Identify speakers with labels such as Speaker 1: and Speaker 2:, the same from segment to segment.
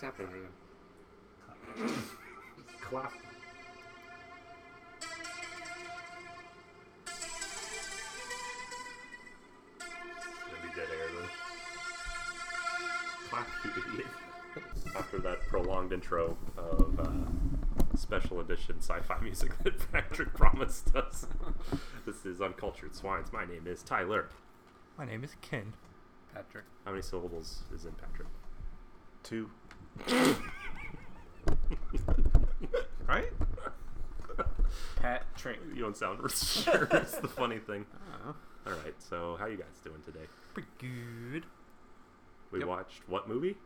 Speaker 1: happening over there?
Speaker 2: Clap.
Speaker 3: Gonna be dead air then.
Speaker 2: Clap, you idiot.
Speaker 3: After that prolonged intro of uh, special edition sci-fi music that Patrick promised us, this is Uncultured Swines. My name is Tyler.
Speaker 4: My name is Ken.
Speaker 1: Patrick.
Speaker 3: How many syllables is in Patrick?
Speaker 5: Two. right?
Speaker 1: Patrick.
Speaker 3: You don't sound sure. It's the funny thing.
Speaker 1: Uh-huh.
Speaker 3: All right. So, how you guys doing today?
Speaker 4: Pretty good.
Speaker 3: We
Speaker 1: Yep.
Speaker 3: watched what movie?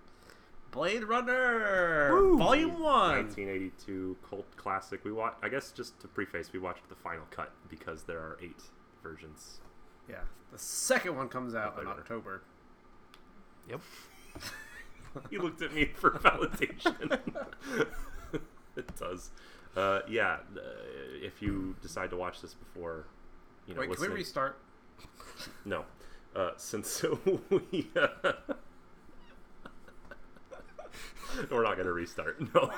Speaker 5: Blade Runner! Volume 1!
Speaker 3: 1982 cult classic. We watched. I guess just to preface, we watched the final cut because there are eight versions.
Speaker 1: Yeah. The second one comes out in
Speaker 3: Later.
Speaker 1: October.
Speaker 4: Yep.
Speaker 3: He looked at me for validation. it does. Uh, yeah. Uh, if you decide to watch this before, you know,
Speaker 1: Wait, can
Speaker 3: listening,
Speaker 1: we restart?
Speaker 3: no. Uh, since so we. Uh, We're not going to restart. No.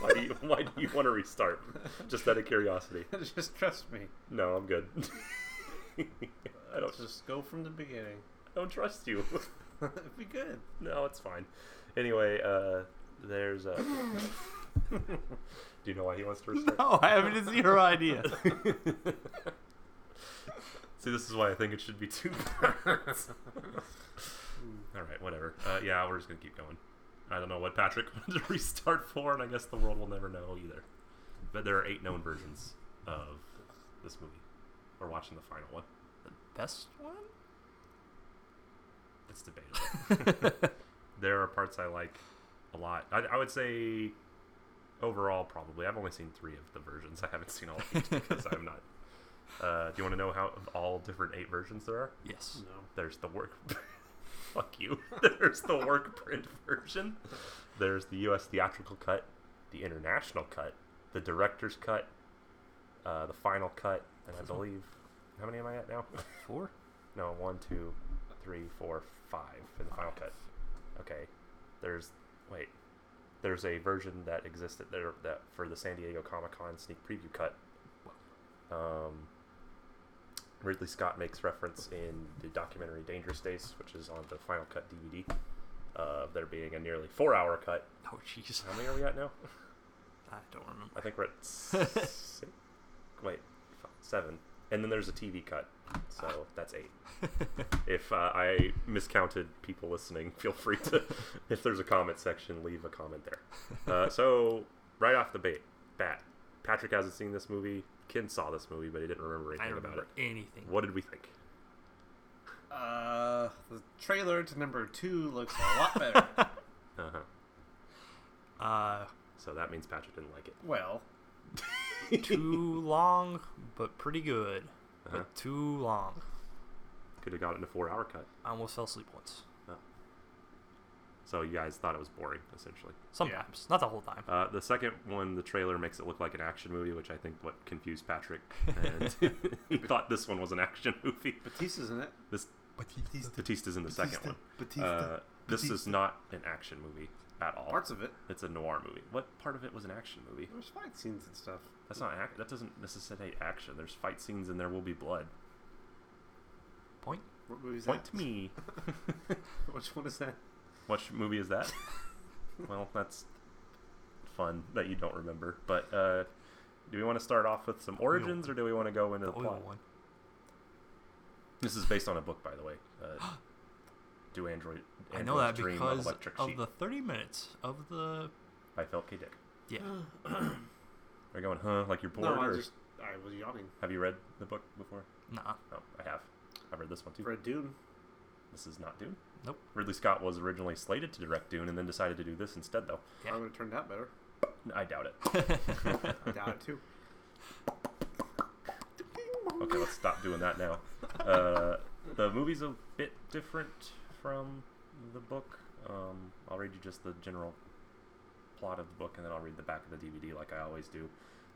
Speaker 3: why do you Why do you want to restart? Just out of curiosity.
Speaker 1: Just trust me.
Speaker 3: No, I'm good. I don't
Speaker 1: Let's just go from the beginning.
Speaker 3: I don't trust you.
Speaker 1: It'd be good.
Speaker 3: no, it's fine. Anyway, uh, there's a. do you know why he wants to restart?
Speaker 4: No, I have a zero idea.
Speaker 3: See, this is why I think it should be two parts. All right, whatever. Uh, yeah, we're just gonna keep going. I don't know what Patrick wanted to restart for, and I guess the world will never know either. But there are eight known versions of this movie. We're watching the final one.
Speaker 4: Best one?
Speaker 3: It's debatable. there are parts I like a lot. I, I would say overall, probably. I've only seen three of the versions. I haven't seen all eight because I'm not. Uh, do you want to know how of all different eight versions there are?
Speaker 4: Yes.
Speaker 1: No.
Speaker 3: There's the work. Fuck you. There's the work print version. There's the U.S. theatrical cut, the international cut, the director's cut, uh, the final cut, and I believe how many am I at now?
Speaker 4: Four?
Speaker 3: No, one, two, three, four, five in the final cut. Okay. There's wait. There's a version that existed there that for the San Diego Comic Con sneak preview cut. Um, Ridley Scott makes reference in the documentary Dangerous Days, which is on the Final Cut DVD, uh, there being a nearly four-hour cut.
Speaker 4: Oh, jeez.
Speaker 3: How many are we at now?
Speaker 4: I don't remember.
Speaker 3: I think we're at six. Wait, fuck, seven. And then there's a TV cut, so that's eight. if uh, I miscounted people listening, feel free to, if there's a comment section, leave a comment there. Uh, so right off the bat, bat, Patrick hasn't seen this movie. Ken saw this movie, but he didn't remember
Speaker 4: I
Speaker 3: anything
Speaker 4: don't
Speaker 3: about it.
Speaker 4: remember anything.
Speaker 3: What did we think?
Speaker 1: Uh, the trailer to number two looks a lot better.
Speaker 3: Uh-huh.
Speaker 4: Uh,
Speaker 3: So that means Patrick didn't like it.
Speaker 1: well,
Speaker 4: too long, but pretty good.
Speaker 3: Uh-huh.
Speaker 4: But too long.
Speaker 3: Could have got it in a four-hour cut.
Speaker 4: I almost fell asleep once.
Speaker 3: So you guys thought it was boring, essentially.
Speaker 4: Sometimes. Not the whole time.
Speaker 3: Uh, the second one, the trailer makes it look like an action movie, which I think what confused Patrick, and he thought this one was an action movie.
Speaker 1: Batista's in it.
Speaker 3: This Batista's in the second one. Uh, this is not an action movie at all.
Speaker 1: Parts of it.
Speaker 3: It's a noir movie. What part of it was an action movie?
Speaker 1: There's fight scenes and stuff.
Speaker 3: That's not ac- that doesn't necessitate action. There's fight scenes and there will be blood.
Speaker 4: Point?
Speaker 1: What movie is
Speaker 3: Point
Speaker 1: that?
Speaker 3: to me.
Speaker 1: Which one is that?
Speaker 3: Which movie is that? well, that's fun that you don't remember. But uh, do we want to start off with some origins, or do we want to go into
Speaker 4: The
Speaker 3: the,
Speaker 4: oil
Speaker 3: plot?
Speaker 4: one.
Speaker 3: This is based on a book, by the way. Uh, Do Android
Speaker 4: I know
Speaker 3: Androids
Speaker 4: that
Speaker 3: Dream of
Speaker 4: because
Speaker 3: Electric
Speaker 4: of
Speaker 3: Sheep
Speaker 4: the 30 minutes of the.
Speaker 3: by Philip K. Dick.
Speaker 4: Yeah.
Speaker 3: Are you going, huh? Like you're bored,
Speaker 1: No, I
Speaker 3: or
Speaker 1: just I was yawning.
Speaker 3: have you read the book before?
Speaker 4: Nah.
Speaker 3: No, I have. I've read this one too.
Speaker 1: Red Dune.
Speaker 3: This is not Dune.
Speaker 4: Nope.
Speaker 3: Ridley Scott was originally slated to direct Dune and then decided to do this instead, though.
Speaker 4: Yeah.
Speaker 1: Probably would have turned out better.
Speaker 3: I doubt it.
Speaker 1: I doubt it too.
Speaker 3: Okay, let's stop doing that now. Uh, the movie's a bit different from the book. Um, I'll read you just the general plot of the book, and then I'll read the back of the DVD like I always do,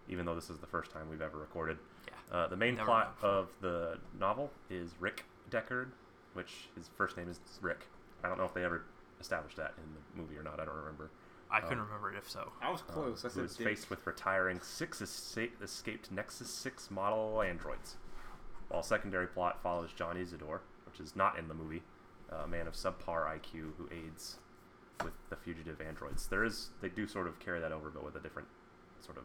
Speaker 3: even though this is the first time we've ever recorded.
Speaker 4: Yeah.
Speaker 3: Uh, the main
Speaker 4: Never
Speaker 3: plot
Speaker 4: mind.
Speaker 3: of the novel is Rick Deckard, which his first name is Rick. I don't know if they ever established that in the movie or not. I don't remember.
Speaker 4: I couldn't remember if so.
Speaker 1: I
Speaker 3: Uh,
Speaker 1: was close. I
Speaker 3: Who
Speaker 1: said
Speaker 3: was
Speaker 1: dick.
Speaker 3: faced with retiring six esca- escaped Nexus 6 model androids. While secondary plot follows John Isidore, which is not in the movie, a man of subpar IQ who aids with the fugitive androids. There is they do sort of carry that over, but with a different sort of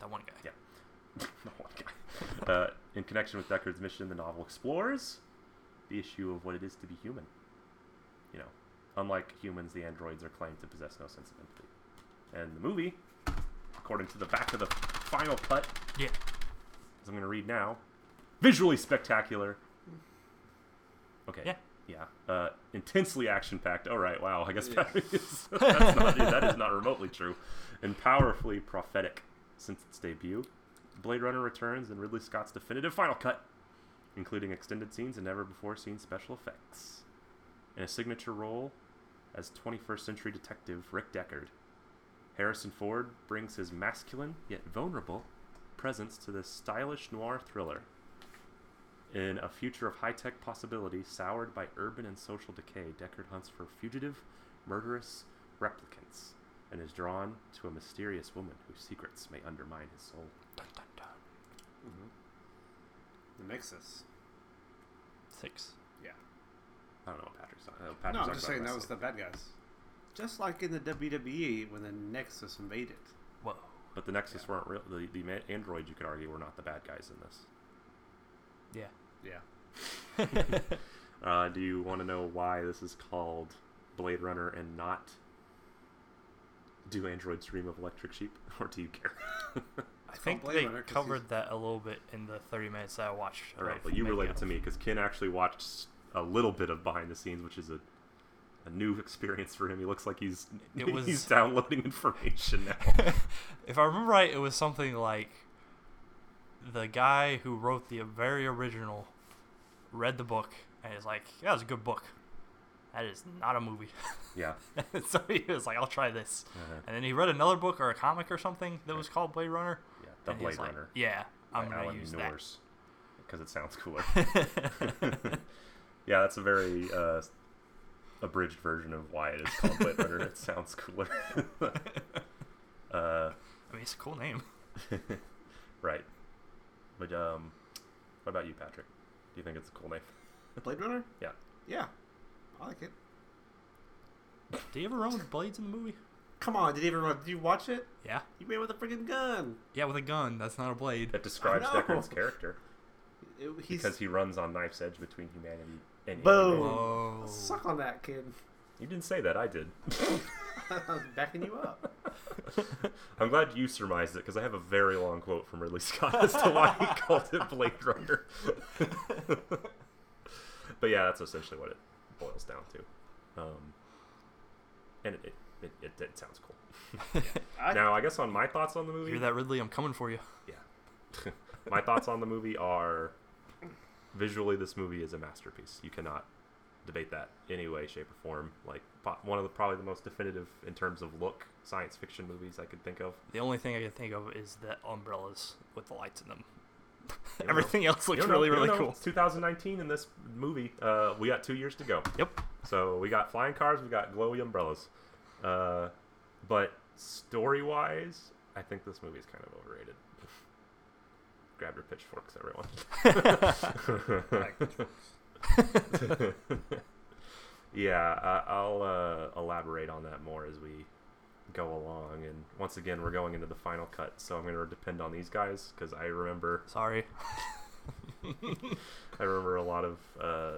Speaker 4: That one guy.
Speaker 3: yeah. Not one guy. uh, in connection with Deckard's mission, the novel explores the issue of what it is to be human. You know, unlike humans, the androids are claimed to possess no sense of empathy. And the movie, according to the back of the final cut,
Speaker 4: Yeah.
Speaker 3: as I'm going to read now, visually spectacular. Okay.
Speaker 4: Yeah.
Speaker 3: Yeah. Uh, intensely action packed. All right. Wow. I guess that is, that's not, that is not remotely true. And powerfully prophetic since its debut. Blade Runner returns in Ridley Scott's definitive final cut, including extended scenes and never before seen special effects. In a signature role as 21st century detective Rick Deckard, Harrison Ford brings his masculine yet vulnerable presence to this stylish noir thriller. In a future of high tech possibility, soured by urban and social decay, Deckard hunts for fugitive, murderous replicants and is drawn to a mysterious woman whose secrets may undermine his soul.
Speaker 4: Dun, dun, dun.
Speaker 1: Mm-hmm. the Nexus.
Speaker 4: Six.
Speaker 1: Yeah.
Speaker 3: I don't know what Patrick's talking uh, Patrick's
Speaker 1: no, I'm
Speaker 3: talking
Speaker 1: just
Speaker 3: about
Speaker 1: saying that
Speaker 3: last
Speaker 1: was the
Speaker 3: night.
Speaker 1: bad guys. Just like in the WWE when the Nexus invaded.
Speaker 4: Whoa.
Speaker 3: But the Nexus weren't real. The, the ma- androids, you could argue, were not the bad guys in this.
Speaker 4: Yeah.
Speaker 1: Yeah.
Speaker 3: Uh, do you want to know why this is called Blade Runner and not Do Androids Dream of Electric Sheep? Or do you care?
Speaker 4: I think
Speaker 1: Blade
Speaker 4: they
Speaker 1: Runner 'cause he's-
Speaker 4: covered that a little bit in the 30 minutes that I watched.
Speaker 3: All right,
Speaker 4: of
Speaker 3: but you
Speaker 4: Making
Speaker 3: relate it
Speaker 4: Out.
Speaker 3: to me because Ken actually watched a little bit of behind the scenes, which is a a new experience for him. He looks like he's
Speaker 4: It was-
Speaker 3: he's downloading information now.
Speaker 4: if I remember right, it was something like the guy who wrote the very original read the book and is like, "Yeah, it's a good book. That is not a movie."
Speaker 3: yeah.
Speaker 4: so he was like, "I'll try this,"
Speaker 3: Uh-huh.
Speaker 4: and then he read another book or a comic or something that was called Blade Runner.
Speaker 3: Yeah, the
Speaker 4: and he was
Speaker 3: Blade
Speaker 4: like,
Speaker 3: Runner.
Speaker 4: yeah, I'm
Speaker 3: by
Speaker 4: gonna
Speaker 3: Alan
Speaker 4: use
Speaker 3: Norse because it sounds cooler.
Speaker 4: that.
Speaker 3: yeah, that's a very uh, abridged version of why it is called Blade Runner. It sounds cooler. uh,
Speaker 4: I mean, it's a cool name.
Speaker 3: right. But um, what about you, Patrick? Do you think it's a cool name?
Speaker 1: Blade Runner?
Speaker 3: Yeah.
Speaker 1: Yeah. I like it.
Speaker 4: Did you ever run with blades in the movie?
Speaker 1: Come on, did everyone did you watch it?
Speaker 4: Yeah,
Speaker 1: You made with a freaking gun.
Speaker 4: yeah, with a gun. That's not a blade.
Speaker 3: That describes
Speaker 1: know.
Speaker 3: Deckard's character
Speaker 1: It- he's
Speaker 3: because he runs on knife's edge between humanity and
Speaker 1: Boom.
Speaker 3: alien.
Speaker 4: Whoa.
Speaker 1: suck on that kid.
Speaker 3: You didn't say that. I did.
Speaker 1: I was backing you up.
Speaker 3: I'm glad you surmised it because I have a very long quote from Ridley Scott as to why he called it Blade Runner. but yeah, that's essentially what it boils down to. Um, and it, it, it, it, it sounds cool.
Speaker 1: I-
Speaker 3: now, I guess on my thoughts on the movie.
Speaker 4: Hear that, Ridley? I'm coming for you.
Speaker 3: Yeah. my thoughts on the movie are visually, this movie is a masterpiece. You cannot debate that in any way, shape, or form. Like po- one of the probably the most definitive in terms of look science fiction movies I could think of.
Speaker 4: The only thing I can think of is the umbrellas with the lights in them.
Speaker 3: You know?
Speaker 4: Everything else
Speaker 3: You
Speaker 4: looks
Speaker 3: don't know-
Speaker 4: really,
Speaker 3: you don't
Speaker 4: really
Speaker 3: know.
Speaker 4: cool.
Speaker 3: It's 2019 in this movie. Uh, we got two years to go.
Speaker 4: Yep.
Speaker 3: So we got flying cars, we got glowy umbrellas. Uh, but story wise, I think this movie is kind of overrated. Grab your pitchforks, everyone. yeah, I, I'll uh, elaborate on that more as we go along. And once again, we're going into the final cut, so I'm going to depend on these guys because I remember
Speaker 4: Sorry.
Speaker 3: I remember a lot of uh,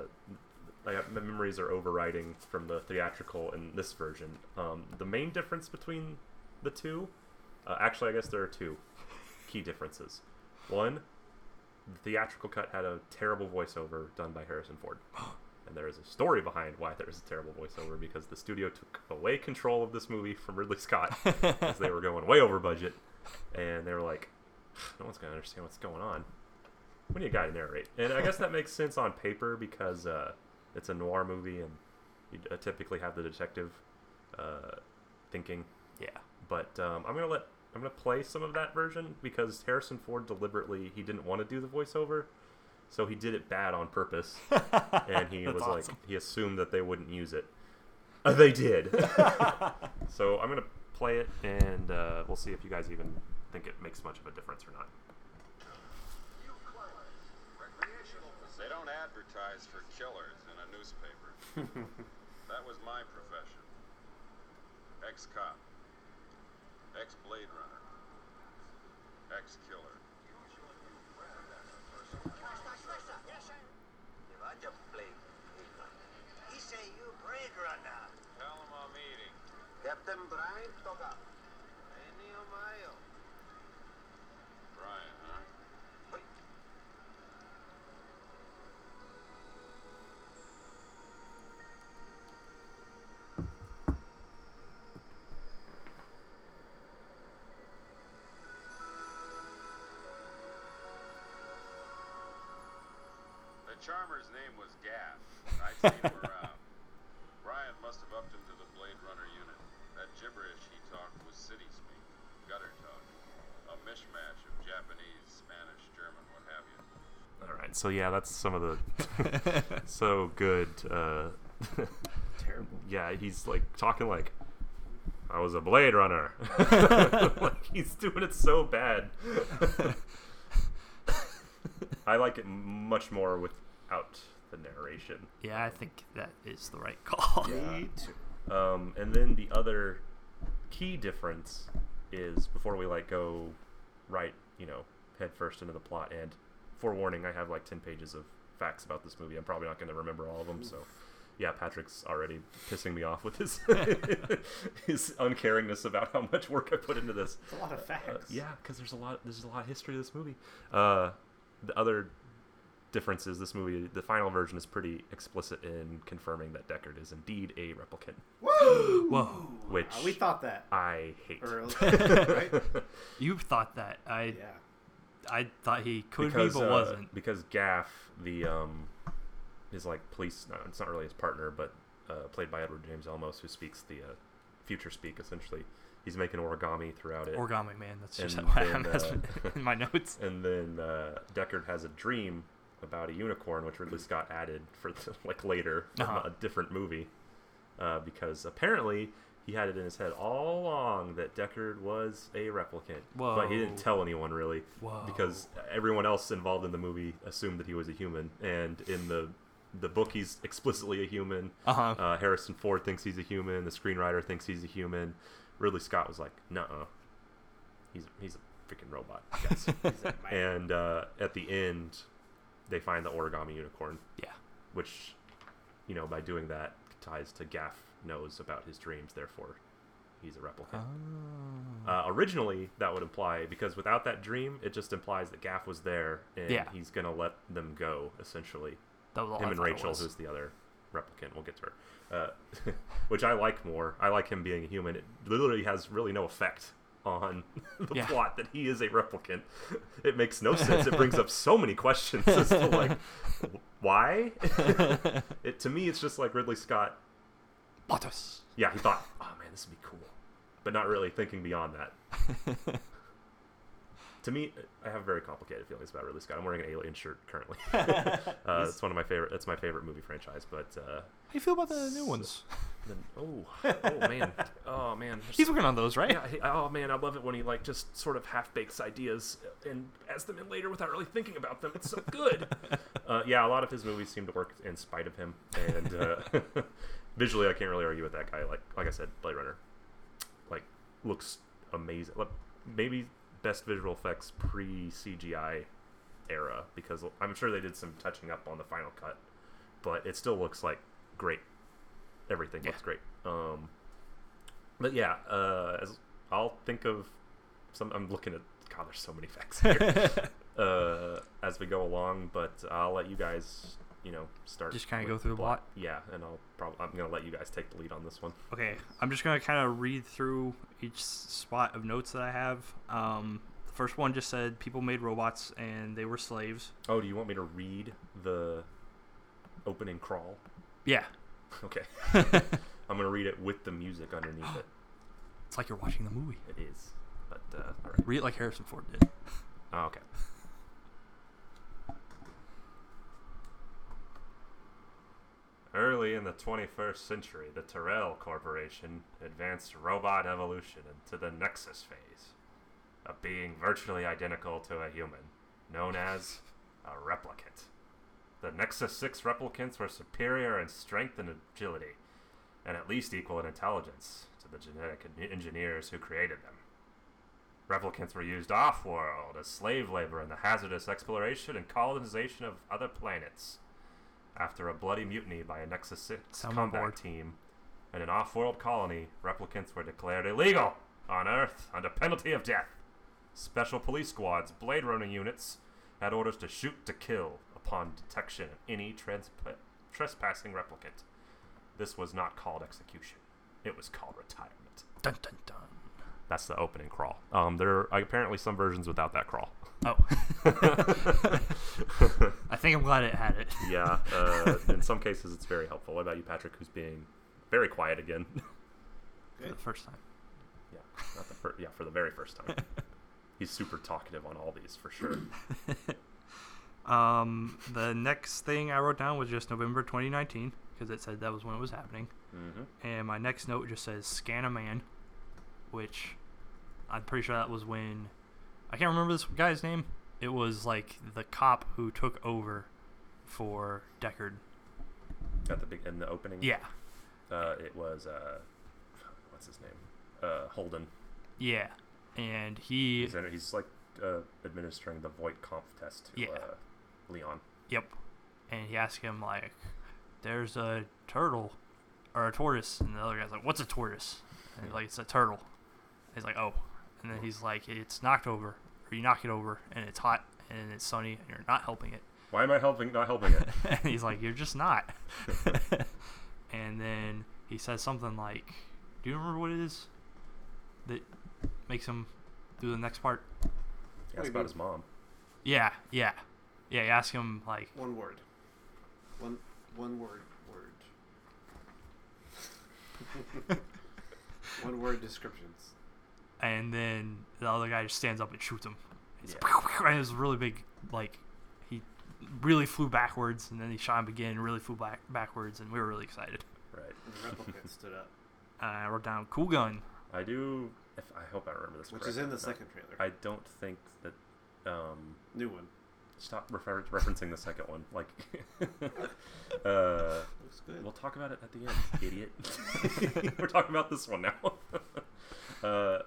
Speaker 3: I got- my memories are overriding from the theatrical and this version. Um, the main difference between the two, uh, actually, I guess there are two key differences. One, the theatrical cut had a terrible voiceover done by Harrison Ford. And there is a story behind why there is a terrible voiceover because the studio took away control of this movie from Ridley Scott because they were going way over budget. And they were like, no one's going to understand what's going on. We need a guy to narrate. And I guess that makes sense on paper because uh, it's a noir movie and you uh, typically have the detective uh, thinking.
Speaker 4: Yeah.
Speaker 3: But um, I'm gonna let I'm gonna play some of that version because Harrison Ford deliberately he didn't want to do the voiceover, so he did it bad on purpose, and he
Speaker 4: That's
Speaker 3: was
Speaker 4: awesome.
Speaker 3: like he assumed that they wouldn't use it. Uh, they did. so I'm gonna play it, and uh, we'll see if you guys even think it makes much of a difference or not.
Speaker 6: They don't advertise for killers in a newspaper. that was my profession. Ex cop, ex Blade Runner, ex killer.
Speaker 7: He say you Blade Runner.
Speaker 6: Tell them I'm eating.
Speaker 7: Captain Brian Toga. Any Mayo.
Speaker 6: Brian, huh? The charmer's name was Gaff. I uh, seen her around. Brian must have upped him to the Blade Runner unit. That gibberish he talked was city speak, gutter talk, a mishmash of Japanese, Spanish, German, what have you.
Speaker 3: All right. So yeah, that's some of the so good. Uh,
Speaker 1: Terrible.
Speaker 3: yeah, he's like talking like I was a Blade Runner. like he's doing it so bad. I like it much more without the narration.
Speaker 4: Yeah, I think that is the right call.
Speaker 1: Me too.
Speaker 3: Um, and then the other key difference is before we like go right, you know, head first into the plot. And forewarning, I have like ten pages of facts about this movie. I'm probably not going to remember all of them. So, yeah, Patrick's already pissing me off with his his uncaringness about how much work I put into this.
Speaker 1: It's a lot of
Speaker 3: Uh,
Speaker 1: facts.
Speaker 3: yeah, because there's a lot. There's a lot of history of this movie. Uh, the other difference is this movie. The final version is pretty explicit in confirming that Deckard is indeed a replicant,
Speaker 4: Whoa.
Speaker 3: which
Speaker 1: Uh, we thought that
Speaker 3: I hate.
Speaker 1: early,
Speaker 3: right?
Speaker 1: right?
Speaker 4: You thought that. I
Speaker 1: Yeah.
Speaker 4: I thought he could
Speaker 3: because
Speaker 4: be but
Speaker 3: uh,
Speaker 4: wasn't.
Speaker 3: because Gaff, the um, his like police. No, it's not really his partner, but uh, played by Edward James Olmos, who speaks the uh, future speak essentially. He's making origami throughout it.
Speaker 4: Origami man, that's just
Speaker 3: And
Speaker 4: how I
Speaker 3: then,
Speaker 4: am as-
Speaker 3: uh,
Speaker 4: in my notes.
Speaker 3: and then uh, Deckard has a dream about a unicorn, which Ridley Scott added for the, like later from
Speaker 4: Uh-huh.
Speaker 3: a different movie, uh, because apparently he had it in his head all along that Deckard was a replicant, but he
Speaker 4: Whoa.
Speaker 3: didn't tell anyone really,
Speaker 4: Whoa.
Speaker 3: because everyone else involved in the movie assumed that he was a human, and in the the book he's explicitly a human.
Speaker 4: Uh-huh.
Speaker 3: Uh, Harrison Ford thinks he's a human. The screenwriter thinks he's a human. Ridley Scott was like, "Nuh-uh, he's he's a freaking robot." guys." and uh, at the end, they find the origami unicorn,
Speaker 4: yeah.
Speaker 3: which, you know, by doing that ties to Gaff knows about his dreams. Therefore, he's a
Speaker 4: Oh.
Speaker 3: replicant. Uh, originally, that would imply because without that dream, it just implies that Gaff was there and
Speaker 4: Yeah.
Speaker 3: he's gonna let them go. Essentially,
Speaker 4: That was all I
Speaker 3: him and
Speaker 4: thought it
Speaker 3: Rachel,
Speaker 4: was.
Speaker 3: who's the other replicant. We'll get to her, uh, which I like more. I like him being a human. It literally has really no effect on the
Speaker 4: Yeah.
Speaker 3: plot that he is a replicant. It makes no sense. It brings up so many questions as to like why. it to me, it's just like Ridley Scott.
Speaker 4: Botus.
Speaker 3: Yeah, he thought, oh man, this would be cool, but not really thinking beyond that. To me, I have very complicated feelings about Ridley Scott. I'm wearing an alien shirt currently. uh, it's one of my favorite. That's my favorite movie franchise. But uh,
Speaker 4: How you feel about the new ones?
Speaker 3: then oh oh man oh man There's-
Speaker 4: He's working on those, right?
Speaker 3: yeah, he- oh man I love it when he like just sort of half bakes ideas and adds them in later without really thinking about them it's so good uh, yeah a lot of his movies seem to work in spite of him and uh, visually I can't really argue with that guy like like I said Blade Runner like looks amazing Like, maybe best visual effects pre CGI era because I'm sure they did some touching up on the final cut but it still looks like great everything looks great um but yeah, uh, as I'll think of some. I'm looking at God. There's so many facts here uh, as we go along, but I'll let you guys, you know, start.
Speaker 4: Just kinda
Speaker 3: with
Speaker 4: go through the
Speaker 3: plot.
Speaker 4: plot?
Speaker 3: Yeah, and I'll probably I'm gonna let you guys take the lead on this one.
Speaker 4: Okay, I'm just gonna kind of read through each s- spot of notes that I have. Um, the first one just said people made robots and they were slaves.
Speaker 3: Oh, do you want me to read the opening crawl?
Speaker 4: Yeah,
Speaker 3: Okay, I'm gonna read it with the music underneath it.
Speaker 4: it's like you're watching the movie.
Speaker 3: It is, but uh, all right.
Speaker 4: Read it like Harrison Ford did.
Speaker 3: Oh, okay. Early in the 21st century, the Terrell Corporation advanced robot evolution into the Nexus phase, a being virtually identical to a human, known as a replicant. The Nexus 6 replicants were superior in strength and agility, and at least equal in intelligence to the genetic en- engineers who created them. Replicants were used off world as slave labor in the hazardous exploration and colonization of other planets. After a bloody mutiny by a Nexus 6
Speaker 4: I'm on
Speaker 3: combat
Speaker 4: board.
Speaker 3: team and an off world colony, replicants were declared illegal on Earth under penalty of death. Special police squads, Blade Runner units, had orders to shoot to kill upon detection of any transpa- trespassing replicant. This was not called execution, it was called retirement.
Speaker 4: Dun dun dun.
Speaker 3: That's the opening crawl. Um, there are apparently some versions without that crawl.
Speaker 4: Oh. I think I'm glad it had it.
Speaker 3: yeah, uh, in some cases it's very helpful. What about you, Patrick, who's being very quiet again?
Speaker 4: For the first time.
Speaker 3: yeah, not the fir- yeah, for the very first time. He's super talkative on all these for sure.
Speaker 4: Um, the next thing I wrote down was just November 2019 because it said that was when it was happening.
Speaker 3: Mm-hmm.
Speaker 4: And my next note just says scan a man, which I'm pretty sure that was when I can't remember this guy's name. It was like the cop who took over for Deckard.
Speaker 3: At the big in the opening,
Speaker 4: Yeah,
Speaker 3: uh, it was uh, what's his name? Uh, Holden.
Speaker 4: yeah. And he,
Speaker 3: He's, in- he's like uh, administering the Voight Kampf test to
Speaker 4: Yeah.
Speaker 3: uh, Leon.
Speaker 4: yep. And he asked him like, "There's a turtle or a tortoise," and the other guy's like, "What's a tortoise?" And he's like, "It's a turtle." He's like, "Oh," and then he's like, "It's knocked over, or you knock it over, and it's hot, and it's sunny, and you're not helping it."
Speaker 3: Why am I helping? Not helping it.
Speaker 4: and he's like, "You're just not." and then he says something like, "Do you remember what it is that makes him do the next part?"
Speaker 3: Ask about his mom.
Speaker 4: Yeah, yeah, yeah. You ask him like,
Speaker 1: One word. One one word word. one word descriptions.
Speaker 4: and then the other guy just stands up and shoots him. He's
Speaker 3: Yeah.
Speaker 4: like, and it was really big. Like he really flew backwards, and then he shot him again. Really flew back backwards, and we were really excited.
Speaker 3: Right.
Speaker 1: And the replicant stood up,
Speaker 4: Uh, I wrote down cool gun.
Speaker 3: I do. If I hope I remember this.
Speaker 1: which is in the
Speaker 3: correctly.
Speaker 1: second trailer.
Speaker 3: I don't think that. Um,
Speaker 1: New one.
Speaker 3: stop refer- referencing the second one. Like, uh,
Speaker 1: Looks good.
Speaker 3: we'll talk about it at the end, idiot. We're talking about this one now. uh,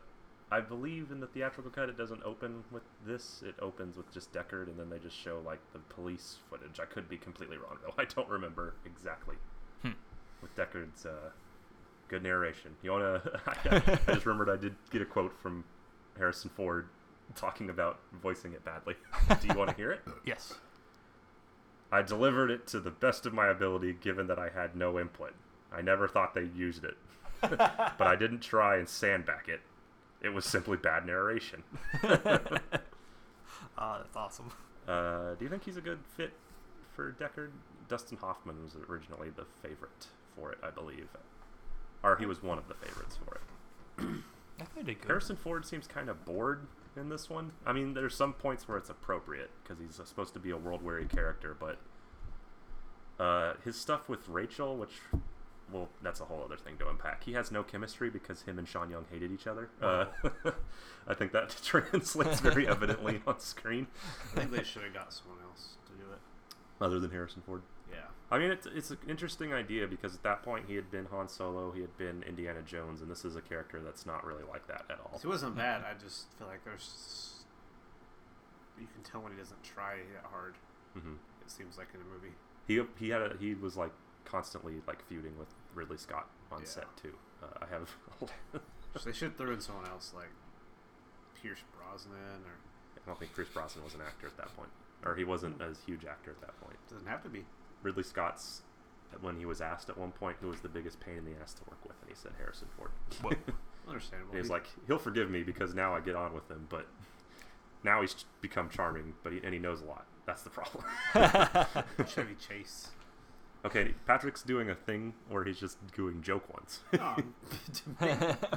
Speaker 3: I believe in the theatrical cut, it doesn't open with this. It opens with just Deckard, and then they just show like the police footage. I could be completely wrong though. I don't remember exactly
Speaker 4: Hmm.
Speaker 3: with Deckard's uh, good narration. You wanna? I, I just remembered I did get a quote from Harrison Ford talking about voicing it badly. Do you want to hear it?
Speaker 4: Yes.
Speaker 3: I delivered it to the best of my ability given that I had no input. I never thought they used it. but I didn't try and sandbag it. It was simply bad narration.
Speaker 4: Ah, Uh, that's awesome.
Speaker 3: Uh, do you think he's a good fit for Deckard? Dustin Hoffman was originally the favorite for it, I believe. Or he was one of the favorites for it.
Speaker 4: I think I did good.
Speaker 3: Harrison Ford seems kind of bored in this one. I mean, there's some points where it's appropriate because he's supposed to be a world weary character, but uh, his stuff with Rachel, which, well, that's a whole other thing to unpack. He has no chemistry because him and Sean Young hated each other. Uh, I think that translates very evidently on screen,
Speaker 1: I think they should have got someone else to do it.
Speaker 3: other than Harrison Ford.
Speaker 1: Yeah.
Speaker 3: I mean, it's, it's an interesting idea because at that point he had been Han Solo, he had been Indiana Jones, and this is a character that's not really like that at all.
Speaker 1: He wasn't bad. I just feel like there's. You can tell when he doesn't try that hard.
Speaker 3: hmm
Speaker 1: It seems like in a movie.
Speaker 3: He he had a, he was like constantly like feuding with Ridley Scott on
Speaker 1: Yeah.
Speaker 3: set too. Uh, I have
Speaker 1: So they should throw in someone else like Pierce Brosnan or
Speaker 3: I don't think Pierce Brosnan was an actor at that point, or he wasn't
Speaker 1: Mm-hmm.
Speaker 3: as huge actor at that point.
Speaker 1: doesn't have to be.
Speaker 3: Ridley Scott's when he was asked at one point who was the biggest pain in the ass to work with, and he said Harrison Ford.
Speaker 4: Whoa.
Speaker 1: Understandable.
Speaker 3: he was like he'll forgive me because now I get on with him, but now he's become charming, but he, and he knows a lot. That's the problem.
Speaker 1: Chevy Chase.
Speaker 3: okay, Patrick's doing a thing where he's just doing joke ones.
Speaker 1: Oh, maybe,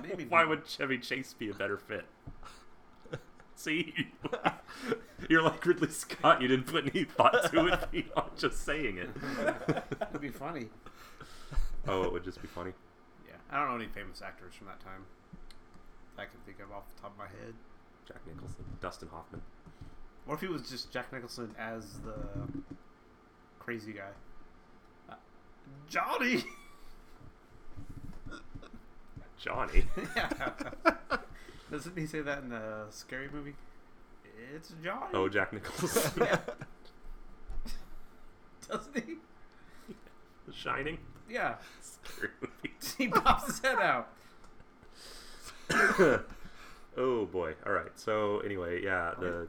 Speaker 1: maybe
Speaker 3: Why would Chevy Chase be a better fit? See, you're like Ridley Scott. You didn't put any thought to it beyond just saying it.
Speaker 1: it'd be funny.
Speaker 3: Oh, it would just be funny.
Speaker 1: Yeah, I don't know any famous actors from that time. that I can think of off the top of my head.
Speaker 3: Jack Nicholson, Dustin Hoffman.
Speaker 1: What if he was just Jack Nicholson as the crazy guy? Uh, Johnny.
Speaker 3: Johnny.
Speaker 1: yeah. Doesn't he say that in the scary movie? It's Johnny.
Speaker 3: Oh, Jack Nicholson.
Speaker 1: Yeah. Doesn't he?
Speaker 3: The Shining.
Speaker 1: Yeah.
Speaker 3: Scary movie.
Speaker 1: He pops his head out.
Speaker 3: oh boy. All right. So anyway, yeah, the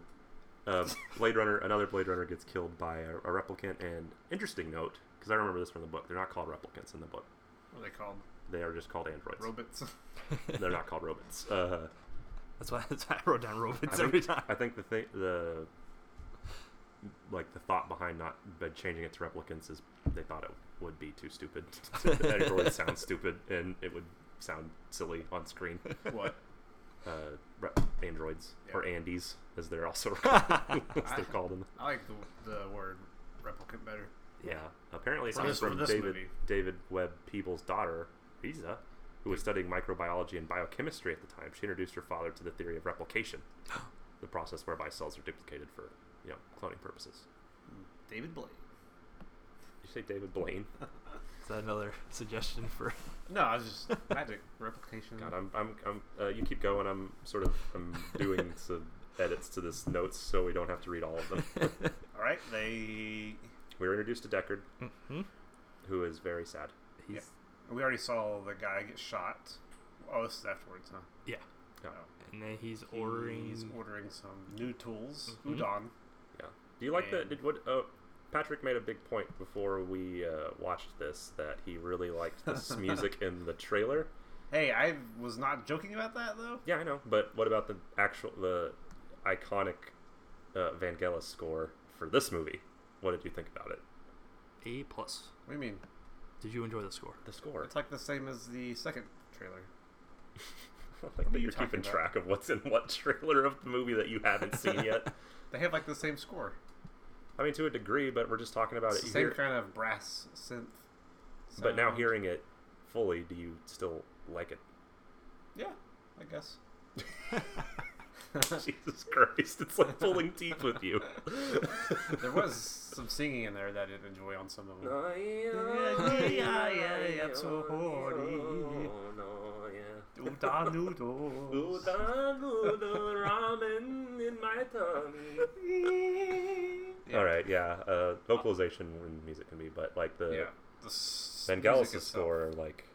Speaker 3: uh, Blade Runner, another Blade Runner gets killed by a, a replicant. And interesting note, because I remember this from the book. They're not called replicants in the book.
Speaker 1: What are they called?
Speaker 3: They are just called androids.
Speaker 1: Robots.
Speaker 3: They're not called robots. Uh,
Speaker 4: That's why, that's why I wrote down
Speaker 3: I
Speaker 4: robots
Speaker 3: think,
Speaker 4: every time.
Speaker 3: I think the thing, the like the thought behind not but changing it to replicants is they thought it would be too stupid. Androids sound stupid, and it would sound silly on screen.
Speaker 1: what?
Speaker 3: Uh, re- androids
Speaker 1: Yeah.
Speaker 3: or Andes, as they're also as they're called in.
Speaker 1: I like the, the word replicant better.
Speaker 3: Yeah, apparently it's
Speaker 1: For
Speaker 3: not
Speaker 1: this- for
Speaker 3: from
Speaker 1: this
Speaker 3: David
Speaker 1: movie.
Speaker 3: David Webb Peebles' daughter, Risa, who was studying microbiology and biochemistry at the time. She introduced her father to the theory of replication, the process whereby cells are duplicated for you know cloning purposes.
Speaker 1: David Blake.
Speaker 3: You say David Blaine?
Speaker 4: Is that another suggestion for?
Speaker 1: No, I was just magic replication.
Speaker 3: God, I'm I'm, I'm uh, you keep going. I'm sort of I'm doing some edits to this notes so we don't have to read all of them.
Speaker 1: All right, they.
Speaker 3: we were introduced to Deckard,
Speaker 4: Mhm.
Speaker 3: who is very sad.
Speaker 4: He's
Speaker 1: We already saw the guy get shot. Oh, this is afterwards, huh? Oh.
Speaker 4: yeah.
Speaker 3: Yeah.
Speaker 4: and then he's ordering.
Speaker 1: He's ordering some new tools.
Speaker 4: Mhm.
Speaker 1: Udon.
Speaker 3: Yeah. Do you like that?
Speaker 1: And-
Speaker 3: Did what? Oh, Patrick made a big point before we uh, watched this that he really liked this music in the trailer.
Speaker 1: Hey, I was not joking about that though.
Speaker 3: Yeah, I know. But what about the actual the iconic uh, Vangelis score for this movie? What did you think about it?
Speaker 4: A plus.
Speaker 1: What do you mean?
Speaker 4: Did you enjoy the score?
Speaker 3: The score.
Speaker 1: It's like the same as the second trailer.
Speaker 3: like
Speaker 1: are
Speaker 3: that
Speaker 1: you
Speaker 3: you're
Speaker 1: talking
Speaker 3: keeping
Speaker 1: about?
Speaker 3: track of what's in what trailer of the movie that you haven't seen yet.
Speaker 1: They have like the same score.
Speaker 3: I mean, to a degree, but we're just talking about
Speaker 1: It's
Speaker 3: it.
Speaker 1: the
Speaker 3: You
Speaker 1: same
Speaker 3: hear-
Speaker 1: kind of brass synth.
Speaker 3: but now
Speaker 1: sound.
Speaker 3: hearing it fully, do you still like it?
Speaker 1: Yeah, I guess.
Speaker 3: Jesus Christ, it's like pulling teeth with you.
Speaker 1: There was some singing in there that I didn't enjoy on some of them.
Speaker 3: Uh.
Speaker 1: Udon noodles. Yeah.
Speaker 3: All right, yeah. Uh, vocalization and music can be, but like the
Speaker 1: Yeah. The s- music
Speaker 3: Vangelis'
Speaker 1: itself.
Speaker 3: score, like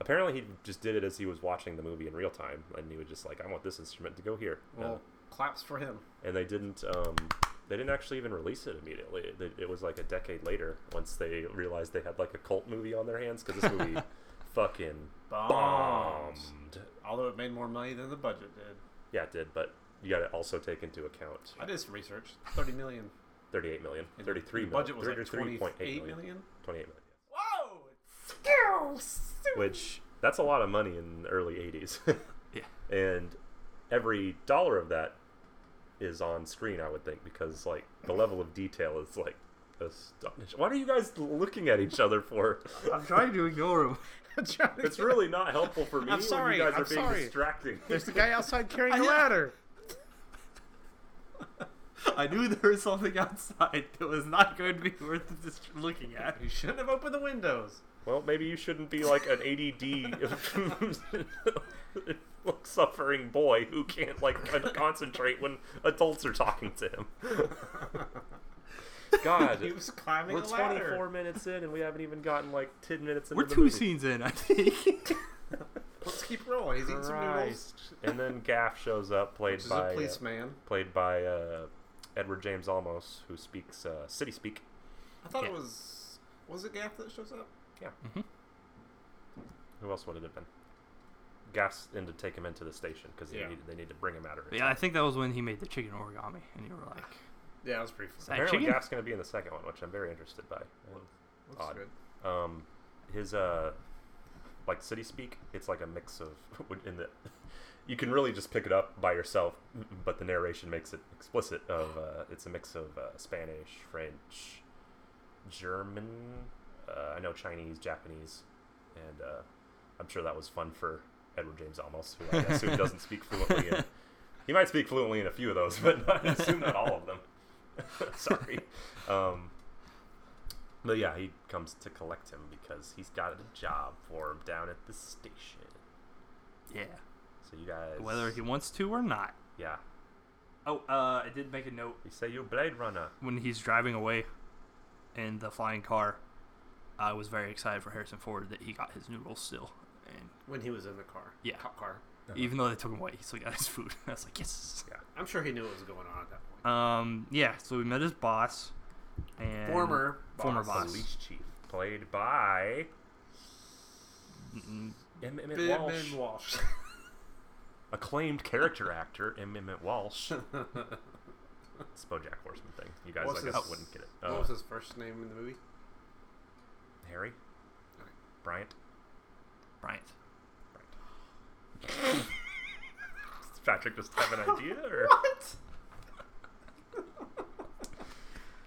Speaker 3: apparently he just did it as he was watching the movie in real time, and he was just like, "I want this instrument to go here." Uh,
Speaker 1: Well, claps for him.
Speaker 3: and they didn't um, they didn't actually even release it immediately. It, it- it was like a decade later once they realized they had like a cult movie on their hands because this movie fucking bombed.
Speaker 1: Bombs. Although it made more money than the budget did.
Speaker 3: Yeah, it did, but you got to also take into account
Speaker 1: I did some research. Thirty million.
Speaker 3: 38 million,
Speaker 1: And
Speaker 3: 33
Speaker 1: the budget was
Speaker 3: million,
Speaker 1: like
Speaker 3: 33.8
Speaker 1: 28
Speaker 3: million,
Speaker 1: million?
Speaker 3: 28 million.
Speaker 1: Whoa!
Speaker 3: Which that's a lot of money in the early 80s.
Speaker 4: Yeah.
Speaker 3: And every dollar of that is on screen, I would think, because like the level of detail is like astonishing. What are you guys looking at each other for?
Speaker 4: I'm trying to ignore him.
Speaker 3: It's really not helpful for me
Speaker 1: I'm sorry,
Speaker 3: when you guys
Speaker 1: I'm
Speaker 3: are being
Speaker 1: sorry.
Speaker 3: distracting.
Speaker 1: There's the guy outside carrying a ladder.
Speaker 4: I knew there was something outside that was not going to be worth just looking at.
Speaker 1: You shouldn't have opened the windows.
Speaker 3: Well, maybe you shouldn't be like an ADD suffering boy who can't like con- concentrate when adults are talking to him. God,
Speaker 1: He was climbing
Speaker 3: we're
Speaker 1: a ladder.
Speaker 3: 24 minutes in and we haven't even gotten like 10 minutes into
Speaker 4: We're
Speaker 3: the
Speaker 4: two
Speaker 3: movie.
Speaker 4: scenes in, I think.
Speaker 1: Let's keep rolling. He's eating some noodles.
Speaker 3: Christ. and then Gaff shows up, played
Speaker 1: Which is
Speaker 3: by
Speaker 1: a
Speaker 3: uh,
Speaker 1: policeman.
Speaker 3: played by uh, Edward James Olmos, who speaks uh, city speak.
Speaker 1: I thought
Speaker 4: yeah.
Speaker 1: it was. Was it Gaff that shows up?
Speaker 3: Yeah.
Speaker 4: Mhm.
Speaker 3: Who else would it have been? Gaff's in to take him into the station because they
Speaker 1: Yeah.
Speaker 3: need they need to bring him out of
Speaker 4: yeah, I think that was when he made the chicken origami, and you were like,
Speaker 1: Yeah, it was pretty
Speaker 4: "Is
Speaker 1: fun.
Speaker 4: that
Speaker 3: Apparently,
Speaker 4: chicken?"
Speaker 3: Gaff's going to be in the second one, which I'm very interested by.
Speaker 1: Looks
Speaker 3: Odd.
Speaker 1: good.
Speaker 3: Um, his uh, like city speak, it's like a mix of in the. You can really just pick it up by yourself, but the narration makes it explicit. Of uh, it's a mix of uh, Spanish, French, German. Uh, I know Chinese, Japanese, and uh, I'm sure that was fun for Edward James Olmos, who I assume doesn't speak fluently. In, he might speak fluently in a few of those, but I assume not all of them. Sorry. Um, but yeah, he comes to collect him because he's got a job for him down at the station.
Speaker 4: Yeah.
Speaker 3: So you guys,
Speaker 4: Whether he wants to or not.
Speaker 3: yeah,
Speaker 4: Oh, uh, I did make a note
Speaker 3: you say you're Blade Runner.
Speaker 4: when he's driving away in the flying car. I was very excited for Harrison Ford that he got his noodles still, and
Speaker 1: when he was in the car.
Speaker 4: Yeah.
Speaker 1: Cop car.
Speaker 3: Uh-huh.
Speaker 4: even though they took him away, he still got his food. I was like, yes.
Speaker 1: I'm sure he knew what was going on at that point.
Speaker 4: Um, yeah. So we met his boss, and
Speaker 1: Former
Speaker 4: former
Speaker 1: boss.
Speaker 4: boss.
Speaker 3: Police chief, played by
Speaker 4: Mm,
Speaker 3: M. Emmett
Speaker 1: Ben
Speaker 3: Walsh,
Speaker 1: Ben Walsh.
Speaker 3: acclaimed character actor M. Emmett Walsh. it's BoJack Horseman thing. You guys,
Speaker 1: What's
Speaker 3: I guess,
Speaker 1: his-
Speaker 3: wouldn't get it.
Speaker 1: what
Speaker 3: Uh,
Speaker 1: was his first name in the movie?
Speaker 3: Harry, Bryant.
Speaker 4: Bryant.
Speaker 3: Does Patrick just have an idea, or
Speaker 1: What?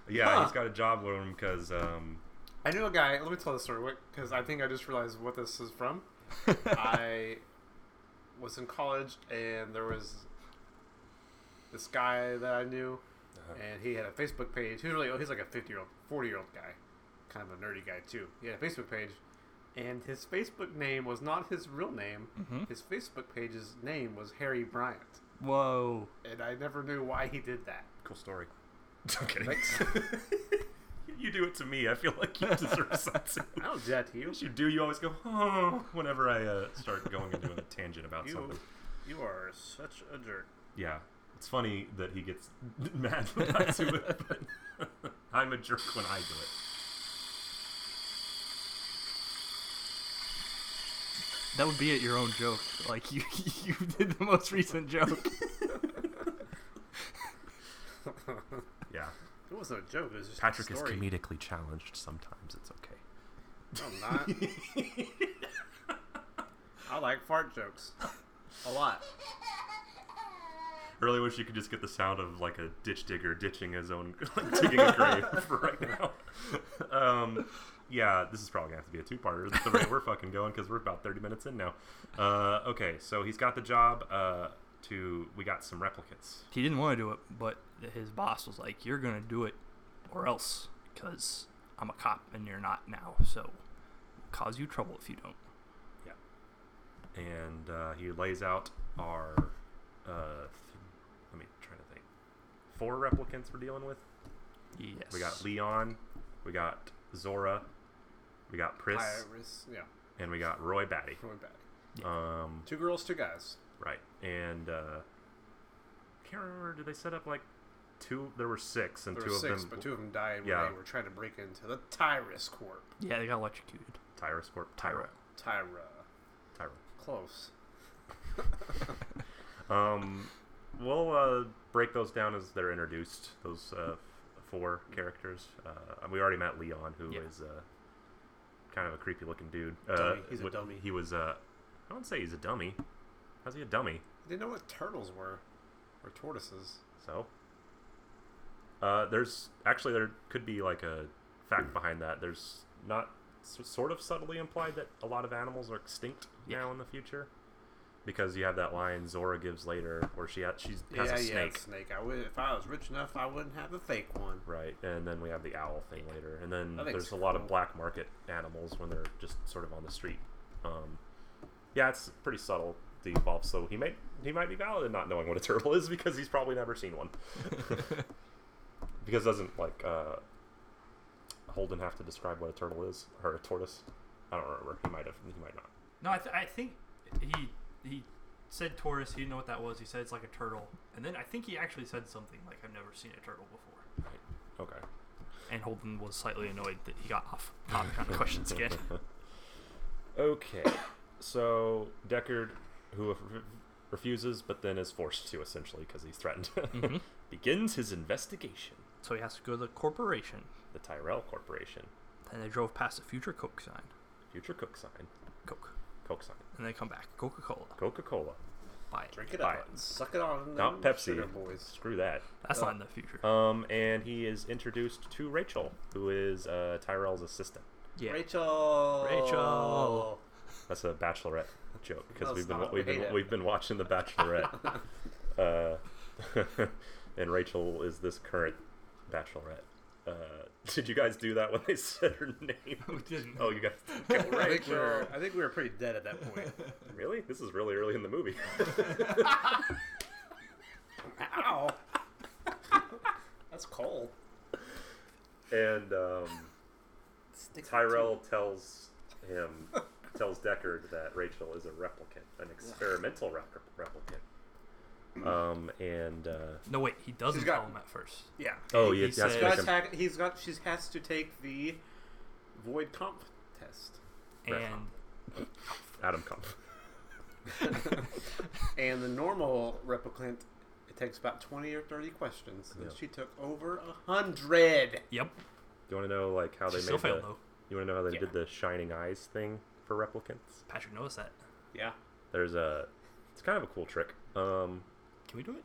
Speaker 3: yeah,
Speaker 1: Huh.
Speaker 3: he's got a job with him because um,
Speaker 1: I knew a guy. Let me tell this story because I think I just realized what this is from. I was in college and there was this guy that I knew,
Speaker 3: Uh-huh.
Speaker 1: and he had a Facebook page. He was really oh, he's like a fifty year old, forty year old guy, kind of a nerdy guy too. He had a Facebook page, and his Facebook name was not his real name.
Speaker 4: Mm-hmm.
Speaker 1: His Facebook page's name was Harry Bryant,
Speaker 4: Whoa.
Speaker 1: and I never knew why he did that.
Speaker 3: cool story. I'm kidding. you do it to me. I feel like you deserve something.
Speaker 1: I don't do that to you.
Speaker 3: As you do, you always go, oh, whenever I uh, start going and doing a tangent about
Speaker 1: You,
Speaker 3: something.
Speaker 1: you are such a jerk.
Speaker 3: Yeah. It's funny that he gets mad when I do it, but I'm a jerk when I do it.
Speaker 4: That would be at your own joke. Like you, you did the most recent joke.
Speaker 3: Yeah.
Speaker 1: It wasn't a joke. It was just
Speaker 3: Patrick
Speaker 1: a
Speaker 3: is
Speaker 1: story.
Speaker 3: comedically challenged sometimes. It's okay.
Speaker 1: No, I'm not. I like fart jokes a lot.
Speaker 3: Really wish you could just get the sound of like a ditch digger ditching his own, like digging a grave for right now. Um, yeah, this is probably gonna have to be a two-parter. That's the way we're fucking going because we're about thirty minutes in now. Uh, okay, so he's got the job. Uh, to we got some replicates.
Speaker 4: He didn't want to do it, but his boss was like, "You're gonna do it, or else, because I'm a cop and you're not now. So, cause you trouble if you don't."
Speaker 3: and uh, he lays out our. Uh, th- let me try to think. Four replicants we're dealing with.
Speaker 4: Yes.
Speaker 3: We got Leon, we got Zora, we got Pris,
Speaker 1: Iris, yeah,
Speaker 3: and we got Roy Batty.
Speaker 1: going back.
Speaker 3: Um,
Speaker 1: Two girls, two guys.
Speaker 3: right, and uh, I can't remember. Did they set up like two? There were six, and
Speaker 1: There
Speaker 3: two
Speaker 1: were
Speaker 3: of
Speaker 1: six,
Speaker 3: them.
Speaker 1: but two of them died when
Speaker 3: Yeah.
Speaker 1: they were trying to break into the Tyrus Corp.
Speaker 4: Yeah, they got electrocuted.
Speaker 3: Tyra Scorp. Tyra.
Speaker 1: Tyra,
Speaker 3: Tyra.
Speaker 1: close.
Speaker 3: Um, we'll uh, break those down as they're introduced. Those uh, f- four characters. Uh, we already met Leon, who is
Speaker 4: Yeah.
Speaker 3: uh, kind of a creepy looking dude. Uh,
Speaker 1: Dummy. He's a
Speaker 3: what-
Speaker 1: dummy.
Speaker 3: He was. Uh, I don't say he's a dummy. How's he a dummy?
Speaker 1: They know what turtles were, or tortoises.
Speaker 3: So, uh, there's actually there could be like a fact behind that. There's not s- sort of subtly implied that a lot of animals are extinct
Speaker 4: Yeah.
Speaker 3: now in the future. Because you have that line Zora gives later, where she ha- she's, has
Speaker 1: yeah,
Speaker 3: a snake.
Speaker 1: yeah, it's snake. I would, if I was rich enough, I wouldn't have a fake one.
Speaker 3: Right, and then we have the owl thing later, and then
Speaker 1: I think
Speaker 3: there's
Speaker 1: it's
Speaker 3: a lot of
Speaker 1: cool.
Speaker 3: black market animals when they're just sort of on the street. Um, yeah, it's pretty subtle the evolve, so he may he might be valid in not knowing what a turtle is because he's probably never seen one. because doesn't like uh, Holden have to describe what a turtle is or a tortoise? I don't remember. He might have. He might not.
Speaker 4: No, I, th- I think he he said tortoise. He didn't know what that was. He said it's like a turtle, and then I think he actually said something like, "I've never seen a turtle before."
Speaker 3: Okay.
Speaker 4: And Holden was slightly annoyed that he got off topic on questions again.
Speaker 3: Okay, so Deckard, who re- refuses but then is forced to essentially because he's threatened, begins his investigation.
Speaker 4: So he has to go to the corporation.
Speaker 3: The Tyrell Corporation,
Speaker 4: Then they drove past a future Coke sign.
Speaker 3: future Coke sign,
Speaker 4: Coke.
Speaker 3: Coke sign,
Speaker 4: And they come back. Coca Cola.
Speaker 3: Coca Cola,
Speaker 4: Buy it.
Speaker 1: Drink it
Speaker 3: Buy
Speaker 1: up,
Speaker 3: it.
Speaker 1: and suck it on.
Speaker 3: not
Speaker 1: them
Speaker 3: Pepsi.
Speaker 1: sugar boys.
Speaker 3: Screw that.
Speaker 4: That's not in the future.
Speaker 3: Um, and he is introduced to Rachel, who is uh, Tyrell's assistant.
Speaker 4: yeah.
Speaker 1: Rachel.
Speaker 4: Rachel.
Speaker 3: That's a Bachelorette joke because
Speaker 1: No,
Speaker 3: we've
Speaker 1: it's
Speaker 3: been
Speaker 1: not.
Speaker 3: we've
Speaker 1: We hate
Speaker 3: been,
Speaker 1: it.
Speaker 3: we've been watching The Bachelorette, uh, and Rachel is this current Bachelorette. Uh, did you guys do that when they said her name?
Speaker 4: We didn't.
Speaker 3: Oh, you guys go
Speaker 1: I think we
Speaker 3: Rachel.
Speaker 1: were I think we were pretty dead at that point.
Speaker 3: Really? This is really early in the movie.
Speaker 1: Ow. That's cold.
Speaker 3: and um, Tyrell tells him tells Deckard that Rachel is a replicant, an experimental rep- replicant. Um, and uh,
Speaker 4: No, wait, he doesn't
Speaker 1: She's got-
Speaker 4: tell him at first.
Speaker 1: Yeah.
Speaker 3: oh,
Speaker 4: He
Speaker 3: yeah, that's
Speaker 4: says-
Speaker 1: She's got,
Speaker 3: like a-
Speaker 1: attack- he's got she has to take the void comp test.
Speaker 3: Right.
Speaker 4: And
Speaker 3: Adam Comp.
Speaker 1: And the normal replicant it takes about twenty or thirty questions. And
Speaker 3: Yeah.
Speaker 1: she took over a hundred.
Speaker 3: Do
Speaker 4: yep,
Speaker 3: you want to know like how
Speaker 4: she
Speaker 3: they
Speaker 4: still
Speaker 3: made
Speaker 4: failed
Speaker 3: the,
Speaker 4: though.
Speaker 3: You want to know how they
Speaker 1: Yeah.
Speaker 3: did the shining eyes thing for replicants?
Speaker 4: Patrick noticed that.
Speaker 1: Yeah.
Speaker 3: There's a it's kind of a cool trick. Um,
Speaker 4: Can we do it?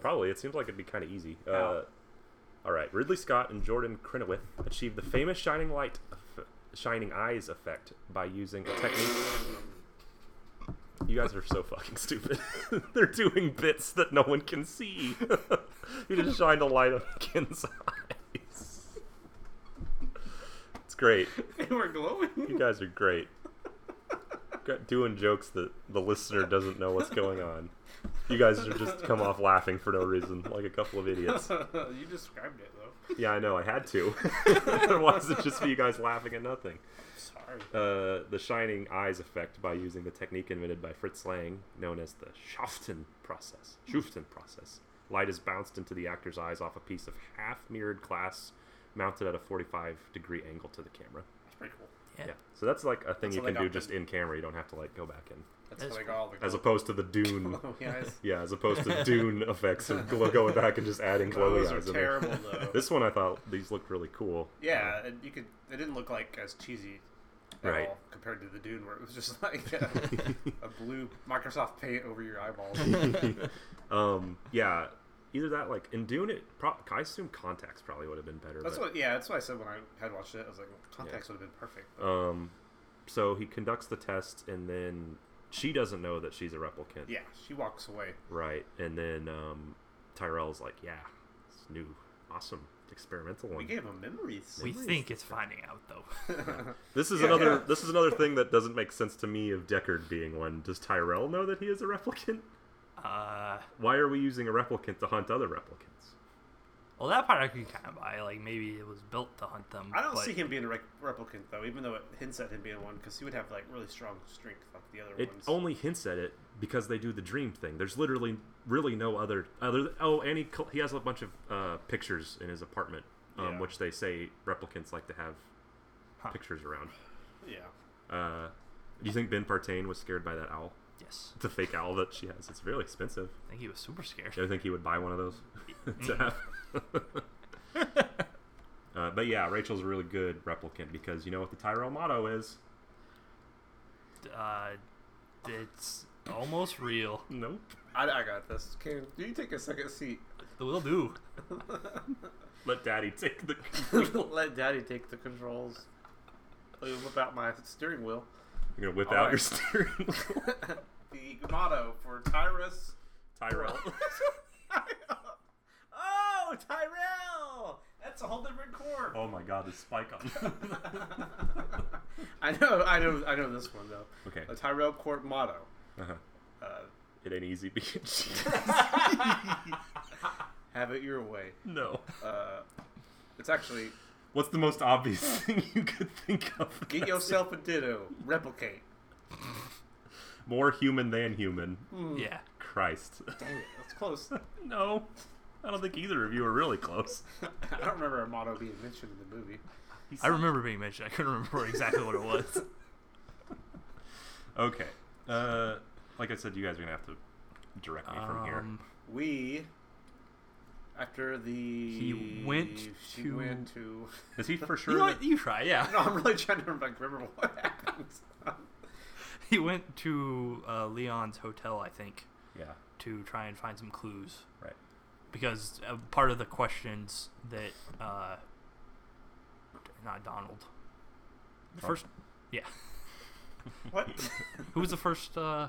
Speaker 3: Probably. It seems like it'd be kind of easy. Uh,
Speaker 1: How?
Speaker 3: all right. Ridley Scott and Jordan Crinowith achieved the famous shining light, eff- shining eyes effect by using a technique. You guys are so fucking stupid. They're doing bits that no one can see. you just shined a light on Ken's eyes. It's great.
Speaker 1: They were glowing.
Speaker 3: You guys are great. Got- Doing jokes that the listener doesn't know what's going on. You guys are just come off laughing for no reason, like a couple of idiots.
Speaker 1: you described it though.
Speaker 3: Yeah, I know. I had to. Otherwise, it'd just be you guys laughing at nothing.
Speaker 1: Sorry.
Speaker 3: Uh, the shining eyes effect by using the technique invented by Fritz Lang, known as the Schaften process. Schuften process. Light is bounced into the actor's eyes off a piece of half-mirrored glass, mounted at a 45-degree angle to the camera.
Speaker 1: That's pretty cool.
Speaker 4: Yeah.
Speaker 3: Yeah. So that's like a thing
Speaker 1: That's
Speaker 3: you
Speaker 1: what
Speaker 3: can do
Speaker 1: they got
Speaker 3: just
Speaker 1: them.
Speaker 3: in camera. You don't have to like go back in.
Speaker 1: That's,
Speaker 4: That's
Speaker 1: how they
Speaker 4: cool.
Speaker 1: got all the
Speaker 3: As opposed to the Dune.
Speaker 1: glowy eyes.
Speaker 3: yeah, as opposed to Dune effects of glo- going back and just adding glowy
Speaker 1: Those are
Speaker 3: eyes in there.
Speaker 1: terrible though.
Speaker 3: This one I thought these looked really cool.
Speaker 1: Yeah, and you could. It didn't look like as cheesy, at
Speaker 3: Right.
Speaker 1: all compared to the Dune, where it was just like a, a blue Microsoft paint over your eyeballs.
Speaker 3: um, yeah, either that like in Dune, it pro- I assume contacts probably would have been better.
Speaker 1: That's
Speaker 3: but-
Speaker 1: what. Yeah, that's what I said when I had watched it. I was like, well, contacts would have been perfect. But
Speaker 3: Um, so he conducts the test, and then she doesn't know that she's a replicant.
Speaker 1: yeah, she walks away.
Speaker 3: Right, and then um, Tyrell's like, "Yeah, it's new, awesome, experimental one."
Speaker 1: We gave them memories.
Speaker 4: We think it's finding out though.
Speaker 3: This is
Speaker 1: Yeah.
Speaker 3: another
Speaker 1: Yeah.
Speaker 3: this is another thing that doesn't make sense to me of Deckard being one. Does Tyrell know that he is a replicant?
Speaker 4: Uh,
Speaker 3: Why are we using a replicant to hunt other replicants?
Speaker 4: well, that part I can kind of buy. Like maybe it was built to hunt them.
Speaker 1: I don't
Speaker 4: but
Speaker 1: see him being a rec- replicant though, even though it hints at him being one, because he would have like really strong strength like the other
Speaker 3: It
Speaker 1: ones.
Speaker 3: only hints at it because they do the dream thing. There's literally really no other other th- oh, and he col- he has a bunch of uh, pictures in his apartment, um,
Speaker 1: Yeah.
Speaker 3: which they say replicants like to have
Speaker 4: Huh.
Speaker 3: pictures around.
Speaker 1: yeah,
Speaker 3: Uh, do you think Ben Partain was scared by that owl,
Speaker 4: Yes,
Speaker 3: the fake owl that she has? It's really expensive.
Speaker 4: I think he was super scared.
Speaker 3: Do you think he would buy one of those to have? uh, but yeah, Rachel's a really good replicant because you know what the Tyrell motto is?
Speaker 4: Uh, it's almost real.
Speaker 3: Nope.
Speaker 1: I, I got this. Can you take a second seat?
Speaker 4: We'll do.
Speaker 3: Let daddy take the.
Speaker 1: Let Daddy take the controls. About my steering wheel.
Speaker 3: You're gonna whip
Speaker 1: All
Speaker 3: out
Speaker 1: right.
Speaker 3: your steering wheel.
Speaker 1: the motto for Tyrus.
Speaker 3: Tyrell.
Speaker 1: oh, Tyrell! That's a whole different chord.
Speaker 3: Oh my god, the spike on.
Speaker 1: I know, I know, I know this one though.
Speaker 3: Okay.
Speaker 1: The Tyrell Court motto.
Speaker 3: Uh-huh.
Speaker 1: Uh,
Speaker 3: It ain't easy being
Speaker 1: have it your way.
Speaker 3: No.
Speaker 1: Uh, it's actually
Speaker 3: What's the most obvious thing you could think of?
Speaker 1: get yourself a ditto, replicate.
Speaker 3: More human than human.
Speaker 4: Yeah.
Speaker 3: Christ.
Speaker 1: Dang it, that's close.
Speaker 3: no. I don't think either of you are really close.
Speaker 1: I don't remember a motto being mentioned in the movie.
Speaker 4: I remember being mentioned. I couldn't remember exactly what it was.
Speaker 3: Okay. Uh, like I said, you guys are gonna have to direct me from here.
Speaker 4: Um,
Speaker 1: We, after the
Speaker 4: He went
Speaker 1: she
Speaker 4: to-
Speaker 1: went to.
Speaker 3: Is he for sure?
Speaker 4: you know
Speaker 3: that-
Speaker 4: what? You try. Yeah.
Speaker 1: No, I'm really trying to like, remember what happened.
Speaker 4: He went to uh, Leon's hotel, I think,
Speaker 3: Yeah.
Speaker 4: to try and find some clues
Speaker 3: Right.
Speaker 4: because uh, part of the questions that uh, not Donald, the
Speaker 3: Trump?
Speaker 4: first, yeah,
Speaker 1: What?
Speaker 4: Who was the first uh,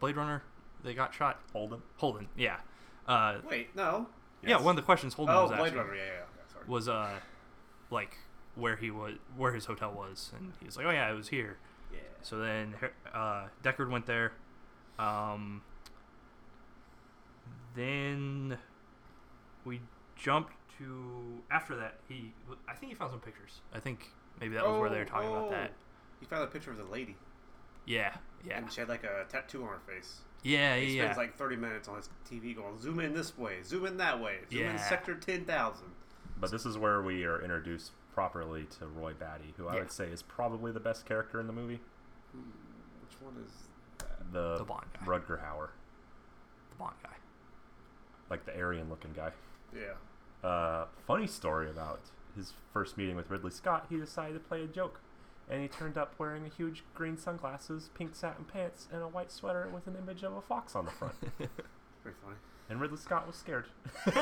Speaker 4: Blade Runner? They got shot.
Speaker 3: Holden.
Speaker 4: Holden. Yeah. Uh,
Speaker 1: Wait, no.
Speaker 4: Yeah. One of the questions Holden
Speaker 1: Oh,
Speaker 4: was
Speaker 1: Blade
Speaker 4: asking
Speaker 1: Runner. Yeah, yeah, yeah. Sorry.
Speaker 4: was uh, like where he was, where his hotel was, and he was like, "Oh yeah, it was here."
Speaker 1: Yeah.
Speaker 4: So then uh, Deckard went there. Um, then we jumped to after that. He, I think he found some pictures. I think maybe that was where they were talking about that.
Speaker 1: You Oh, found a picture of the lady,
Speaker 4: Yeah, yeah,
Speaker 1: and she had like a tattoo on her face.
Speaker 4: yeah, yeah.
Speaker 1: He
Speaker 4: yeah.
Speaker 1: spends like 30 minutes on his TV going, zoom in this way, zoom in that way, zoom in
Speaker 4: Yeah.
Speaker 1: sector 10,000.
Speaker 3: But this is where we are introduced properly to Roy Batty, who I
Speaker 4: Yeah.
Speaker 3: would say is probably the best character in the movie.
Speaker 8: Which one is?
Speaker 3: The,
Speaker 4: The blonde guy.
Speaker 3: Rudger Hauer,
Speaker 4: the Bond guy.
Speaker 3: like the Aryan-looking guy.
Speaker 8: Yeah.
Speaker 3: Uh, funny story about his first meeting with Ridley Scott. He decided to play a joke, and he turned up wearing huge green sunglasses, pink satin pants, and a white sweater with an image of a fox on the front.
Speaker 1: Pretty funny.
Speaker 3: and Ridley Scott was scared. but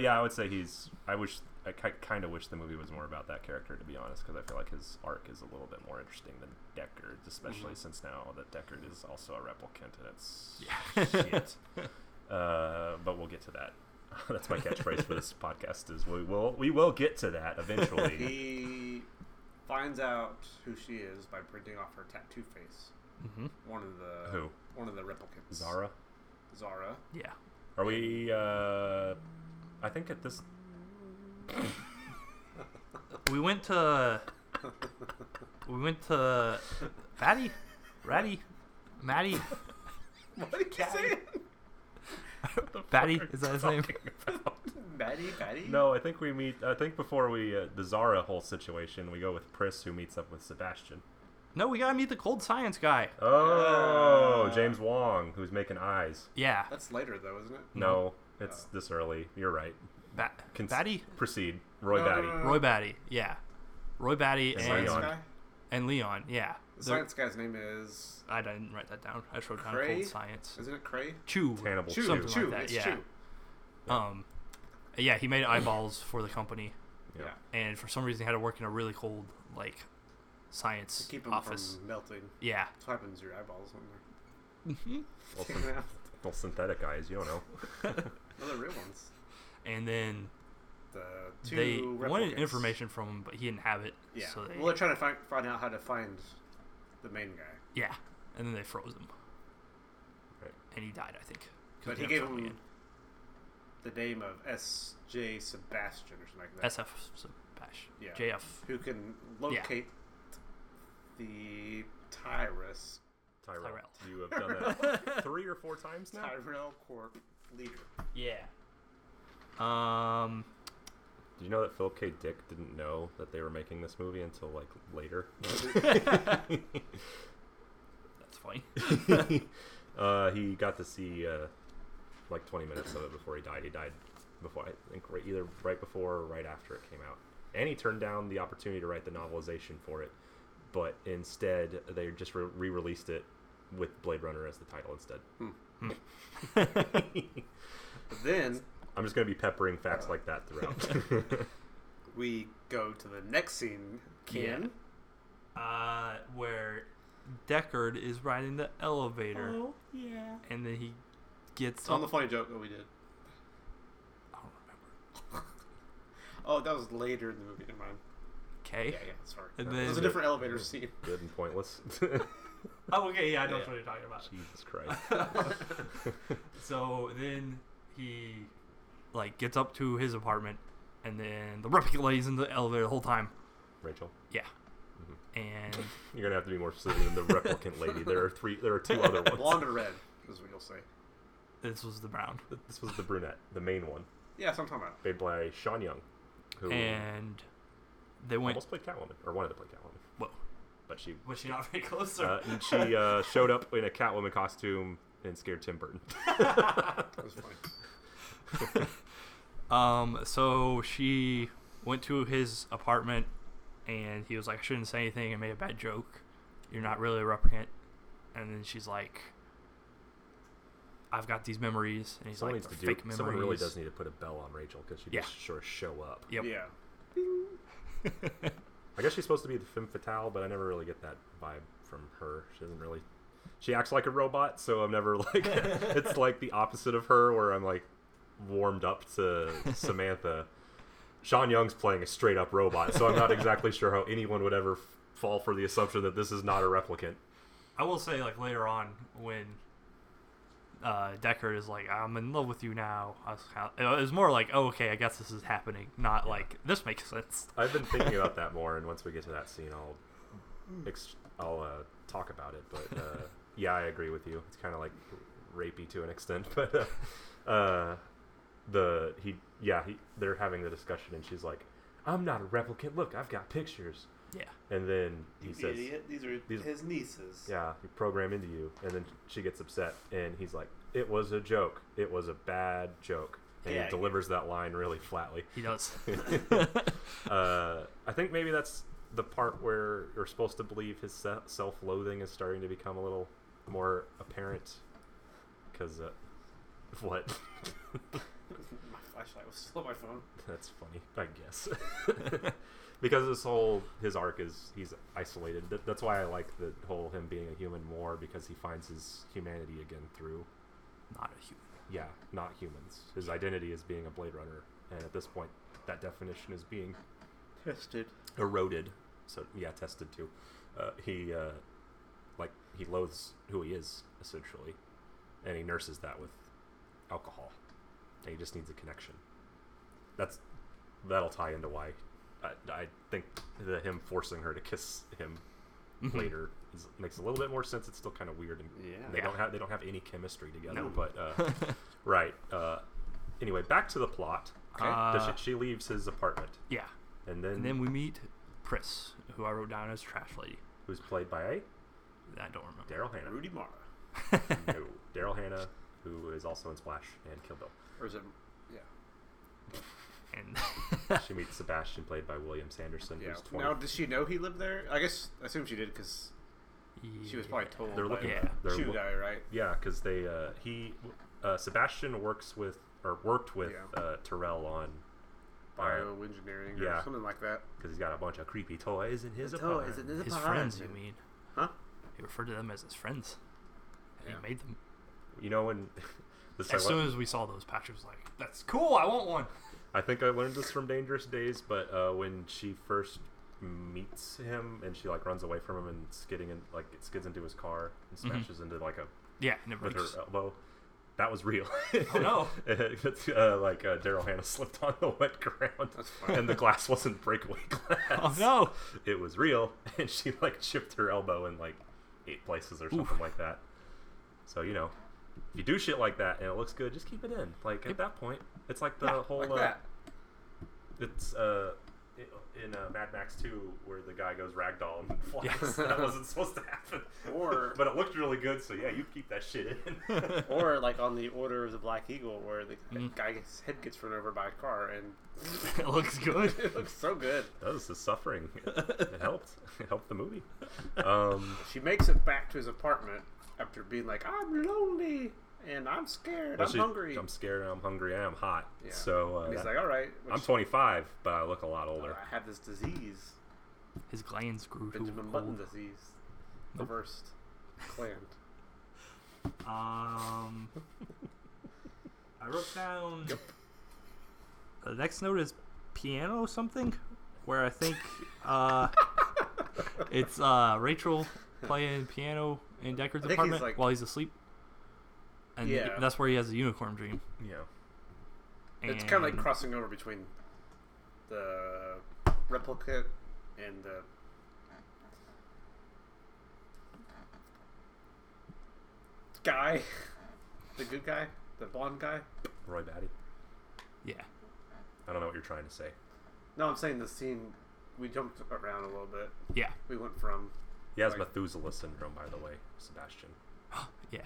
Speaker 3: yeah, I would say he's. I wish. I kind of wish the movie was more about that character, to be honest, because I feel like his arc is a little bit more interesting than Deckard,
Speaker 4: Mm-hmm.
Speaker 3: especially since now that Deckard is also a replicant, and it's shit. Uh, but we'll get to that. That's my catchphrase for this podcast: is we will we will get to that eventually.
Speaker 1: He finds out who she is by printing off her tattoo face.
Speaker 4: Mm-hmm.
Speaker 1: One of the
Speaker 3: Who?
Speaker 1: One of the replicants.
Speaker 3: Zara,
Speaker 1: Zara.
Speaker 4: Yeah.
Speaker 3: are we? Uh, I think at this
Speaker 4: We went to. We went to. Fatty? Ratty? Matty?
Speaker 1: What did you say?
Speaker 4: Fatty? Is that his name?
Speaker 1: Batty, Batty.
Speaker 3: No, I think we meet. I think before we uh, the Zara whole situation, we go with Pris, who meets up with Sebastian.
Speaker 4: No, we gotta meet the cold science guy.
Speaker 3: Oh,
Speaker 1: Yeah.
Speaker 3: James Wong, who's making eyes.
Speaker 4: Yeah.
Speaker 1: That's later, though, isn't it?
Speaker 3: No, it's this early. You're right.
Speaker 4: Ba-
Speaker 3: Con-
Speaker 4: Batty?
Speaker 3: Proceed, Roy
Speaker 1: No, no,
Speaker 3: Batty.
Speaker 1: no, no.
Speaker 4: Roy Batty. Yeah. Roy Batty
Speaker 3: And
Speaker 4: and,
Speaker 3: Leon.
Speaker 4: and,
Speaker 1: Guy?
Speaker 4: Leon. Yeah.
Speaker 1: The
Speaker 4: They're-
Speaker 1: science guy's name is.
Speaker 4: I didn't write that down. I just wrote down
Speaker 1: Cray?
Speaker 4: cold science.
Speaker 1: Isn't it Cray?
Speaker 4: Chew.
Speaker 3: Hannibal
Speaker 1: Chew.
Speaker 3: too.
Speaker 4: Something
Speaker 1: Chew.
Speaker 4: like that,
Speaker 1: it's
Speaker 4: yeah.
Speaker 1: Chew.
Speaker 4: Um, yeah, he made eyeballs for the company.
Speaker 3: Yeah.
Speaker 4: And for some reason, he had to work in a really cold, like, science
Speaker 1: Keep him
Speaker 4: office.
Speaker 1: from melting.
Speaker 4: Yeah.
Speaker 1: That's what happens to your eyeballs when Mm-hmm.
Speaker 3: Well,
Speaker 1: they're
Speaker 3: syn-
Speaker 1: taken out.
Speaker 3: well, synthetic eyes. You don't know.
Speaker 1: No, they're real ones.
Speaker 4: And then
Speaker 1: The two
Speaker 4: they wanted
Speaker 1: replicants.
Speaker 4: information from him, but he didn't have it.
Speaker 1: Yeah.
Speaker 4: So they,
Speaker 1: well, they're trying to find, find out how to find the main guy.
Speaker 4: yeah. And then they froze him.
Speaker 3: Right.
Speaker 4: And he died, I think. 'cause
Speaker 1: But
Speaker 4: they
Speaker 1: he gave
Speaker 4: never found
Speaker 1: him
Speaker 4: him
Speaker 1: the name of S.J. Sebastian or something like that.
Speaker 4: SF Sebastian.
Speaker 1: Yeah.
Speaker 4: JF.
Speaker 1: who can locate the Tyrus,
Speaker 3: Tyrell,
Speaker 4: Tyrell.
Speaker 3: you have done that three or four times now.
Speaker 1: Tyrell Corp leader.
Speaker 4: Yeah. Um.
Speaker 3: Did you know that Philip K. Dick didn't know that they were making this movie until like later?
Speaker 4: That's funny.
Speaker 3: uh, he got to see uh, like 20 minutes of it before he died. He died before I think right, either right before or right after it came out, and he turned down the opportunity to write the novelization for it, but instead they just re- re-released it with Blade Runner as the title instead.
Speaker 1: But then
Speaker 3: I'm just gonna be peppering facts like that throughout.
Speaker 1: we go to the next scene. Ken.
Speaker 4: Uh, where Deckard is riding the elevator,
Speaker 1: yeah.
Speaker 4: and then he gets
Speaker 1: Oh. It's on the
Speaker 4: up-
Speaker 1: funny joke that we did.
Speaker 4: I don't remember.
Speaker 1: Oh, that was later in the movie. Never mind.
Speaker 4: Okay.
Speaker 3: Eh?
Speaker 1: Yeah, yeah. Sorry.
Speaker 4: And
Speaker 1: it was
Speaker 4: then-
Speaker 1: a different elevator scene.
Speaker 3: Good and pointless.
Speaker 4: Oh, okay. Yeah, I know
Speaker 1: Yeah.
Speaker 4: what you're talking about.
Speaker 3: Jesus Christ.
Speaker 4: So then he like gets up to his apartment, and then the replicant lady's in the elevator the whole time.
Speaker 3: Rachel, Mm-hmm.
Speaker 4: Yeah. And
Speaker 3: you're gonna have to be more specific than the replicant lady. There are three. There are two other ones.
Speaker 1: Blonde or red is what you'll say.
Speaker 4: this was the brown.
Speaker 3: This was the brunette, the main one,
Speaker 1: Yeah, so I'm talking about.
Speaker 3: played by Sean Young, who
Speaker 4: And they went.
Speaker 3: almost played Catwoman or wanted to play Catwoman,
Speaker 4: Whoa.
Speaker 3: but she
Speaker 4: Was she not very close? or-
Speaker 3: uh, and she uh, showed up in a Catwoman costume and scared Tim Burton.
Speaker 1: That was funny.
Speaker 4: Um, so she went to his apartment and he was like, I shouldn't say anything and made a bad joke. You're not really a replicant. And then she's like, I've got these memories. And he's
Speaker 3: someone
Speaker 4: like,
Speaker 3: needs to
Speaker 4: "They're
Speaker 3: do.
Speaker 4: fake memories.
Speaker 3: Someone really does need to put a bell on Rachel because she
Speaker 4: Yeah.
Speaker 3: just sure show up.
Speaker 4: Yep.
Speaker 1: Yeah.
Speaker 3: I guess she's supposed to be the femme fatale, but I never really get that vibe from her. She doesn't really. She acts like a robot, so I'm never like. it's like the opposite of her, where I'm like warmed up to Samantha. Sean Young's playing a straight up robot, so I'm not exactly sure how anyone would ever f- fall for the assumption that this is not a replicant.
Speaker 4: I will say, like later on when uh, Deckard is like, "I'm in love with you now," I was kind of, it was more like, "Oh, okay, I guess this is happening," not like this makes sense.
Speaker 3: I've been thinking about that more, and once we get to that scene, I'll ex- I'll uh, talk about it. But uh, yeah, I agree with you. It's kind of like rapey to an extent, but uh, uh, the he yeah he, they're having the discussion, and she's like, "I'm not a replicant. Look, I've got pictures."
Speaker 4: Yeah.
Speaker 3: And then he
Speaker 1: You
Speaker 3: says,
Speaker 1: idiot. These are
Speaker 3: these-
Speaker 1: his nieces.
Speaker 3: "Yeah, you program into you," and then she gets upset, and he's like, "It was a joke. It was a bad joke." And
Speaker 1: Yeah,
Speaker 3: he
Speaker 1: he-
Speaker 3: delivers that line really flatly.
Speaker 4: He does.
Speaker 3: uh, I think maybe that's the part where you're supposed to believe his se- self-loathing is starting to become a little more apparent. Because, uh, what?
Speaker 1: My flashlight was still on my phone.
Speaker 3: that's funny, I guess. because this whole his arc is he's isolated. That, that's why I like the whole him being a human more because he finds his humanity again through
Speaker 4: not a human.
Speaker 3: yeah, not humans. His identity is being a Blade Runner, and at this point, that definition is being
Speaker 1: Tested.
Speaker 3: eroded. So yeah, tested too. Uh, he uh, like he loathes who he is essentially, and he nurses that with alcohol. And he just needs a connection. That's that'll tie into why I, I think the him forcing her to kiss him later is, makes a little bit more sense. It's still kind of weird, and
Speaker 1: Yeah.
Speaker 3: they don't
Speaker 4: Mm-hmm. Yeah.
Speaker 3: have they don't have any chemistry together.
Speaker 1: No.
Speaker 3: But uh, right. Uh, anyway, back to the plot. Does
Speaker 4: Uh,
Speaker 3: she, she leaves his apartment,
Speaker 4: Yeah.
Speaker 3: and then,
Speaker 4: And then we meet Pris, who I wrote down as Trash Lady.
Speaker 3: who's played by a
Speaker 4: I don't remember.
Speaker 3: Daryl Hannah.
Speaker 1: Rudy Mara.
Speaker 3: No, Daryl Hannah, who is also in Splash and Kill Bill.
Speaker 1: Or is it? Yeah.
Speaker 4: And
Speaker 3: She meets Sebastian, played by William Sanderson,
Speaker 1: Yeah.
Speaker 3: who's 20.
Speaker 1: Now, does she know he lived there? I guess I assume she did because she was probably told.
Speaker 3: they're
Speaker 1: by
Speaker 3: looking.
Speaker 4: Yeah.
Speaker 1: the
Speaker 3: they're
Speaker 1: shoe
Speaker 3: loo-
Speaker 1: guy, right?
Speaker 3: Yeah, because they uh, he uh, Sebastian works with or worked with
Speaker 1: Yeah.
Speaker 3: uh, Terrell on
Speaker 1: Bioengineering or
Speaker 3: yeah.
Speaker 1: something like that.
Speaker 3: because he's got a bunch of creepy toys in his apartment.
Speaker 4: his friends. You mean?
Speaker 1: Huh?
Speaker 4: He referred to them as his friends. And
Speaker 1: Yeah.
Speaker 4: He made them.
Speaker 3: You know when. This I,
Speaker 4: As
Speaker 3: le-
Speaker 4: soon as we saw those, Patrick was like, "That's cool. I want one."
Speaker 3: I think I learned this from Dangerous Days, but uh, when she first meets him and she like runs away from him and skidding in like it skids into his car and smashes into like a
Speaker 4: Yeah. and it
Speaker 3: with
Speaker 4: breaks.
Speaker 3: her elbow. That was real.
Speaker 1: Oh,
Speaker 4: no.
Speaker 3: it's, uh, like uh, Daryl Hannah slipped on the wet ground,
Speaker 1: That's fine.
Speaker 3: and the glass wasn't breakaway glass.
Speaker 4: Oh no.
Speaker 3: It was real, and she like chipped her elbow in like eight places or something like that. So you know, if you do shit like that and it looks good, just keep it in. Like at that point, it's like the whole
Speaker 1: Like
Speaker 3: uh,
Speaker 1: that.
Speaker 3: it's uh i- in uh, Mad Max 2 where the guy goes ragdoll and flies. that wasn't supposed to happen.
Speaker 1: Or-
Speaker 3: but it looked really good, so yeah, you keep that shit in.
Speaker 1: Or like on the Order of the Black Eagle, where the guy gets head gets run over by a car, and
Speaker 4: it looks good.
Speaker 1: it looks so good.
Speaker 3: That was the suffering. It helped. It helped the movie. Um,
Speaker 1: She makes it back to his apartment after being like, "I'm lonely and I'm scared.
Speaker 3: but
Speaker 1: I'm
Speaker 3: she-
Speaker 1: hungry."
Speaker 3: I'm scared. I'm hungry. and I'm hot.
Speaker 1: Yeah.
Speaker 3: So uh,
Speaker 1: and he's
Speaker 3: that-
Speaker 1: like, "Oh, "All right,
Speaker 3: I'm 25, but I look a lot
Speaker 1: I
Speaker 3: older.
Speaker 1: have this disease,
Speaker 4: His glands grew too
Speaker 1: Benjamin Button
Speaker 4: old.
Speaker 1: disease, reversed, clamped."
Speaker 4: Um, I wrote down. The next note is piano something, where I think uh, it's uh, Rachel playing piano in Deckard's
Speaker 1: I think he's,
Speaker 4: apartment
Speaker 1: like-
Speaker 4: while he's asleep, and he-
Speaker 1: Yeah.
Speaker 4: that's where he has the unicorn dream.
Speaker 3: Yeah.
Speaker 1: It's kind of like
Speaker 4: And-
Speaker 1: crossing over between the replicant and the guy, the good guy, the blonde guy.
Speaker 3: Roy Batty.
Speaker 4: yeah,
Speaker 3: I don't know what you're trying to say.
Speaker 1: No, I'm saying the scene. We jumped around a little bit.
Speaker 4: yeah,
Speaker 1: We went from
Speaker 3: He has
Speaker 1: Like-
Speaker 3: Methuselah syndrome, by the way, Sebastian.
Speaker 4: yeah.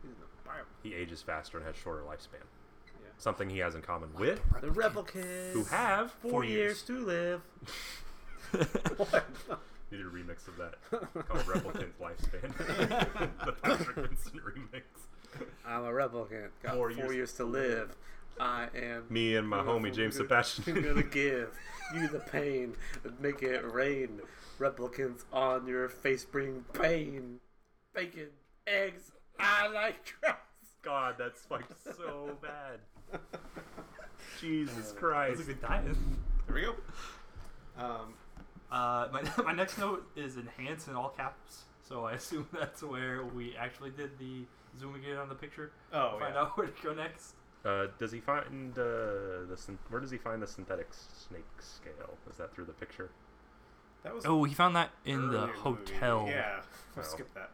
Speaker 1: he's the bio-
Speaker 3: He ages faster and has shorter lifespan.
Speaker 1: Yeah.
Speaker 3: Something he has in common with
Speaker 1: the replicant
Speaker 3: who have
Speaker 1: four,
Speaker 4: four
Speaker 1: years.
Speaker 4: years.
Speaker 1: to live.
Speaker 3: what? Need a remix of that called Replicant Lifespan. the Patrick Vincent remix.
Speaker 1: I'm a replicant. Got
Speaker 3: Four
Speaker 1: four,
Speaker 3: years
Speaker 1: years, to live. I am.
Speaker 3: Me and my
Speaker 1: Oh,
Speaker 3: homie James
Speaker 1: I'm gonna
Speaker 3: Sebastian.
Speaker 1: give you the pain, make it rain. Replicants on your face bring pain. Bacon, eggs, I like trust.
Speaker 3: God, that's like so bad. Jesus Christ.
Speaker 4: Good diet.
Speaker 1: There we go. Um,
Speaker 4: Uh, my, my next note is enhance in all caps, so I assume that's where we actually did the zoom again on the picture.
Speaker 1: Oh,
Speaker 4: find
Speaker 1: yeah.
Speaker 4: out where to go next.
Speaker 3: Uh, does he find uh, the syn- where does he find the synthetic snake scale? Is that through the picture?
Speaker 1: that was
Speaker 4: Oh, he found that in the
Speaker 1: earlier in movie.
Speaker 4: hotel.
Speaker 1: Yeah,
Speaker 3: Oh.
Speaker 1: we'll skip that.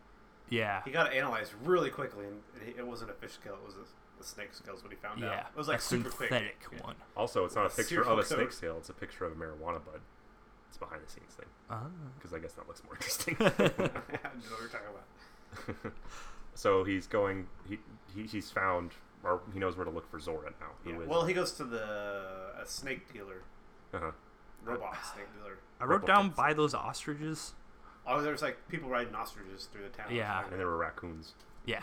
Speaker 4: yeah.
Speaker 1: He got it analyzed really quickly, and it, it wasn't a fish scale; it was a, a snake scale. Is what he found out.
Speaker 4: Yeah.
Speaker 1: It was like
Speaker 4: a
Speaker 1: super quick.
Speaker 4: synthetic
Speaker 1: Yeah.
Speaker 4: one.
Speaker 3: Also, it's not a
Speaker 1: With a
Speaker 3: picture of
Speaker 1: serial
Speaker 3: a snake
Speaker 1: killer.
Speaker 3: scale. It's a picture of a marijuana bud. It's a behind the scenes thing
Speaker 1: Ah.
Speaker 3: because I guess that looks more interesting.
Speaker 1: I didn't know what you were talking about.
Speaker 3: so he's going. He, he he's found or he knows where to look for Zora now. who
Speaker 1: Yeah.
Speaker 3: is-
Speaker 1: Well, he goes to the a snake dealer,
Speaker 3: uh-huh.
Speaker 1: robot snake dealer.
Speaker 4: I wrote down by those ostriches.
Speaker 1: Oh, there's like people riding ostriches through the town.
Speaker 4: Yeah.
Speaker 3: and there were raccoons.
Speaker 4: Yeah.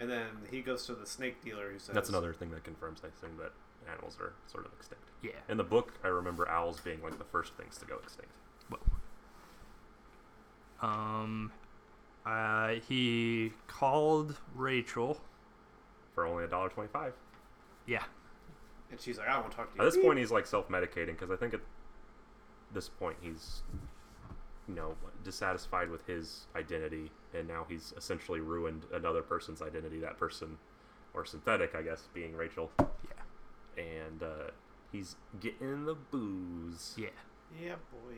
Speaker 1: And then he goes to the snake dealer who says,
Speaker 3: That's another thing that confirms, I think, that animals are sort of extinct.
Speaker 4: Yeah.
Speaker 3: In the book, I remember owls being like the first things to go extinct.
Speaker 4: Um, uh, he called Rachel.
Speaker 3: for only a dollar twenty-five.
Speaker 4: Yeah.
Speaker 1: and she's like, "I don't want to talk to
Speaker 3: At
Speaker 1: you."
Speaker 3: this point, he's like self-medicating because I think at this point he's, you know, dissatisfied with his identity, and now he's essentially ruined another person's identity. That person, or synthetic, I guess, being Rachel,
Speaker 4: Yeah.
Speaker 3: and uh, he's getting the booze.
Speaker 4: Yeah.
Speaker 1: yeah, boy.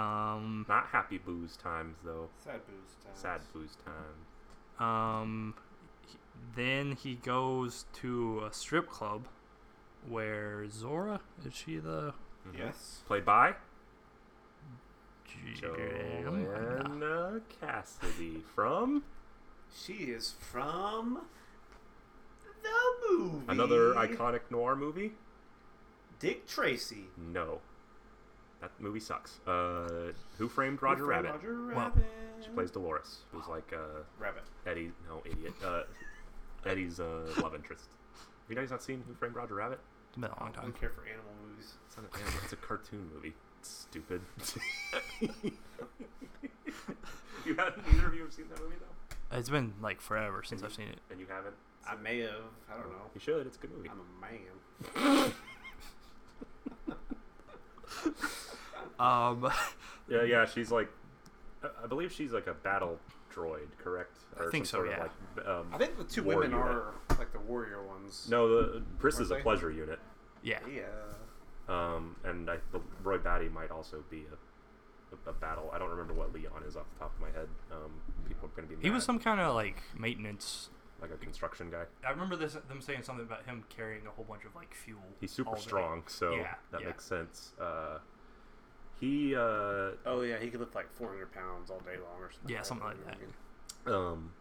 Speaker 4: Um,
Speaker 3: Not happy booze times though.
Speaker 1: Sad booze time.
Speaker 3: Sad booze times.
Speaker 4: Um, he- then he goes to a strip club where Zora is she the
Speaker 3: Mm-hmm.
Speaker 1: Yes.
Speaker 3: Played by
Speaker 4: Jam-
Speaker 3: Joanna Cassidy from
Speaker 1: She is from the movie.
Speaker 3: another iconic noir movie.
Speaker 1: Dick Tracy.
Speaker 3: No. That movie sucks. Uh, Who Framed Roger
Speaker 1: Who framed
Speaker 3: Rabbit?
Speaker 1: Roger
Speaker 4: Well,
Speaker 1: Rabbit.
Speaker 3: She plays Dolores, who's like uh,
Speaker 1: Rabbit.
Speaker 3: Eddie. No, idiot. Uh, Eddie's uh, love interest. Have you guys not seen Who Framed Roger Rabbit?
Speaker 4: It's been a long
Speaker 1: I
Speaker 4: time.
Speaker 1: don't care for animal movies.
Speaker 3: It's, not an anime, it's a cartoon movie. It's stupid. you haven't either of you have seen that movie though,
Speaker 4: It's been like forever since I've seen it.
Speaker 3: and you haven't.
Speaker 1: I may have. I don't know.
Speaker 3: You should. It's a good movie.
Speaker 1: I'm a man.
Speaker 4: Um,
Speaker 3: Yeah, yeah. She's like, I- I believe she's like a battle droid, correct? Or
Speaker 4: think
Speaker 3: some
Speaker 4: so,
Speaker 3: sort of, like, um,
Speaker 1: I think the two
Speaker 3: war
Speaker 1: women
Speaker 3: unit.
Speaker 1: are like the warrior ones.
Speaker 3: No, the Pris is a
Speaker 1: they?
Speaker 3: pleasure unit.
Speaker 4: yeah,
Speaker 1: Yeah.
Speaker 3: Um, and I, the, Roy Batty might also be a, a, a battle. I don't remember what Leon is off the top of my head. Um, people are going to be.
Speaker 4: he was
Speaker 3: mad.
Speaker 4: some kind of like maintenance.
Speaker 3: like a construction guy.
Speaker 4: I remember this them saying something about him carrying a whole bunch of like fuel.
Speaker 3: He's super
Speaker 4: all day.
Speaker 3: strong, so
Speaker 4: Yeah,
Speaker 3: that
Speaker 4: yeah.
Speaker 3: makes sense. Uh, he uh,
Speaker 1: Oh yeah, he could lift like 400 pounds all day long or something.
Speaker 4: Yeah, something like that.
Speaker 3: um,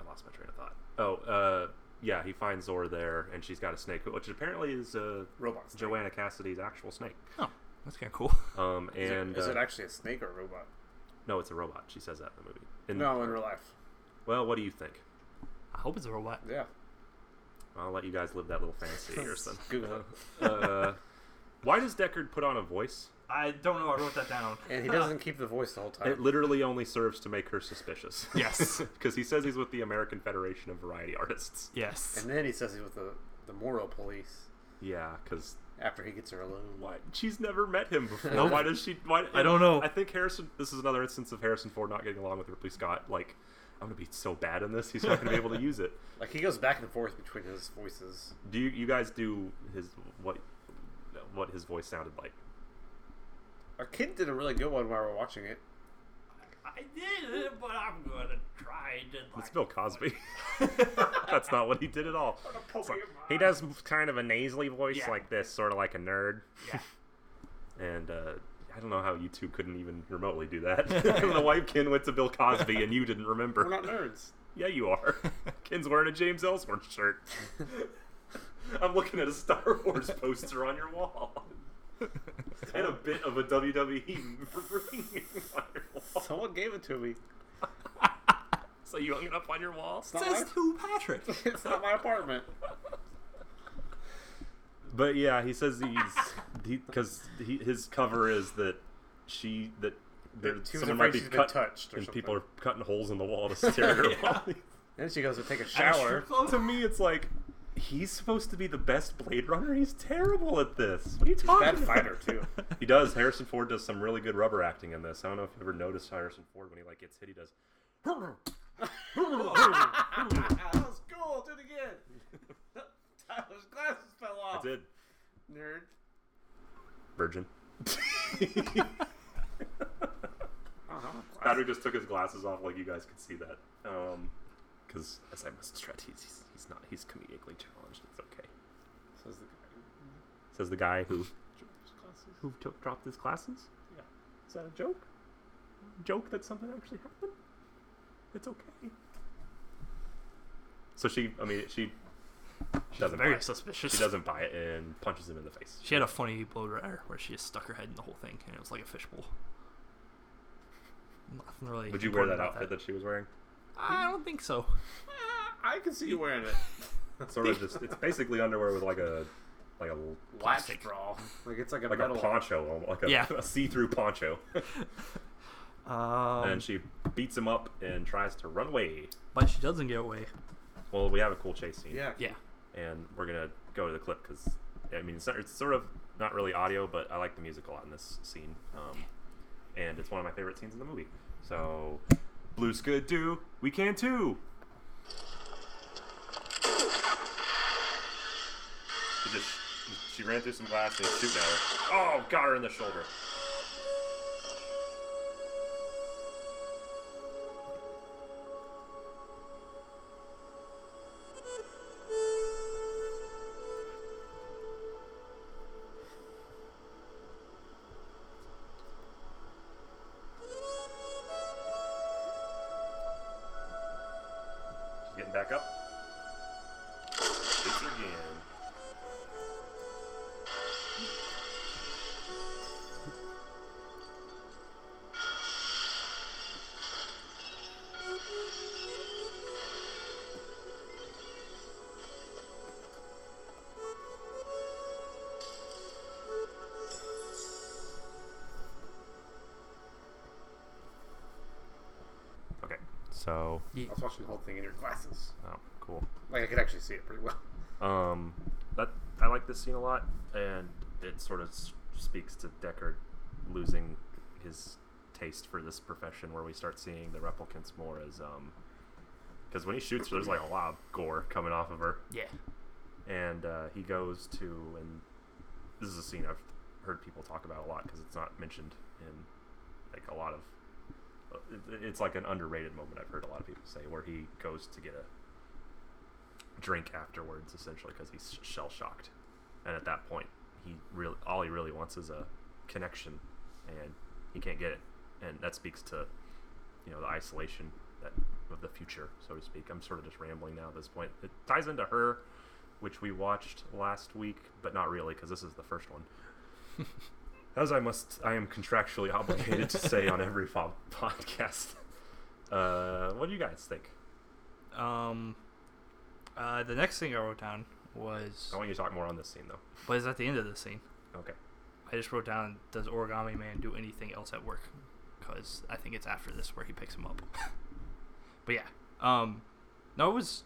Speaker 3: I lost my train of thought. Oh, uh, yeah, he finds Zora there, and she's got a snake, which apparently is uh,
Speaker 1: Robot snake.
Speaker 3: Joanna Cassidy's actual snake.
Speaker 4: Oh, that's kind of cool.
Speaker 3: Um,
Speaker 1: Is,
Speaker 3: and
Speaker 1: it, is
Speaker 3: uh,
Speaker 1: it actually a snake or a robot?
Speaker 3: no, it's a robot. She says that in the movie. In-
Speaker 1: No, in real life.
Speaker 3: Well, what do you think?
Speaker 4: I hope it's a robot.
Speaker 1: Yeah.
Speaker 3: I'll let you guys live that little fantasy of yours then.
Speaker 1: Google it.
Speaker 3: uh, why does Deckard put on a voice?
Speaker 4: I don't know. I wrote that down.
Speaker 1: And he doesn't keep the voice the whole time.
Speaker 3: It literally only serves to make her suspicious.
Speaker 4: Yes.
Speaker 3: Because he says he's with the American Federation of Variety Artists.
Speaker 4: yes.
Speaker 1: and then he says he's with the the moral police
Speaker 3: Yeah, because
Speaker 1: after he gets her alone.
Speaker 3: why? She's never met him before.
Speaker 4: Nope.
Speaker 3: Why does she? Why?
Speaker 4: I don't know.
Speaker 3: I think Harrison. This is another instance of Harrison Ford not getting along with Ripley Scott. Like, I'm gonna be so bad in this. He's not gonna be able to use it.
Speaker 1: Like he goes back and forth between his voices.
Speaker 3: Do you, you guys do his what? What his voice sounded like?
Speaker 1: Our kid did a really good one while we are watching it.
Speaker 4: I did it, but I'm gonna try to.
Speaker 3: It's Bill Cosby. That's not what he did at all. It's like- he does kind of a nasally voice
Speaker 4: Yeah.
Speaker 3: like this, sort of like a nerd.
Speaker 4: Yeah.
Speaker 3: And uh, I don't know how you two couldn't even remotely do that. I don't know why Ken went to Bill Cosby and you didn't
Speaker 1: We're
Speaker 3: remember.
Speaker 1: not nerds.
Speaker 3: Yeah, you are. Ken's wearing a James Ellsworth shirt. I'm looking at a Star Wars poster on your wall. and a bit of a E WWE ring on your wall.
Speaker 1: Someone gave it to me.
Speaker 3: So you hung it up on your wall?
Speaker 1: It's not, my,
Speaker 4: to Patrick.
Speaker 1: it's not my apartment.
Speaker 3: But yeah, he says he's because he, his cover is that she that there,
Speaker 1: she was
Speaker 3: someone
Speaker 1: afraid
Speaker 3: might be
Speaker 1: she's been
Speaker 3: cut
Speaker 1: touched or
Speaker 3: and people are
Speaker 1: something.
Speaker 3: cutting holes in the wall to stare at her. body.
Speaker 1: Then she goes to take
Speaker 3: And
Speaker 1: a
Speaker 3: it's-
Speaker 1: shower.
Speaker 3: To me, it's like he's supposed to be the best Blade Runner. He's terrible at this. What are you talking
Speaker 1: bad
Speaker 3: about?
Speaker 1: fighter, too.
Speaker 3: he does. Harrison Ford does some really good rubber acting in this. I don't know if you ever noticed Harrison Ford when he like gets hit. He does.
Speaker 1: Ah, that was cool. Do it again. Tyler's glasses fell
Speaker 3: I
Speaker 1: off.
Speaker 3: did.
Speaker 1: Nerd.
Speaker 3: Virgin.
Speaker 1: Oh,
Speaker 3: Patrick just took his glasses off, like you guys could see that. Because as I must stress, he's, he's he's not he's comedically challenged. It's okay.
Speaker 1: Says the guy.
Speaker 3: Says the guy who
Speaker 1: His glasses.
Speaker 3: who took, dropped his glasses.
Speaker 1: Yeah.
Speaker 3: Is that a joke? Joke that something actually happened? It's okay. So she, I mean, she doesn't buy
Speaker 4: Very
Speaker 3: it.
Speaker 4: suspicious.
Speaker 3: She doesn't buy it and punches him in the face.
Speaker 4: She had a funny blow dryer where she just stuck her head in the whole thing, and it was like a fishbowl. Nothing really.
Speaker 3: Would you wear
Speaker 4: important
Speaker 3: that
Speaker 4: about
Speaker 3: outfit that she was wearing?
Speaker 4: I don't think so.
Speaker 1: Ah, I can see you wearing it.
Speaker 3: Sort of just, it's basically underwear with like a, like a,
Speaker 4: Plastic.
Speaker 1: Latch bra. Like it's like a
Speaker 3: like a
Speaker 1: metal.
Speaker 3: poncho, almo- like a,
Speaker 4: Yeah.
Speaker 3: a see-through poncho.
Speaker 4: Um,
Speaker 3: and she beats him up and tries to run away.
Speaker 4: but she doesn't get away.
Speaker 3: Well, we have a cool chase scene.
Speaker 1: yeah.
Speaker 4: Yeah.
Speaker 3: and we're gonna go to the clip because I mean it's, it's sort of not really audio, but I like the music a lot in this scene, um, and it's one of my favorite scenes in the movie. So, Blue's good do we can too. She just she ran through some glass and he's shooting at her. Oh, got her in the shoulder. She's getting back up. Shoots her again. Okay, so
Speaker 1: I was watching the whole thing in your glasses.
Speaker 3: oh, cool.
Speaker 1: Like I could actually see it pretty well.
Speaker 3: Um, that I like this scene a lot, and it sort of s- speaks to Deckard losing his taste for this profession, where we start seeing the replicants more as um, because when he shoots, her, there's like a lot of gore coming off of her,
Speaker 4: Yeah.
Speaker 3: and uh, he goes to and this is a scene I've heard people talk about a lot because it's not mentioned in like a lot of. uh, it- It's like an underrated moment I've heard a lot of people say where he goes to get a drink afterwards, essentially, because he's shell shocked. And at that point, he really all he really wants is a connection, and he can't get it. And that speaks to, you know, the isolation that of the future, so to speak. I'm sort of just rambling now at this point. It ties into her, which we watched last week, but not really, because this is the first one. As I must, I am contractually obligated to say on every fo- podcast. Uh, what do you guys think?
Speaker 4: Um. Uh, the next thing I wrote down was
Speaker 3: I want you to talk more on this scene, though.
Speaker 4: was at the end of the scene.
Speaker 3: Okay.
Speaker 4: I just wrote down, does Origami Man do anything else at work? Because I think it's after this where he picks him up. but yeah, um, no, it was.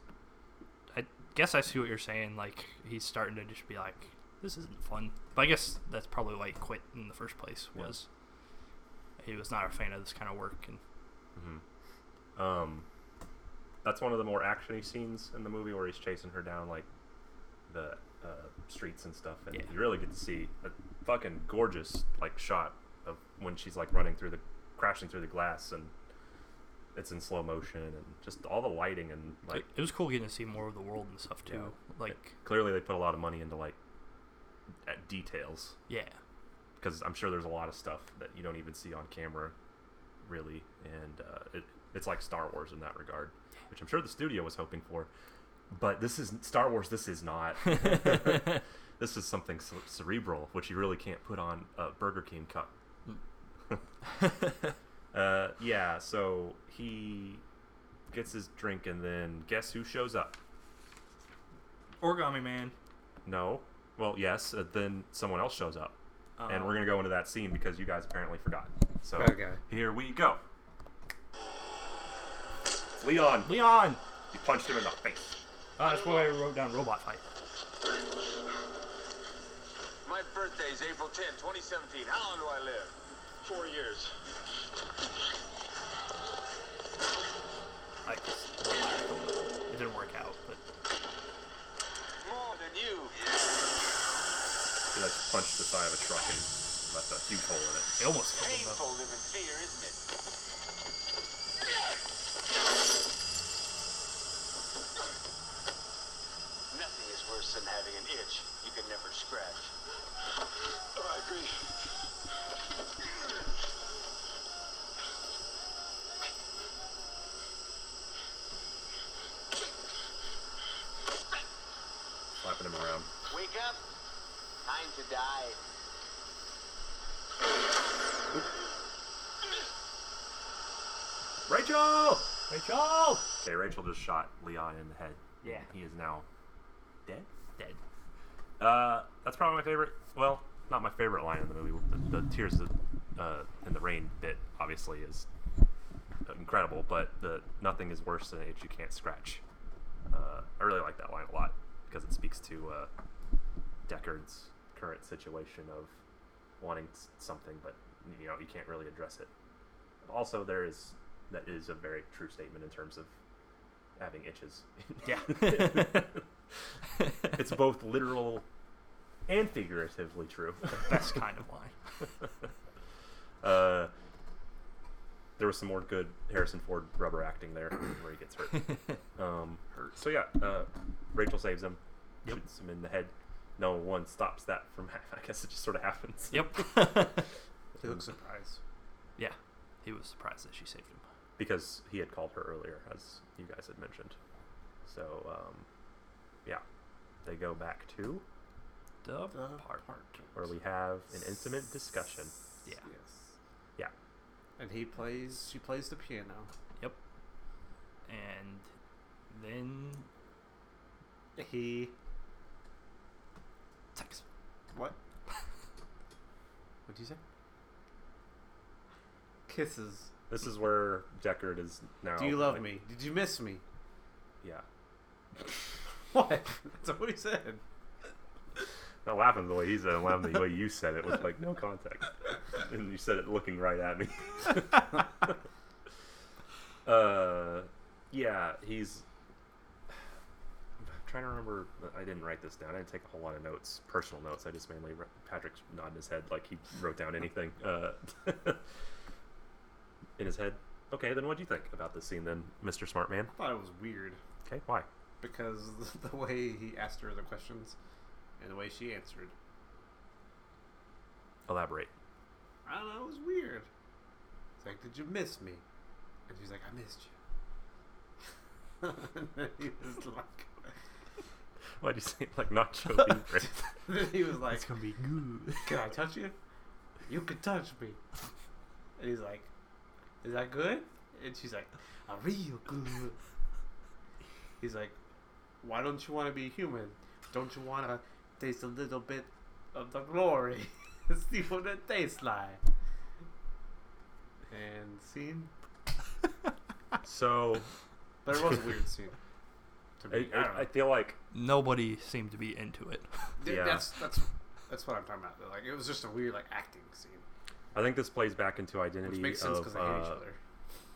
Speaker 4: I guess I see what you're saying. Like he's starting to just be like, this isn't fun. But I guess that's probably why he quit in the first place.
Speaker 3: Yeah.
Speaker 4: Was he was not a fan of this kind of work, and
Speaker 3: Um, that's one of the more actiony scenes in the movie where he's chasing her down like the uh, streets and stuff, and
Speaker 4: Yeah.
Speaker 3: you really get to see a fucking gorgeous like shot of when she's like running through the crashing through the glass, and it's in slow motion, and just all the lighting and like
Speaker 4: it, it was cool getting to see more of the world and stuff too.
Speaker 3: Yeah.
Speaker 4: Like
Speaker 3: clearly they put a lot of money into like at details
Speaker 4: yeah,
Speaker 3: because I'm sure there's a lot of stuff that you don't even see on camera, really, and uh, it, it's like Star Wars in that regard, which I'm sure the studio was hoping for. But this is Star Wars. This is not. this is something c- cerebral, which you really can't put on a Burger King cup. uh, yeah. So he gets his drink, and then guess who shows up?
Speaker 4: Origami Man.
Speaker 3: No, Well, yes. Uh, then someone else shows up, and we're gonna go into that scene because you guys apparently forgot. So
Speaker 1: Bad guy.
Speaker 3: here we go. Leon, Leon! You punched him in the face.
Speaker 4: Oh, that's why I wrote down robot fight.
Speaker 6: My birthday's April 10, 2017. How long do I live? Four years.
Speaker 4: Like, it didn't work out, but
Speaker 6: More than you.
Speaker 3: He like punched the side of a truck and left a huge hole in it.
Speaker 4: it almost killed him.
Speaker 6: Painful living fear, isn't it? Nothing is worse than having an itch you can never scratch. Oh, I agree.
Speaker 3: slapping him around.
Speaker 7: Wake up. Time to die.
Speaker 3: Rachel!
Speaker 4: though. Rachel!
Speaker 3: Okay, Rachel just shot Leon in the head.
Speaker 4: Yeah.
Speaker 3: He is now dead? Dead. Uh, that's probably my favorite. Well, not my favorite line in the movie. The, the tears of, uh, in the rain bit obviously is incredible, but the nothing is worse than an itch you can't scratch. Uh, I really like that line a lot because it speaks to uh, Deckard's current situation of wanting s- something, but you know you can't really address it. Also, there is that is a very true statement in terms of having itches.
Speaker 4: Yeah.
Speaker 3: it's both literal and figuratively true.
Speaker 4: Best kind of line.
Speaker 3: Uh, there was some more good Harrison Ford rubber acting there where he gets hurt. Um, So yeah, uh, Rachel saves him, shoots him in the head. No one stops that from. hap- I guess it just sort of happens.
Speaker 4: Yep.
Speaker 1: He looks surprised.
Speaker 4: yeah. He was surprised that she saved him.
Speaker 3: because he had called her earlier, as you guys had mentioned. So um, yeah, they go back to
Speaker 4: The,
Speaker 1: The
Speaker 4: part.
Speaker 3: where we have an intimate discussion.
Speaker 4: Yeah.
Speaker 1: Yes.
Speaker 3: Yeah.
Speaker 1: And he plays. She plays the piano.
Speaker 4: Yep. And then
Speaker 1: He
Speaker 4: sex.
Speaker 1: what? What'd you say? Kisses.
Speaker 3: This is where Deckard is now.
Speaker 1: Do you love
Speaker 3: like-
Speaker 1: me? Did you miss me?
Speaker 3: Yeah.
Speaker 1: What? That's what he said.
Speaker 3: Not laughing the way he said it, laughing the way you said it with like no context. And you said it looking right at me. uh, yeah, he's. I'm trying to remember. I didn't write this down. I didn't take a whole lot of notes, personal notes. I just mainly re- Patrick's nodding his head like he wrote down anything uh, in his head. Okay, then what do you think about this scene, then, Mr. Smart Man?
Speaker 1: I thought it was weird
Speaker 3: Okay, why?
Speaker 1: because the way he asked her the questions and the way she answered.
Speaker 3: Elaborate.
Speaker 1: I don't know. It was weird. It's like, did you miss me? And she's like, I missed you. and then he was like,
Speaker 3: Why'd you say it like not choking?
Speaker 1: then he was like,
Speaker 4: gonna be good.
Speaker 1: Can I touch you? You can touch me. And he's like, Is that good? And she's like, A real good. He's like, Why don't you want to be human? Don't you want to taste a little bit of the glory? See what it tastes like. And scene.
Speaker 3: so
Speaker 1: But it was a weird scene. To
Speaker 3: I,
Speaker 1: me. I, don't know.
Speaker 3: I, I feel like
Speaker 4: Nobody seemed to be into it.
Speaker 1: Th-
Speaker 3: yeah.
Speaker 1: That's, that's, that's what I'm talking about. Though. Like, it was just a weird like acting scene.
Speaker 3: I think this plays back into identity
Speaker 1: Which makes sense
Speaker 3: of
Speaker 1: because they hate each
Speaker 3: uh,
Speaker 1: other.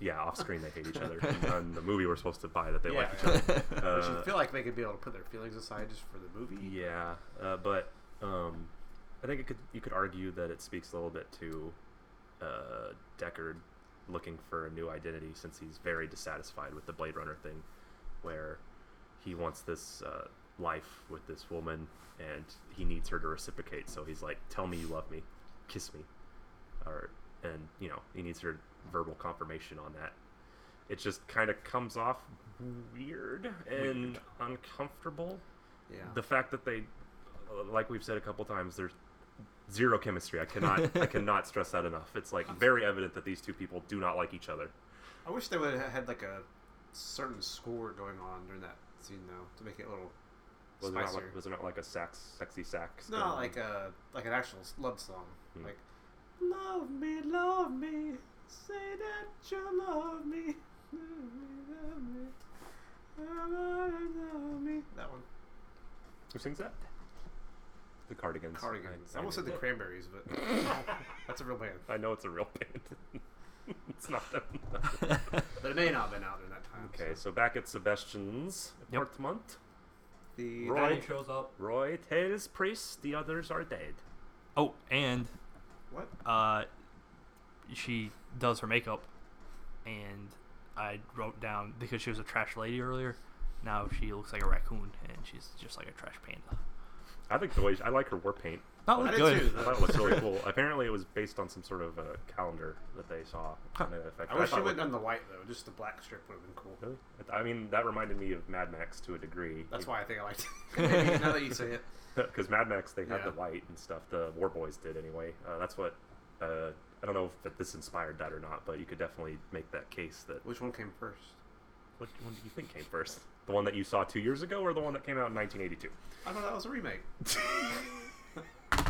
Speaker 3: yeah, off screen they hate each other. and the movie we're supposed to buy that they like each other.
Speaker 1: I
Speaker 3: Uh,
Speaker 1: should feel like they could be able to put their feelings aside just for the movie.
Speaker 3: Yeah, uh, but um, I think it could you could argue that it speaks a little bit to uh, Deckard looking for a new identity since he's very dissatisfied with the Blade Runner thing, where he wants this uh, life with this woman and he needs her to reciprocate. So he's like, "Tell me you love me, kiss me," or and you know he needs her verbal confirmation on that. It just kind of comes off weird and uncomfortable
Speaker 1: Yeah.
Speaker 3: the fact that they like we've said a couple times there's zero chemistry i cannot i cannot stress that enough it's like very evident that these two people do not like each other
Speaker 1: I wish they would have had like a certain score going on during that scene though to make it a little
Speaker 3: Was it, not
Speaker 1: Spicier.
Speaker 3: like, was it not like a sax, sexy sax?
Speaker 1: It's not like a like an actual s- love song.
Speaker 3: Hmm.
Speaker 1: Like, love me, love me, say that you love me, love me, love me, love me, love me. That one.
Speaker 3: Who sings that? The Cardigans.
Speaker 1: Cardigans.
Speaker 3: I, I
Speaker 1: I almost
Speaker 3: knew
Speaker 1: said the
Speaker 3: that.
Speaker 1: Cranberries, but that's a real band.
Speaker 3: I know it's a real band. it's not them.
Speaker 1: But it may not have been out during that time.
Speaker 3: okay, so back at Sebastian's
Speaker 4: Yep.
Speaker 3: apartment,
Speaker 1: The
Speaker 3: Roy.
Speaker 1: that-
Speaker 3: He
Speaker 4: shows up.
Speaker 3: Roy tells Priest the others are dead.
Speaker 4: Oh, and
Speaker 1: what?
Speaker 4: uh, she does her makeup, and I wrote down because she was a trash lady earlier. Now she looks like a raccoon, and she's just like a trash panda.
Speaker 3: I think the way I like her war paint.
Speaker 4: That
Speaker 1: I
Speaker 4: looked
Speaker 1: did
Speaker 4: good.
Speaker 1: too.
Speaker 3: I thought it looks really cool. Apparently, it was based on some sort of a calendar that they saw.
Speaker 4: Huh.
Speaker 3: And it affected-
Speaker 1: I wish
Speaker 3: thought
Speaker 1: she
Speaker 3: it
Speaker 1: went
Speaker 3: looked-
Speaker 1: on the white though. Just the black strip would have been cool.
Speaker 3: Really? I mean, that reminded me of Mad Max to a degree.
Speaker 1: That's why I think I liked it. now that you say it,
Speaker 3: Because Mad Max, they had the
Speaker 1: Yeah.
Speaker 3: white and stuff. The War Boys did anyway. Uh, that's what. Uh, I don't know if that this inspired that or not, but you could definitely make that case that.
Speaker 1: which one came first?
Speaker 3: What one do you think came first? The one that you saw two years ago, or the one that came out in 1982?
Speaker 1: I thought that was a remake. I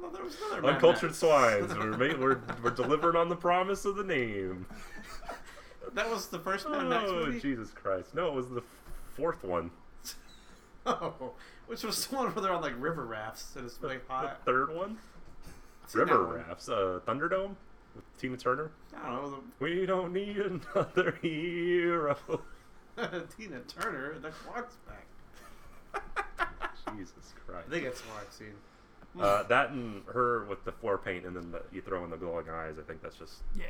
Speaker 1: thought there was another Mad
Speaker 3: Uncultured
Speaker 1: Max.
Speaker 3: swines. We're, ma- we're we're delivering on the promise of the name.
Speaker 1: That was the first Mad Max
Speaker 3: Oh
Speaker 1: movie.
Speaker 3: Jesus Christ! No, it was the fourth one.
Speaker 1: Oh, which was the one where they're on like river rafts and it's like
Speaker 3: The
Speaker 1: hot.
Speaker 3: third one.
Speaker 1: I've seen
Speaker 3: River
Speaker 1: that one.
Speaker 3: Rafts. Uh, Thunderdome with Tina Turner.
Speaker 1: I don't know.
Speaker 3: We don't need another hero.
Speaker 1: The, Tina Turner and the clock's back.
Speaker 3: Jesus
Speaker 1: I
Speaker 3: Christ.
Speaker 1: think it's more I've seen.
Speaker 3: Uh,
Speaker 1: Hmm.
Speaker 3: that and her with the floor paint, and then the, you throw in the glowing eyes. I think that's just
Speaker 4: Yeah.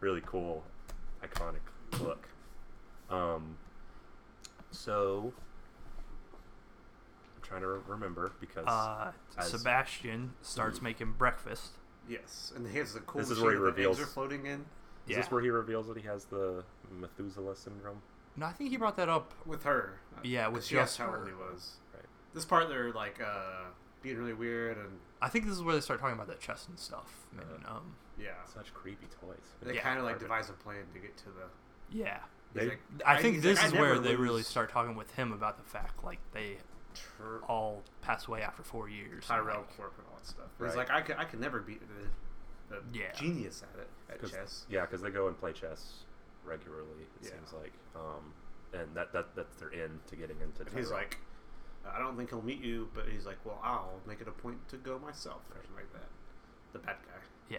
Speaker 3: really cool, iconic look. Um, so I'm trying to re- remember because
Speaker 4: Uh,
Speaker 3: As-
Speaker 4: Sebastian starts making breakfast.
Speaker 1: Yes, and he has the cool.
Speaker 3: This is where he
Speaker 1: machine that the eggs
Speaker 3: reveals-
Speaker 1: are floating in
Speaker 3: is
Speaker 4: yeah.
Speaker 3: this where he reveals that he has the Methuselah syndrome?
Speaker 4: No, I think he brought that up.
Speaker 1: with her.
Speaker 4: Yeah,
Speaker 1: 'Cause
Speaker 4: with
Speaker 1: she asked
Speaker 4: just
Speaker 1: how
Speaker 4: her.
Speaker 1: old he was.
Speaker 3: Right.
Speaker 1: This part they're like uh, being really weird and
Speaker 4: I think this is where they start talking about the chest and stuff. And,
Speaker 1: Uh-huh.
Speaker 4: um,
Speaker 1: yeah,
Speaker 3: Such creepy toys.
Speaker 1: they
Speaker 4: Yeah.
Speaker 1: kind of like
Speaker 3: Perfect.
Speaker 1: devise a plan to get to the.
Speaker 4: yeah.
Speaker 1: he's
Speaker 3: They-
Speaker 1: like,
Speaker 4: I think
Speaker 1: he's
Speaker 4: this
Speaker 1: like,
Speaker 4: is
Speaker 1: "I
Speaker 4: where
Speaker 1: never
Speaker 4: they really
Speaker 1: lose."
Speaker 4: start talking with him about the fact, like, they
Speaker 1: Tur-
Speaker 4: all pass away after four years. and,
Speaker 1: Tyrell
Speaker 4: like,
Speaker 1: Corp and all that stuff.
Speaker 3: Right.
Speaker 1: He's like, I could, I could never beat the, the
Speaker 4: Yeah.
Speaker 1: genius at it at
Speaker 3: 'Cause-
Speaker 1: chess.
Speaker 3: Yeah, because they go and play chess regularly. It
Speaker 1: Yeah.
Speaker 3: seems like, um, and that, that that's their end to getting into.
Speaker 1: And he's
Speaker 3: Tyrell.
Speaker 1: like, I don't think he'll meet you, but he's like, well, I'll make it a point to go myself, or something like that. The bad guy.
Speaker 4: yeah.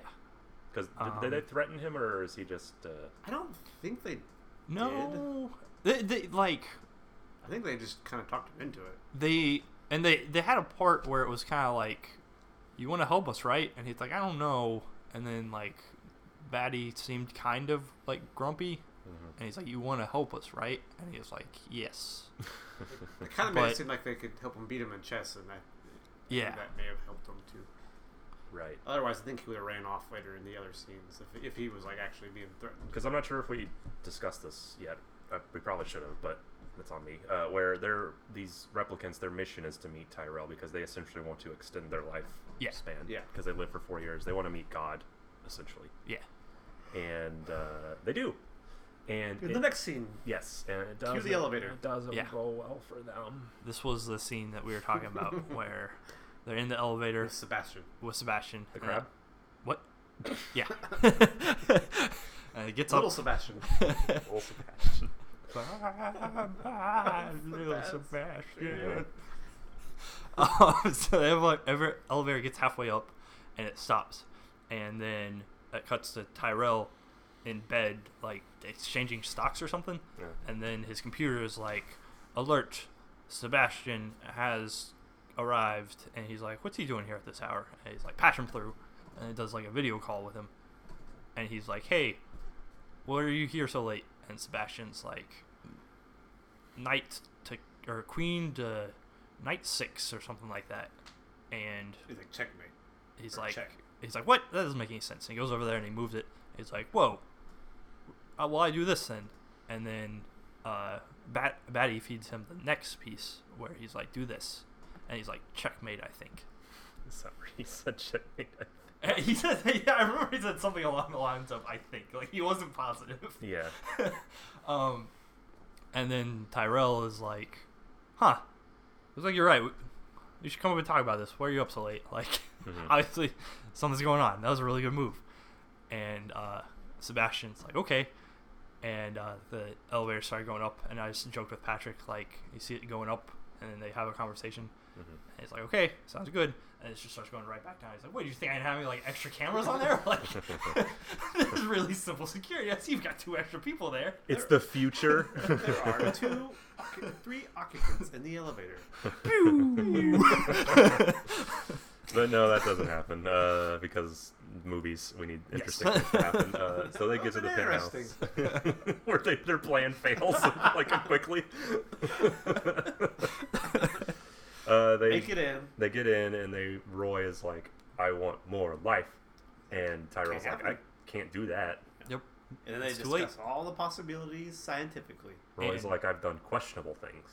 Speaker 3: Because did, did
Speaker 4: Um,
Speaker 3: they threaten him, or is he just? Uh,
Speaker 1: I don't think they.
Speaker 4: No. They, they, like,
Speaker 1: I think they just kind of talked him into it.
Speaker 4: they and they they had a part where it was kind of like you want to help us right and he's like i don't know and then like batty seemed kind of like grumpy and he's like you want to help us right and he was like yes
Speaker 1: It kind of made
Speaker 4: But-
Speaker 1: it seem like they could help him beat him in chess, and I, I
Speaker 4: yeah
Speaker 1: think that may have helped him too.
Speaker 3: right.
Speaker 1: Otherwise, I think he would have ran off later in the other scenes if, if he was like actually being threatened.
Speaker 3: Because I'm not sure if we discussed this yet. Uh, we probably should have, but it's on me. Uh, where they're these replicants, their mission is to meet Tyrell because they essentially want to extend their life
Speaker 4: Yeah.
Speaker 3: span.
Speaker 1: Yeah.
Speaker 3: Because they live for four years, they want to meet God, essentially,
Speaker 4: yeah
Speaker 3: and uh, they do. And
Speaker 1: In
Speaker 3: it-
Speaker 1: the next scene,
Speaker 3: yes, and um, it
Speaker 1: Cue
Speaker 3: does
Speaker 1: the elevator.
Speaker 3: It doesn't
Speaker 4: Yeah.
Speaker 3: go well for them.
Speaker 4: this was the scene that we were talking about where they're in the elevator
Speaker 1: there's Sebastian.
Speaker 4: with sebastian
Speaker 3: The
Speaker 4: and-
Speaker 3: crab.
Speaker 4: what yeah and he gets
Speaker 1: Little
Speaker 4: up
Speaker 1: Sebastian.
Speaker 3: Old Sebastian.
Speaker 4: Bye, bye, little Sebastian.
Speaker 3: Sebastian.
Speaker 4: Um, so the ele- ever- elevator gets halfway up, and it stops, and then it cuts to Tyrell in bed, like exchanging stocks or something,
Speaker 3: Yeah.
Speaker 4: and then his computer is like, "Alert! Sebastian has arrived," and he's like, "What's he doing here at this hour?" And he's like, "Patch him through," and it does like a video call with him, and he's like, "Hey, why are you here so late?" And Sebastian's like, knight to or queen to knight six or something like that, and
Speaker 1: He's like, checkmate.
Speaker 4: he's
Speaker 1: Or
Speaker 4: like,
Speaker 1: check.
Speaker 4: he's like, what? That doesn't make any sense. And he goes over there and he moves it. He's like, whoa, uh, well I do this then, and then uh, Bat Batty feeds him the next piece where he's like, do this, and he's like, checkmate, I think.
Speaker 3: Sorry, he said checkmate.
Speaker 4: And Uh, He said, yeah, I remember he said something along the lines of, I think, like he wasn't positive.
Speaker 3: Yeah.
Speaker 4: um, And then Tyrell is like, huh. It was like, you're right. We, we should come up and talk about this. Why are you up so late? Like,
Speaker 3: Mhm.
Speaker 4: obviously, something's going on. That was a really good move. And uh, Sebastian's like, okay. And uh, the elevator started going up. And I just joked with Patrick, like, you see it going up. And then they have a conversation. And he's like, okay, sounds good. And it just starts going right back down. He's like, what, do you think I didn't have any, like, extra cameras on there? Like, there's really simple security. I see you've got two extra people there.
Speaker 3: It's the future.
Speaker 1: There are two, occu- three occupants in the elevator.
Speaker 3: but no, that doesn't happen uh, because movies. We need interesting things to happen. Uh, so they get to the penthouse where they, their plan fails like quickly. uh, they
Speaker 1: Make it in.
Speaker 3: they get in and they Roy is like, I want more life, and Tyrell's
Speaker 1: Can't
Speaker 3: like, I
Speaker 1: happen.
Speaker 3: can't do that.
Speaker 4: Yep.
Speaker 1: And then they
Speaker 4: It's too
Speaker 1: discuss all the possibilities scientifically.
Speaker 3: Roy's
Speaker 4: And-
Speaker 3: like, I've done questionable things,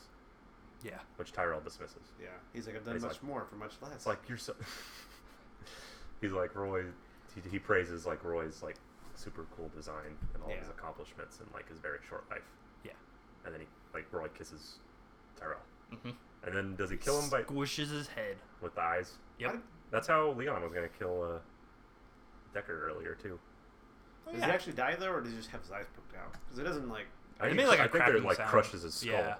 Speaker 4: Yeah.
Speaker 3: which Tyrell dismisses.
Speaker 1: Yeah. He's like, I've done
Speaker 3: He's
Speaker 1: much
Speaker 3: like-
Speaker 1: more for much less.
Speaker 3: It's like you're so. He's like Roy. He, he praises like Roy's like super cool design and all his
Speaker 1: Yeah.
Speaker 3: accomplishments and like his very short life,
Speaker 4: Yeah.
Speaker 3: and then he like Roy kisses Tyrell,
Speaker 4: Mhm.
Speaker 3: and then does he kill him by
Speaker 4: Squishes his head.
Speaker 3: with the eyes?
Speaker 4: Yep.
Speaker 3: That's how oh, Leon was gonna kill uh, Decker earlier too.
Speaker 4: Oh,
Speaker 1: does he actually die though, or does he just have his eyes poked out? Because it doesn't like.
Speaker 3: I
Speaker 4: It
Speaker 3: think,
Speaker 4: made, like,
Speaker 3: I
Speaker 4: a
Speaker 3: think there
Speaker 4: cracking
Speaker 3: like
Speaker 4: sound.
Speaker 3: crushes his skull.
Speaker 4: Yeah.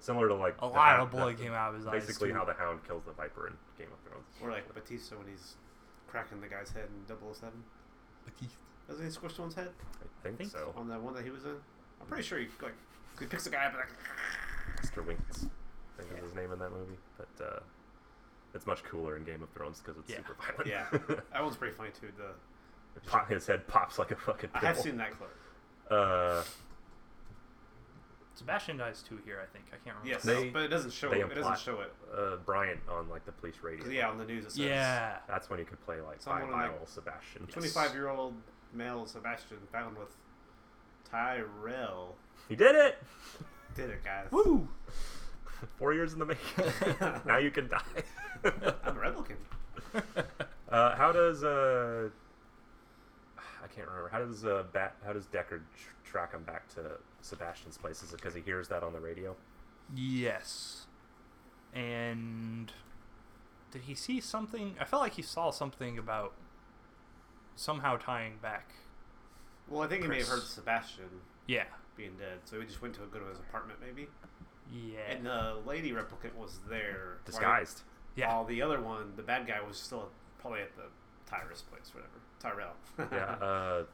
Speaker 3: Similar to like
Speaker 4: A
Speaker 3: the
Speaker 4: lot
Speaker 3: Hound-
Speaker 4: of blood
Speaker 3: the-
Speaker 4: came out of his eyes.
Speaker 3: Basically,
Speaker 4: too.
Speaker 3: how the Hound kills the Viper in Game of Thrones.
Speaker 1: Or like Batista when he's cracking the guy's head in 007. Doesn't he squish someone's head
Speaker 3: I think,
Speaker 4: think
Speaker 3: so.
Speaker 1: on that one that he was in? I'm pretty sure he like he picks a guy up and like.
Speaker 3: Mr. Winks, I think is his name in that movie. But uh, it's much cooler in Game of Thrones because it's
Speaker 4: Yeah.
Speaker 3: super violent.
Speaker 1: Yeah, that one's pretty funny too. The
Speaker 3: It pop- his head pops like a fucking.
Speaker 1: I
Speaker 3: Pill.
Speaker 1: have seen that clip.
Speaker 3: Uh,
Speaker 4: Sebastian dies too here, I think. I can't remember.
Speaker 1: Yes,
Speaker 3: They-
Speaker 1: but it doesn't show it.
Speaker 3: they
Speaker 1: It doesn't
Speaker 3: imply-
Speaker 1: show it.
Speaker 3: uh, Bryant on like the police
Speaker 1: 'Cause,
Speaker 3: radio.
Speaker 1: yeah, on the news it says.
Speaker 4: Yeah.
Speaker 3: That's when you could play like
Speaker 1: Someone
Speaker 3: five
Speaker 1: like-
Speaker 3: Isle Sebastian.
Speaker 1: Twenty-five year old male Sebastian bound with Tyrell
Speaker 3: He did it.
Speaker 1: did it, guys.
Speaker 4: Woo!
Speaker 3: Four years in the making. now you can die.
Speaker 1: I'm a Republican.
Speaker 3: Uh, how does uh, I can't remember. How does uh, bat, how does Deckard tr- track him back to Sebastian's place? Is it because he hears that on the radio?
Speaker 4: Yes. And did he see something? I felt like he saw something about somehow tying back.
Speaker 1: Well, I think he may have
Speaker 4: Chris.
Speaker 1: heard Sebastian
Speaker 4: Yeah.
Speaker 1: being dead, so he just went to go to his apartment, maybe.
Speaker 4: Yeah.
Speaker 1: And the lady replicant was there, right?
Speaker 3: Disguised.
Speaker 4: yeah.
Speaker 1: While the other one, the bad guy, was still probably at the Tyrus place, whatever. Tyrell.
Speaker 3: Yeah. Uh,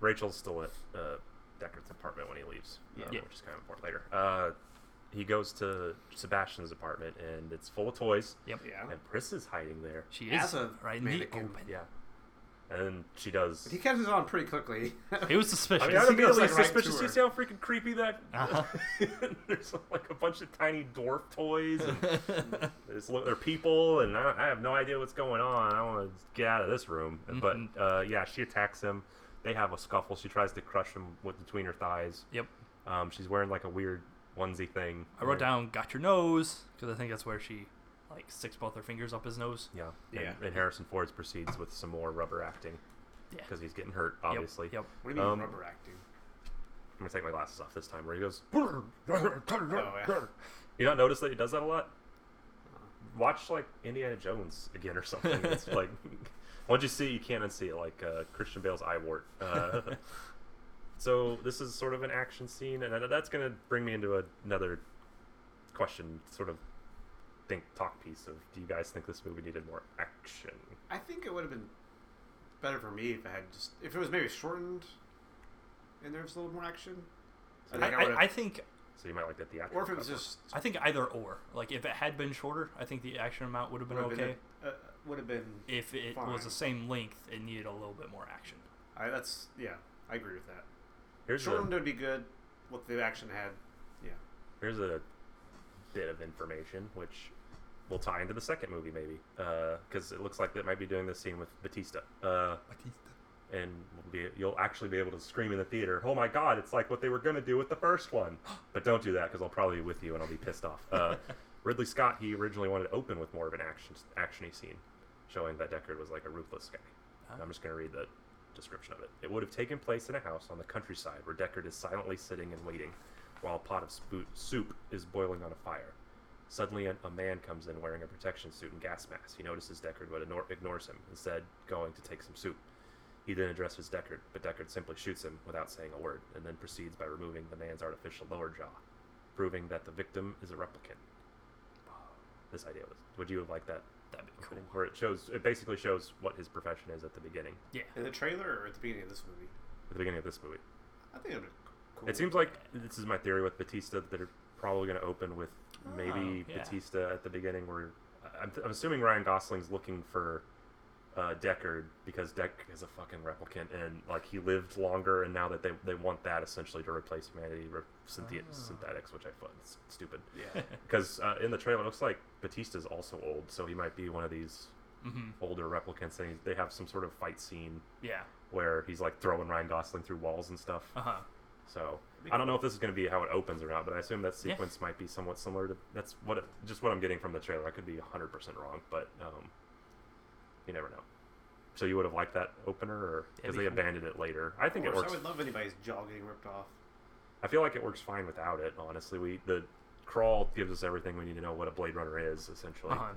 Speaker 3: Rachel's still at uh, Deckard's apartment when he leaves, uh,
Speaker 1: Yeah.
Speaker 4: Yeah.
Speaker 3: which is kind of important later. Uh, he goes to Sebastian's apartment and it's full of toys.
Speaker 4: Yep.
Speaker 1: yeah.
Speaker 3: And Pris is hiding there.
Speaker 4: She is
Speaker 1: As a
Speaker 4: right in the
Speaker 1: mannequin.
Speaker 4: open.
Speaker 3: Yeah. And then she does.
Speaker 1: He catches on pretty quickly.
Speaker 4: It was suspicious.
Speaker 3: I mean, I'm
Speaker 1: He goes,
Speaker 3: immediately
Speaker 1: like, right
Speaker 3: suspicious.
Speaker 1: to
Speaker 3: you
Speaker 1: her.
Speaker 3: see how freaking creepy that.
Speaker 4: Uh-huh.
Speaker 3: There's like a bunch of tiny dwarf toys, and there's, lo- there are people, and I, I have no idea what's going on. I want to get out of this room. But uh, yeah, she attacks him. They have a scuffle. She tries to crush him with between her thighs.
Speaker 4: yep.
Speaker 3: Um, she's wearing like a weird onesie thing.
Speaker 4: I wrote down "got your nose" because I think that's where she like sticks both her fingers up his nose.
Speaker 3: Yeah.
Speaker 1: Yeah.
Speaker 3: And, and Harrison Ford proceeds with some more rubber acting
Speaker 4: Yeah.
Speaker 3: because he's getting hurt, obviously.
Speaker 4: Yep. yep.
Speaker 1: What do you mean
Speaker 3: Um,
Speaker 1: rubber acting?
Speaker 3: I'm gonna take my glasses off this time. Where he goes.
Speaker 1: yeah.
Speaker 3: You not notice that he does that a lot? Watch like Indiana Jones again or something. It's like once you see, it, you can't unsee it. Like uh, Christian Bale's eye wart. Uh, so this is sort of an action scene, and that- that's going to bring me into a- another question, sort of think talk piece of Do you guys think this movie needed more action?
Speaker 1: I think it would have been better for me if I had just if it was maybe shortened and there was a little more action. I
Speaker 4: I,
Speaker 1: think I, would
Speaker 4: I, I
Speaker 1: have,
Speaker 4: think
Speaker 3: So you might like that theatrical.
Speaker 1: or if it was
Speaker 3: cut.
Speaker 1: just
Speaker 4: I think either or. Like if it had been shorter, I think the action amount would have been
Speaker 1: would have
Speaker 4: okay.
Speaker 1: been, uh, would have been
Speaker 4: if it
Speaker 1: fine.
Speaker 4: was the same length, it needed a little bit more action.
Speaker 1: I, that's yeah, I agree with that.
Speaker 3: here's
Speaker 1: Shortened
Speaker 3: a,
Speaker 1: would be good. What the action had, yeah.
Speaker 3: here's a bit of information which will tie into the second movie maybe because it looks like they might be doing this scene with Batista. Uh, and we'll be, you'll actually be able to scream in the theater, "Oh my God!" It's like what they were gonna do with the first one, but don't do that because I'll probably be with you and I'll be pissed off. Uh, Ridley Scott he originally wanted to open with more of an action actiony scene, showing that Deckard was like a ruthless guy. And I'm just gonna read the description of it. It would have taken place in a house on the countryside where Deckard is silently sitting and waiting. while a pot of spoo- soup is boiling on a fire. Suddenly, a, a man comes in wearing a protection suit and gas mask. He notices Deckard but ignore- ignores him, instead, going to take some soup. He then addresses Deckard, but Deckard simply shoots him without saying a word, and then proceeds by removing the man's artificial lower jaw, proving that the victim is a replicant. This idea was. Would you have liked that?
Speaker 4: That'd be cool.
Speaker 3: opening? Where it shows, it basically shows what his profession is at the beginning,
Speaker 4: Yeah.
Speaker 1: In the trailer or at the beginning of this movie?
Speaker 3: at the beginning of this movie.
Speaker 1: I think it would be cool.
Speaker 3: It seems like this is my theory with Batista that they're probably going to open with maybe
Speaker 4: Oh, yeah.
Speaker 3: Batista at the beginning, where I- I'm, I'm assuming Ryan Gosling's looking for uh, Deckard because Deck is a fucking replicant and like he lived longer, and now that they, they want that essentially to replace humanity with synthe-
Speaker 4: Oh.
Speaker 3: synthetics, which I find s- stupid.
Speaker 1: Yeah.
Speaker 3: Because uh, in the trailer, it looks like Batista's also old, so he might be one of these
Speaker 4: Mm-hmm.
Speaker 3: older replicants, and they have some sort of fight scene
Speaker 4: Yeah.
Speaker 3: where he's like throwing Ryan Gosling through walls and stuff.
Speaker 4: Uh huh.
Speaker 3: So I don't know if this is going to be how it opens or not, but I assume that
Speaker 4: Yeah.
Speaker 3: sequence might be somewhat similar to that's what it, just what I'm getting from the trailer. I could be 100 percent wrong, but um, you never know. So you would have liked that opener, or
Speaker 4: It'd
Speaker 3: because
Speaker 4: be
Speaker 3: they
Speaker 4: cool.
Speaker 3: abandoned it later. I think it
Speaker 1: Of course,
Speaker 3: works.
Speaker 1: I would love anybody's jaw getting ripped off.
Speaker 3: I feel like it works fine without it. Honestly, we the crawl gives us everything we need to know what a Blade Runner is. Essentially,
Speaker 4: Uh huh.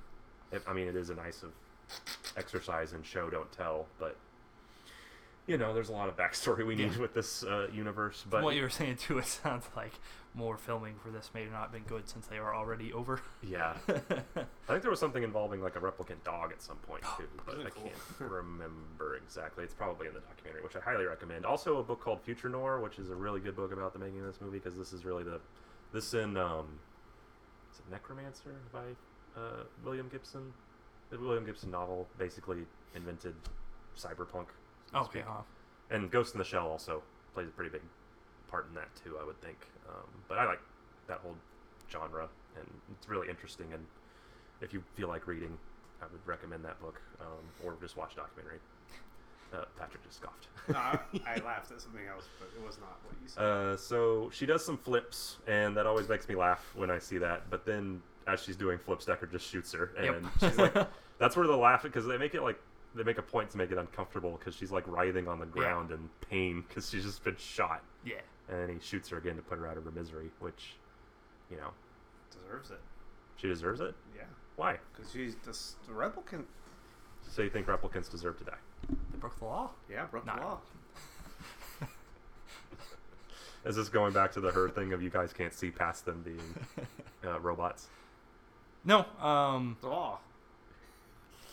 Speaker 3: It- I mean, it is a nice of exercise in show don't tell, but. You know, there's a lot of backstory we need
Speaker 4: Yeah.
Speaker 3: with this uh, universe, but
Speaker 4: From what you were saying too, it sounds like more filming for this may not have been good since they are already over.
Speaker 3: yeah, I think there was something involving like a replicant dog at some point too, but
Speaker 1: Isn't
Speaker 3: I
Speaker 1: it cool?
Speaker 3: can't remember exactly. It's probably in the documentary, which I highly recommend. Also, a book called Future Noir, which is a really good book about the making of this movie because this is really the this in um, is it Necromancer by uh, William Gibson, the William Gibson novel basically invented cyberpunk. so to
Speaker 4: okay. uh-huh.
Speaker 3: speak.
Speaker 4: Huh.
Speaker 3: and Ghost in the Shell also plays a pretty big part in that too. I would think, um, but I like that whole genre, and it's really interesting. And if you feel like reading, I would recommend that book, um, or just watch a documentary. Uh, Patrick just scoffed.
Speaker 1: No, I, I laughed at something else, but it was not what you said.
Speaker 3: Uh, so she does some flips, and that always makes me laugh when I see that. But then, as she's doing flips, Decker just shoots her,
Speaker 4: Yep.
Speaker 3: and she's like, "That's where the laugh." Because they make it like they make a point to make it uncomfortable because she's like writhing on the ground in pain because she's just been shot,
Speaker 4: Yeah.
Speaker 3: and he shoots her again to put her out of her misery, which, you know,
Speaker 1: Deserves it.
Speaker 3: she deserves it.
Speaker 1: Yeah.
Speaker 3: Why?
Speaker 1: Because she's just a replicant.
Speaker 3: So you think replicants deserve to die?
Speaker 4: They broke the law.
Speaker 1: Yeah, broke
Speaker 4: Nah.
Speaker 1: the law.
Speaker 3: Is this going back to the her thing of you guys can't see past them being uh, robots?
Speaker 4: No. Um.
Speaker 1: The law.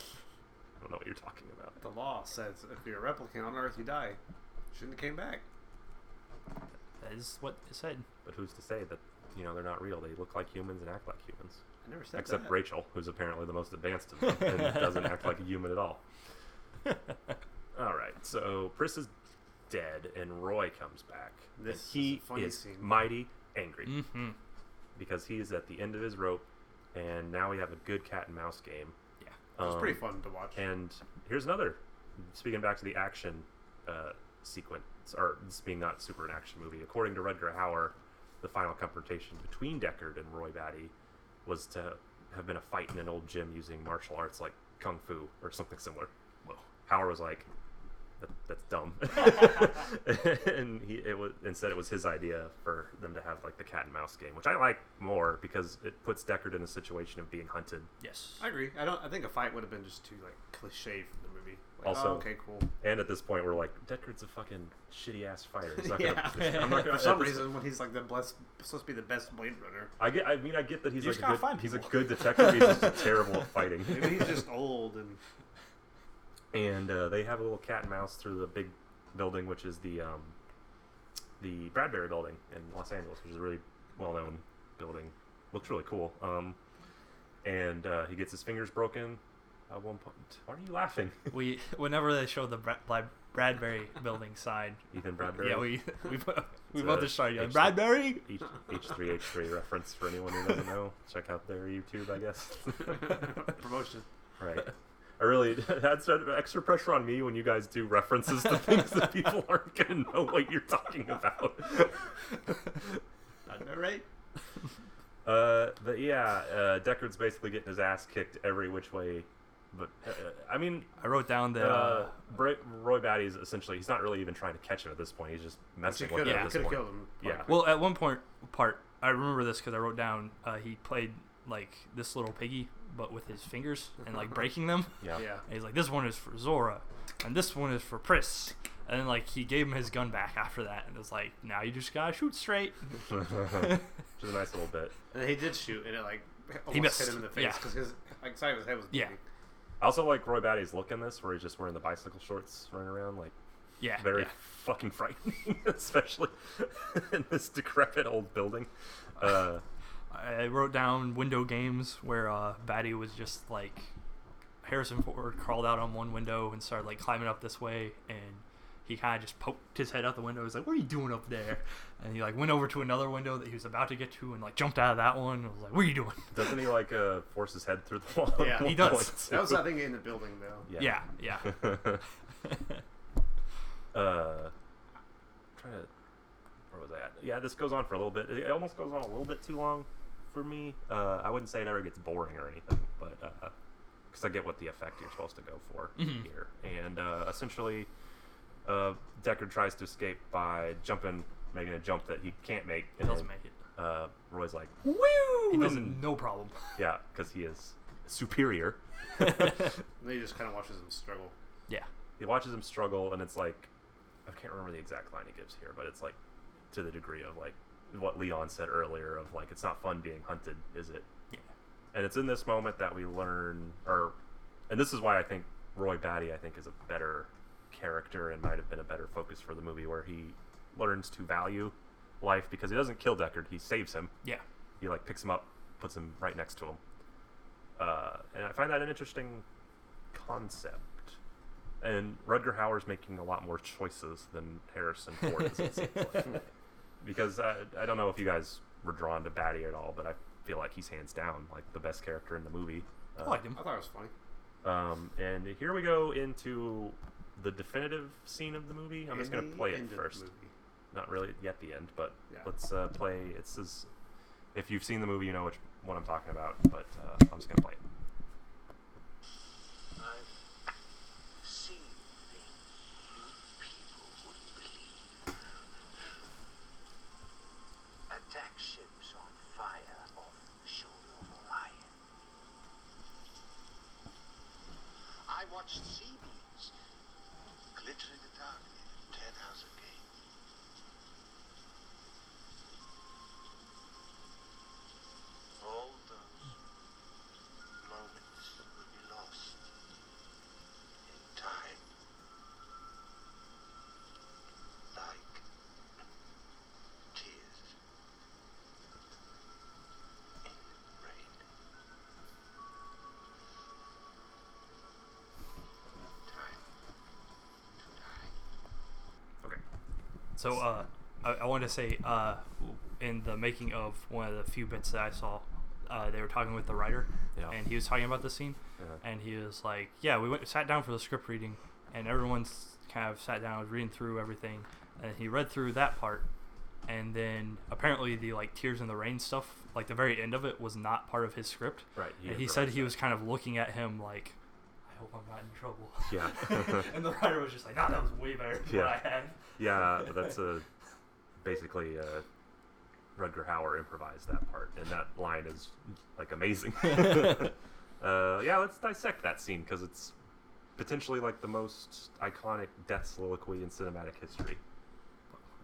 Speaker 3: I don't know what you're talking about.
Speaker 1: The law says if you're a replicant on Earth, you die. Shouldn't have came back.
Speaker 4: That is what it said.
Speaker 3: But who's to say that you know they're not real? They look like humans and act like humans.
Speaker 1: I never said
Speaker 3: Except
Speaker 1: that.
Speaker 3: Rachel, who's apparently the most advanced of them and doesn't act like a human at all. all right, so Pris is dead, and Roy comes back. and
Speaker 1: This is
Speaker 3: he
Speaker 1: a funny
Speaker 3: is
Speaker 1: scene.
Speaker 3: mighty angry
Speaker 4: Mm-hmm.
Speaker 3: because he is at the end of his rope, and now we have a good cat and mouse game.
Speaker 4: Yeah.
Speaker 1: It's
Speaker 3: Um,
Speaker 1: pretty fun to watch.
Speaker 3: and here's another. Speaking back to the action uh, sequence, or this being not super an action movie, according to Rudger Hauer, the final confrontation between Deckard and Roy Batty was to have been a fight in an old gym using martial arts like kung fu or something similar.
Speaker 4: Whoa.
Speaker 3: Hauer was like, that, "That's dumb," and he it was instead it was his idea for them to have like the cat and mouse game, which I like more because it puts Deckard in a situation of being hunted
Speaker 4: Yes.
Speaker 1: I agree. I don't. I think a fight would have been just too like cliche from the movie. Like,
Speaker 3: Also-
Speaker 1: oh, okay, cool.
Speaker 3: And at this point, we're like, Deckard's a fucking shitty ass fighter. He's not
Speaker 1: Yeah.
Speaker 3: gonna, I'm not gonna.
Speaker 1: For some
Speaker 3: at this-
Speaker 1: reason, when he's like the blessed, supposed to be the best Blade Runner,
Speaker 3: I get. I mean, I get that he's
Speaker 1: You
Speaker 3: like
Speaker 1: just
Speaker 3: a
Speaker 1: gotta
Speaker 3: good,
Speaker 1: find
Speaker 3: he's a
Speaker 1: people.
Speaker 3: good detective. He's just terrible at fighting.
Speaker 1: maybe he's just old and
Speaker 3: And uh, they have a little cat and mouse through the big building, which is the um, the Bradbury Building in Los Angeles, which is a really well known building. Looks really cool. Um, and uh, he gets his fingers broken at one point. Why are you laughing,
Speaker 4: We whenever they show the Brad, Bradbury building sign.
Speaker 3: Ethan Bradbury?
Speaker 4: Yeah. We we bo- we
Speaker 3: It's
Speaker 4: both
Speaker 3: a-
Speaker 4: just started yelling,
Speaker 3: it's a-
Speaker 4: Bradbury.
Speaker 3: H three H three reference for anyone who doesn't know. Check out their YouTube, I guess.
Speaker 1: promotion.
Speaker 3: right. I really that's that extra pressure on me when you guys do references to things that people aren't gonna know what you're talking about.
Speaker 1: I know, right?
Speaker 3: Uh, but yeah, uh, Deckard's basically getting his ass kicked every which way But uh, I mean,
Speaker 4: I wrote down that.
Speaker 3: uh,
Speaker 4: Uh,
Speaker 3: Bra- Roy Batty's essentially he's not really even trying to catch him at this point. He's just messing with
Speaker 1: could
Speaker 3: him
Speaker 1: have
Speaker 3: at this point.
Speaker 1: killed him.
Speaker 3: Yeah.
Speaker 4: well, at one point, part I remember this because I wrote down uh, he played like this little piggy, but with his fingers and like breaking them.
Speaker 3: Uh-huh. yeah.
Speaker 1: Yeah.
Speaker 4: And he's like, this one is for Zora, and this one is for Pris. And then like he gave him his gun back after that, and it's like now you just gotta shoot straight.
Speaker 3: Which is a nice little bit.
Speaker 1: And he did shoot, and it like almost
Speaker 4: missed.
Speaker 1: hit him in the face
Speaker 4: Yeah.
Speaker 1: because his like side of his head was
Speaker 4: Yeah.
Speaker 1: bleeding.
Speaker 3: I also like Roy Batty's look in this, where he's just wearing the bicycle shorts, running around like
Speaker 4: Yeah,
Speaker 3: very
Speaker 4: yeah.
Speaker 3: fucking frightening, especially in this decrepit old building. Uh,
Speaker 4: I wrote down window games where uh, Batty was just like Harrison Ford crawled out on one window and started like climbing up this way, and he kind of just poked his head out the window. He's like, "What are you doing up there?" And he like went over to another window that he was about to get to and like jumped out of that one. and was like, "What are you doing?"
Speaker 3: doesn't he like uh, force his head through the wall? at
Speaker 1: Yeah,
Speaker 3: one
Speaker 1: he
Speaker 4: does.
Speaker 3: point,
Speaker 1: That was
Speaker 3: too?
Speaker 1: I think in the building though.
Speaker 4: Yeah, yeah.
Speaker 3: uh, trying to, where was I at? Yeah, this goes on for a little bit. It almost goes on a little bit too long for me. Uh, I wouldn't say it ever gets boring or anything, but because I get what the effect you're supposed to go for here, and uh, essentially, uh, Deckard tries to escape by jumping, making a jump that he can't make. And
Speaker 4: doesn't
Speaker 3: then,
Speaker 4: make it.
Speaker 3: Uh, Roy's like,
Speaker 4: He doesn't. No problem.
Speaker 3: yeah, because he is superior.
Speaker 1: And he just kind of watches him struggle.
Speaker 4: Yeah.
Speaker 3: he watches him struggle and it's like i can't remember the exact line he gives here but it's like to the degree of like what leon said earlier of like it's not fun being hunted is it
Speaker 4: Yeah.
Speaker 3: and it's in this moment that we learn or and this is why i think roy batty i think is a better character and might have been a better focus for the movie where he learns to value life because he doesn't kill deckard he saves him
Speaker 4: Yeah.
Speaker 3: he like picks him up, puts him right next to him. Uh, and I find that an interesting concept. And Rudger Hauer's making a lot more choices than Harrison Ford is. It seems like. Because I, I don't know if you guys were drawn to Batty at all, but I feel like he's hands down like the best character in the movie. Uh,
Speaker 4: I liked him.
Speaker 1: I thought it was funny.
Speaker 3: um, and here we go into the definitive scene of the movie. I'm just going
Speaker 1: In
Speaker 3: to
Speaker 1: the
Speaker 3: play
Speaker 1: end
Speaker 3: it
Speaker 1: of the
Speaker 3: first
Speaker 1: movie.
Speaker 3: not really yet the end, but
Speaker 1: Yeah.
Speaker 3: let's uh, play. It says, if you've seen the movie, you know which what I'm talking about. But uh, I'm just gonna play it.
Speaker 7: I've seen things you people wouldn't believe. Attack ships on fire off the shoulder of Orion. I watched sea beams glitter in the darkness at 10 hours a day. All those moments will be lost in time. Like tears in rain. Time to die.
Speaker 3: Okay.
Speaker 4: So uh, I, I wanted to say uh, in the making of one of the few bits that I saw, uh, they were talking with the writer,
Speaker 3: Yeah.
Speaker 4: and he was talking about the scene,
Speaker 3: Uh-huh.
Speaker 4: and he was like, "Yeah, we went sat down for the script reading, and everyone's kind of sat down, was reading through everything, and he read through that part, and then apparently the like tears in the rain stuff, like the very end of it, was not part of his script.
Speaker 3: Right, he
Speaker 4: and he
Speaker 3: improvised
Speaker 4: said he
Speaker 3: that.
Speaker 4: was kind of looking at him like, "I hope I'm not in trouble."
Speaker 3: Yeah.
Speaker 4: and the writer was just like, "Nah, that was way better than what
Speaker 3: Yeah.
Speaker 4: I had."
Speaker 3: Yeah, that's a basically uh, Rudger Hauer improvised that part, and that line is like amazing. uh, yeah, let's dissect that scene because it's potentially like the most iconic death soliloquy in cinematic history.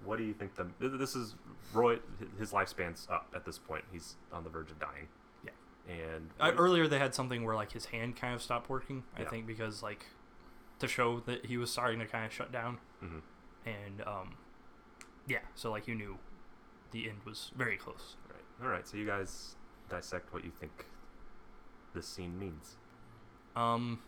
Speaker 3: What do you think? The th- this is Roy. His lifespan's up at this point. He's on the verge of dying.
Speaker 4: Yeah.
Speaker 3: And
Speaker 4: I, earlier they had something where like his hand kind of stopped working. I
Speaker 3: Yeah.
Speaker 4: think because like to show that he was starting to kind of shut down,
Speaker 3: Mhm.
Speaker 4: and um, yeah. So like you knew the end was very close.
Speaker 3: Right. All right. So you guys dissect what you think this scene means.
Speaker 4: Um,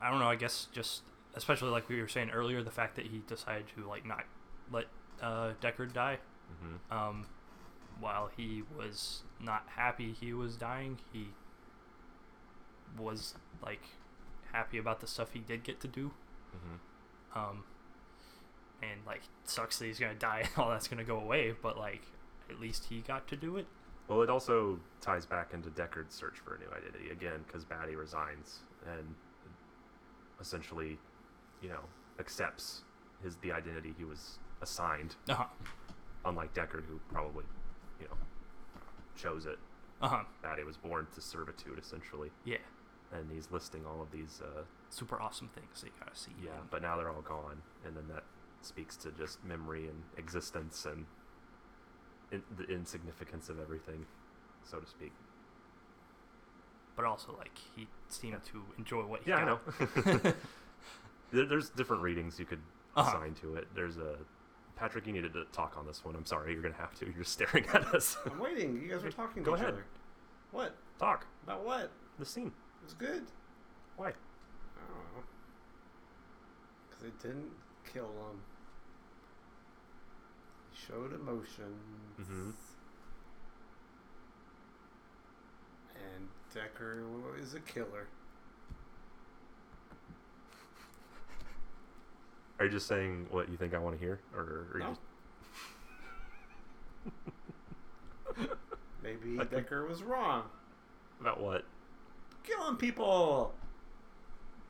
Speaker 4: I, I don't know. I guess just especially like we were saying earlier, the fact that he decided to like not let uh, Deckard die.
Speaker 3: Mm-hmm.
Speaker 4: Um, while he was not happy he was dying, he was like happy about the stuff he did get to do.
Speaker 3: Mm-hmm.
Speaker 4: um, and like sucks that he's gonna die and all that's gonna go away but like at least he got to do it
Speaker 3: Well, it also ties back into Deckard's search for a new identity again because Batty resigns and essentially, you know, accepts his the identity he was assigned.
Speaker 4: Uh huh.
Speaker 3: Unlike Deckard, who probably, you know, chose it.
Speaker 4: Uh huh.
Speaker 3: Batty was born to servitude essentially,
Speaker 4: Yeah.
Speaker 3: and he's listing all of these. Uh,
Speaker 4: Super awesome things that you gotta see. Um,
Speaker 3: yeah,
Speaker 4: and-
Speaker 3: but now they're all gone, and then that speaks to just memory and existence and in, the insignificance of everything, so to speak.
Speaker 4: but also like he seemed to enjoy what he
Speaker 3: Yeah, I
Speaker 4: got.
Speaker 3: know. There- There's different readings you could
Speaker 4: Uh-huh.
Speaker 3: assign to it. There's a Patrick. You needed to talk on this one. I'm sorry. You're gonna have to. You're just staring at us.
Speaker 1: I'm waiting. You guys were talking
Speaker 3: Go
Speaker 1: to
Speaker 3: ahead.
Speaker 1: each other. What?
Speaker 3: talk.
Speaker 1: About what?
Speaker 3: The scene.
Speaker 1: It was good.
Speaker 3: Why?
Speaker 1: I don't know. Because it didn't kill him. He showed emotions.
Speaker 3: Mhm.
Speaker 1: And Decker is a killer.
Speaker 3: Are you just saying what you think I want to hear, or are you
Speaker 1: No.
Speaker 3: just-
Speaker 1: Maybe
Speaker 3: I think-
Speaker 1: Decker was wrong.
Speaker 3: about what?
Speaker 1: Killing people!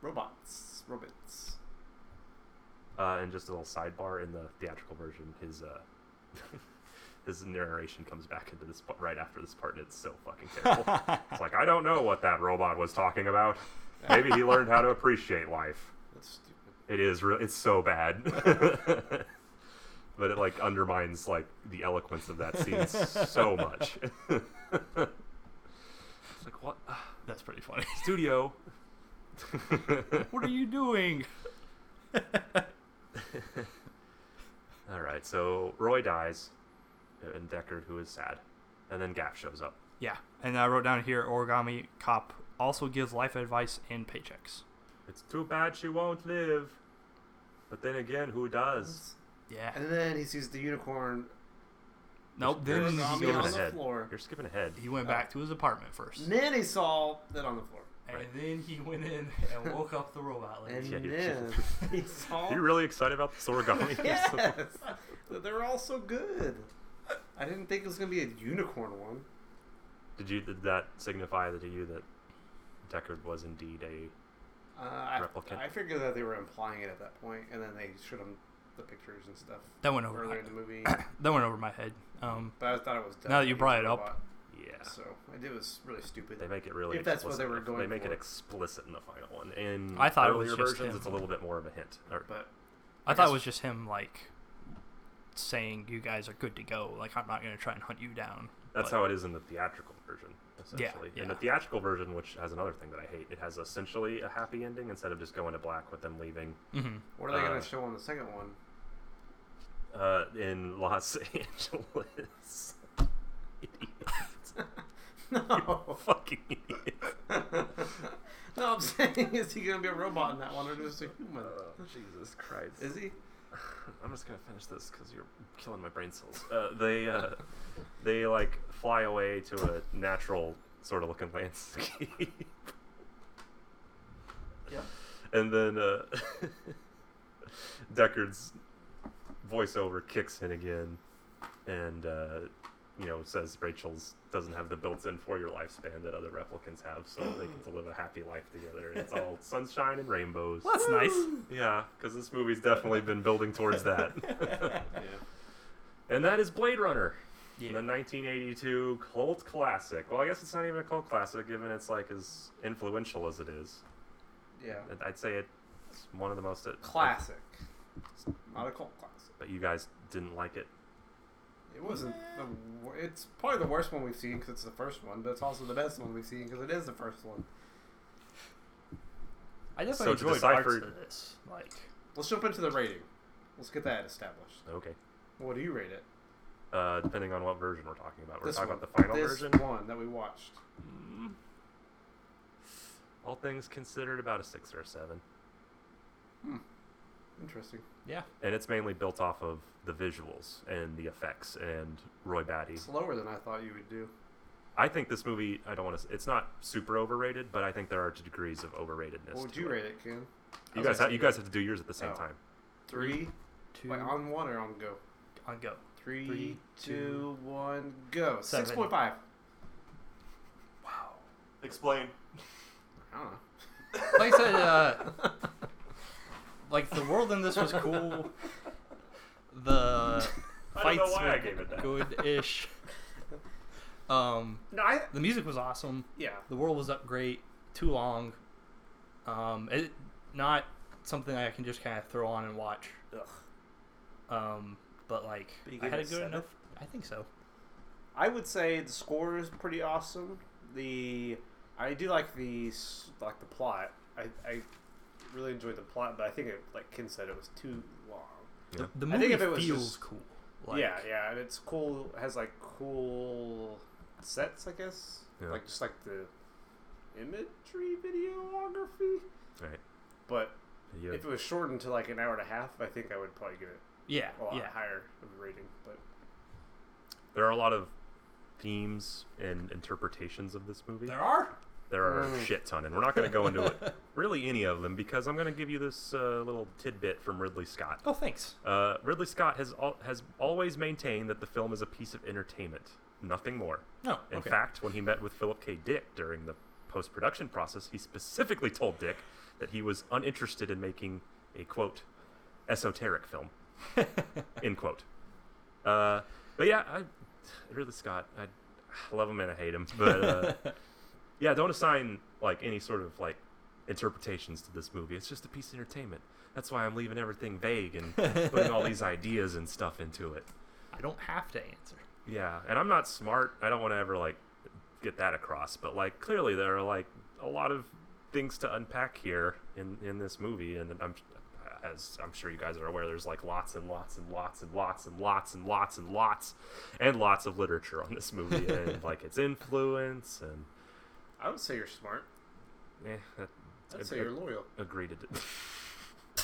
Speaker 1: Robots. Robots.
Speaker 3: Uh, and just a little sidebar in the theatrical version, his uh, his narration comes back into this part, right after this part, and it's so fucking terrible. it's like I don't know what that robot was talking about. Maybe he learned how to appreciate life.
Speaker 1: That's stupid.
Speaker 3: It is real. It's so bad. but it like undermines like the eloquence of that scene so much. it's like what
Speaker 4: That's pretty funny.
Speaker 3: studio?
Speaker 4: what are you doing?
Speaker 3: All right. So Roy dies, and Deckard, who is sad, and then Gaff shows up.
Speaker 4: Yeah, and I wrote down here origami cop also gives life advice and paychecks.
Speaker 3: It's too bad she won't live. But then again, who does?
Speaker 4: Yeah.
Speaker 1: And then he sees the unicorn
Speaker 4: Nope. Then
Speaker 1: there's
Speaker 4: he
Speaker 1: origami
Speaker 4: goes-
Speaker 1: on the
Speaker 3: ahead.
Speaker 1: floor.
Speaker 3: You're skipping ahead.
Speaker 4: he went back to his apartment first,
Speaker 1: And then he saw that on the floor.
Speaker 4: and then he went in and woke up the robot
Speaker 1: And
Speaker 4: lady.
Speaker 3: Oh, Yeah, you-
Speaker 1: then he saw.
Speaker 3: You really excited about this origami?
Speaker 1: yes! They're all so good. I didn't think it was going to be a unicorn one.
Speaker 3: Did you did that signify to you that Deckard was indeed a
Speaker 1: Uh, I,
Speaker 3: Replicant.
Speaker 1: I figured that they were implying it at that point, and then they showed him the pictures and stuff
Speaker 4: That went over.
Speaker 1: earlier
Speaker 4: My,
Speaker 1: in the movie.
Speaker 4: that went over my head. Um.
Speaker 1: But I thought it was done.
Speaker 4: Now that you brought it up.
Speaker 3: yeah?
Speaker 1: So I did was really stupid.
Speaker 3: They make it really
Speaker 1: If that's what they
Speaker 3: explicit.
Speaker 1: were
Speaker 3: They
Speaker 1: going
Speaker 3: make it
Speaker 1: for.
Speaker 3: explicit in the final one. In
Speaker 4: I thought it was
Speaker 3: earlier
Speaker 4: just
Speaker 3: versions,
Speaker 4: him.
Speaker 3: it's a little bit more of a hint. Or-
Speaker 1: But
Speaker 4: I,
Speaker 1: I
Speaker 4: thought
Speaker 1: guess-
Speaker 4: it was just him like saying you guys are good to go. Like I'm not gonna try and hunt you down.
Speaker 3: that's
Speaker 4: But-
Speaker 3: how it is in the theatrical version, essentially. In the
Speaker 4: yeah.
Speaker 3: theatrical version, which has another thing that I hate, it has essentially a happy ending instead of just going to black with them leaving.
Speaker 4: Mhm.
Speaker 1: what are they
Speaker 3: Uh,
Speaker 1: going to show on the second one?
Speaker 3: uh, in Los Angeles. Idiots.
Speaker 1: no.
Speaker 3: Fucking idiots.
Speaker 1: no, I'm saying, is he going to be a robot in that one or just a human?
Speaker 3: Oh, Jesus Christ.
Speaker 1: Is he?
Speaker 3: I'm just gonna finish this because you're killing my brain cells. Uh, they uh, they like fly away to a natural sort of looking landscape.
Speaker 4: Yeah.
Speaker 3: And then uh, Deckard's voiceover kicks in again, and uh, you know says Rachel's doesn't have the built-in four-year lifespan that other replicants have, so they get to live a happy life together. And it's all sunshine and rainbows.
Speaker 4: Well, that's nice.
Speaker 3: Yeah, because this movie's definitely been building towards that.
Speaker 1: Yeah.
Speaker 3: and that is Blade Runner,
Speaker 4: Yeah.
Speaker 3: the 1982 cult classic. Well, I guess it's not even a cult classic, given it's like as influential as it is.
Speaker 1: Yeah.
Speaker 3: And I'd say it's one of the most
Speaker 1: Classic. Not a cult classic.
Speaker 3: But you guys didn't like it.
Speaker 1: It wasn't. The, wor- it's probably the worst one we've seen because it's the first one, but it's also the best one we've seen because it is the first one.
Speaker 4: I definitely
Speaker 3: So to
Speaker 4: enjoyed parts
Speaker 3: decipher-
Speaker 4: of this. Like
Speaker 1: Let's jump into the rating. Let's get that established.
Speaker 3: Okay.
Speaker 1: What do you rate it?
Speaker 3: Uh, depending on what version we're talking about, we're
Speaker 1: This
Speaker 3: talking
Speaker 1: one.
Speaker 3: about the final
Speaker 1: this
Speaker 3: version.
Speaker 1: one that we watched.
Speaker 3: All things considered, about a six or a seven,
Speaker 1: Interesting.
Speaker 4: yeah.
Speaker 3: and it's mainly built off of the visuals and the effects and Roy Batty.
Speaker 1: It's lower than I thought you would do.
Speaker 3: I think this movie, I don't want to. It's not super overrated, but I think there are degrees of overratedness.
Speaker 1: What would
Speaker 3: to
Speaker 1: you
Speaker 3: it.
Speaker 1: rate it, Ken?
Speaker 3: You
Speaker 1: I
Speaker 3: guys,
Speaker 1: was
Speaker 3: have,
Speaker 1: actually-
Speaker 3: you guys have to do yours at the same
Speaker 1: Oh.
Speaker 3: time.
Speaker 1: Three.
Speaker 4: Two
Speaker 1: Wait, on one or on go?
Speaker 4: on go.
Speaker 1: Three,
Speaker 4: Three,
Speaker 1: two, one, go.
Speaker 4: Seven.
Speaker 1: Six point five.
Speaker 9: Explain.
Speaker 2: I don't know.
Speaker 10: Like I said, uh, like the world in this was cool. The
Speaker 3: I don't know
Speaker 10: fights
Speaker 3: why I gave
Speaker 10: were
Speaker 3: it that.
Speaker 10: good-ish. Um,
Speaker 1: No, I
Speaker 10: the music was awesome.
Speaker 1: yeah.
Speaker 10: The world was up great. Too long. Um, it not something I can just kind of throw on and watch.
Speaker 1: Ugh.
Speaker 10: Um, but like
Speaker 1: But you
Speaker 10: I
Speaker 1: gave
Speaker 10: had a
Speaker 1: it
Speaker 10: good
Speaker 1: seven?
Speaker 10: enough. I think so.
Speaker 1: I would say the score is pretty awesome. The I do like the s- like the plot. I, I really enjoyed the plot, but I think it, like Ken said, it was too long.
Speaker 10: The, the
Speaker 1: I
Speaker 10: movie
Speaker 1: think if it was
Speaker 10: feels
Speaker 1: just-
Speaker 10: cool. Like,
Speaker 1: yeah, yeah, and it's cool. It has like cool sets, I guess.
Speaker 3: Yeah.
Speaker 1: Like just like the imagery videography.
Speaker 3: Right.
Speaker 1: But
Speaker 3: Yeah.
Speaker 1: if it was shortened to like an hour and a half, I think I would probably give it
Speaker 10: Yeah,
Speaker 1: a lot
Speaker 10: yeah.
Speaker 1: higher of a rating. But
Speaker 3: There are a lot of themes and interpretations of this movie.
Speaker 9: There are.
Speaker 3: There are a shit ton, and we're not going to go into it, really any of them because I'm going to give you this uh, little tidbit from Ridley Scott.
Speaker 10: Oh, thanks.
Speaker 3: Uh, Ridley Scott has al- has always maintained that the film is a piece of entertainment, nothing more.
Speaker 10: No,
Speaker 3: In
Speaker 10: okay.
Speaker 3: fact, when he met with Philip K. Dick during the post production process, he specifically told Dick that he was uninterested in making a quote esoteric film. end quote. Uh, but yeah, I Ridley Scott, I I love him and I hate him, but uh, yeah, don't assign like any sort of like interpretations to this movie. It's just a piece of entertainment. That's why I'm leaving everything vague and putting all these ideas and stuff into it.
Speaker 10: I don't have to answer.
Speaker 3: Yeah, and I'm not smart. I don't want to ever like get that across, but like clearly there are like a lot of things to unpack here in in this movie, and I'm as I'm sure you guys are aware, there's like lots and lots and lots and lots and lots and lots and lots and lots of literature on this movie and like its influence and
Speaker 1: I would say you're smart.
Speaker 3: eh, that,
Speaker 1: I'd say you're loyal.
Speaker 3: agree to d-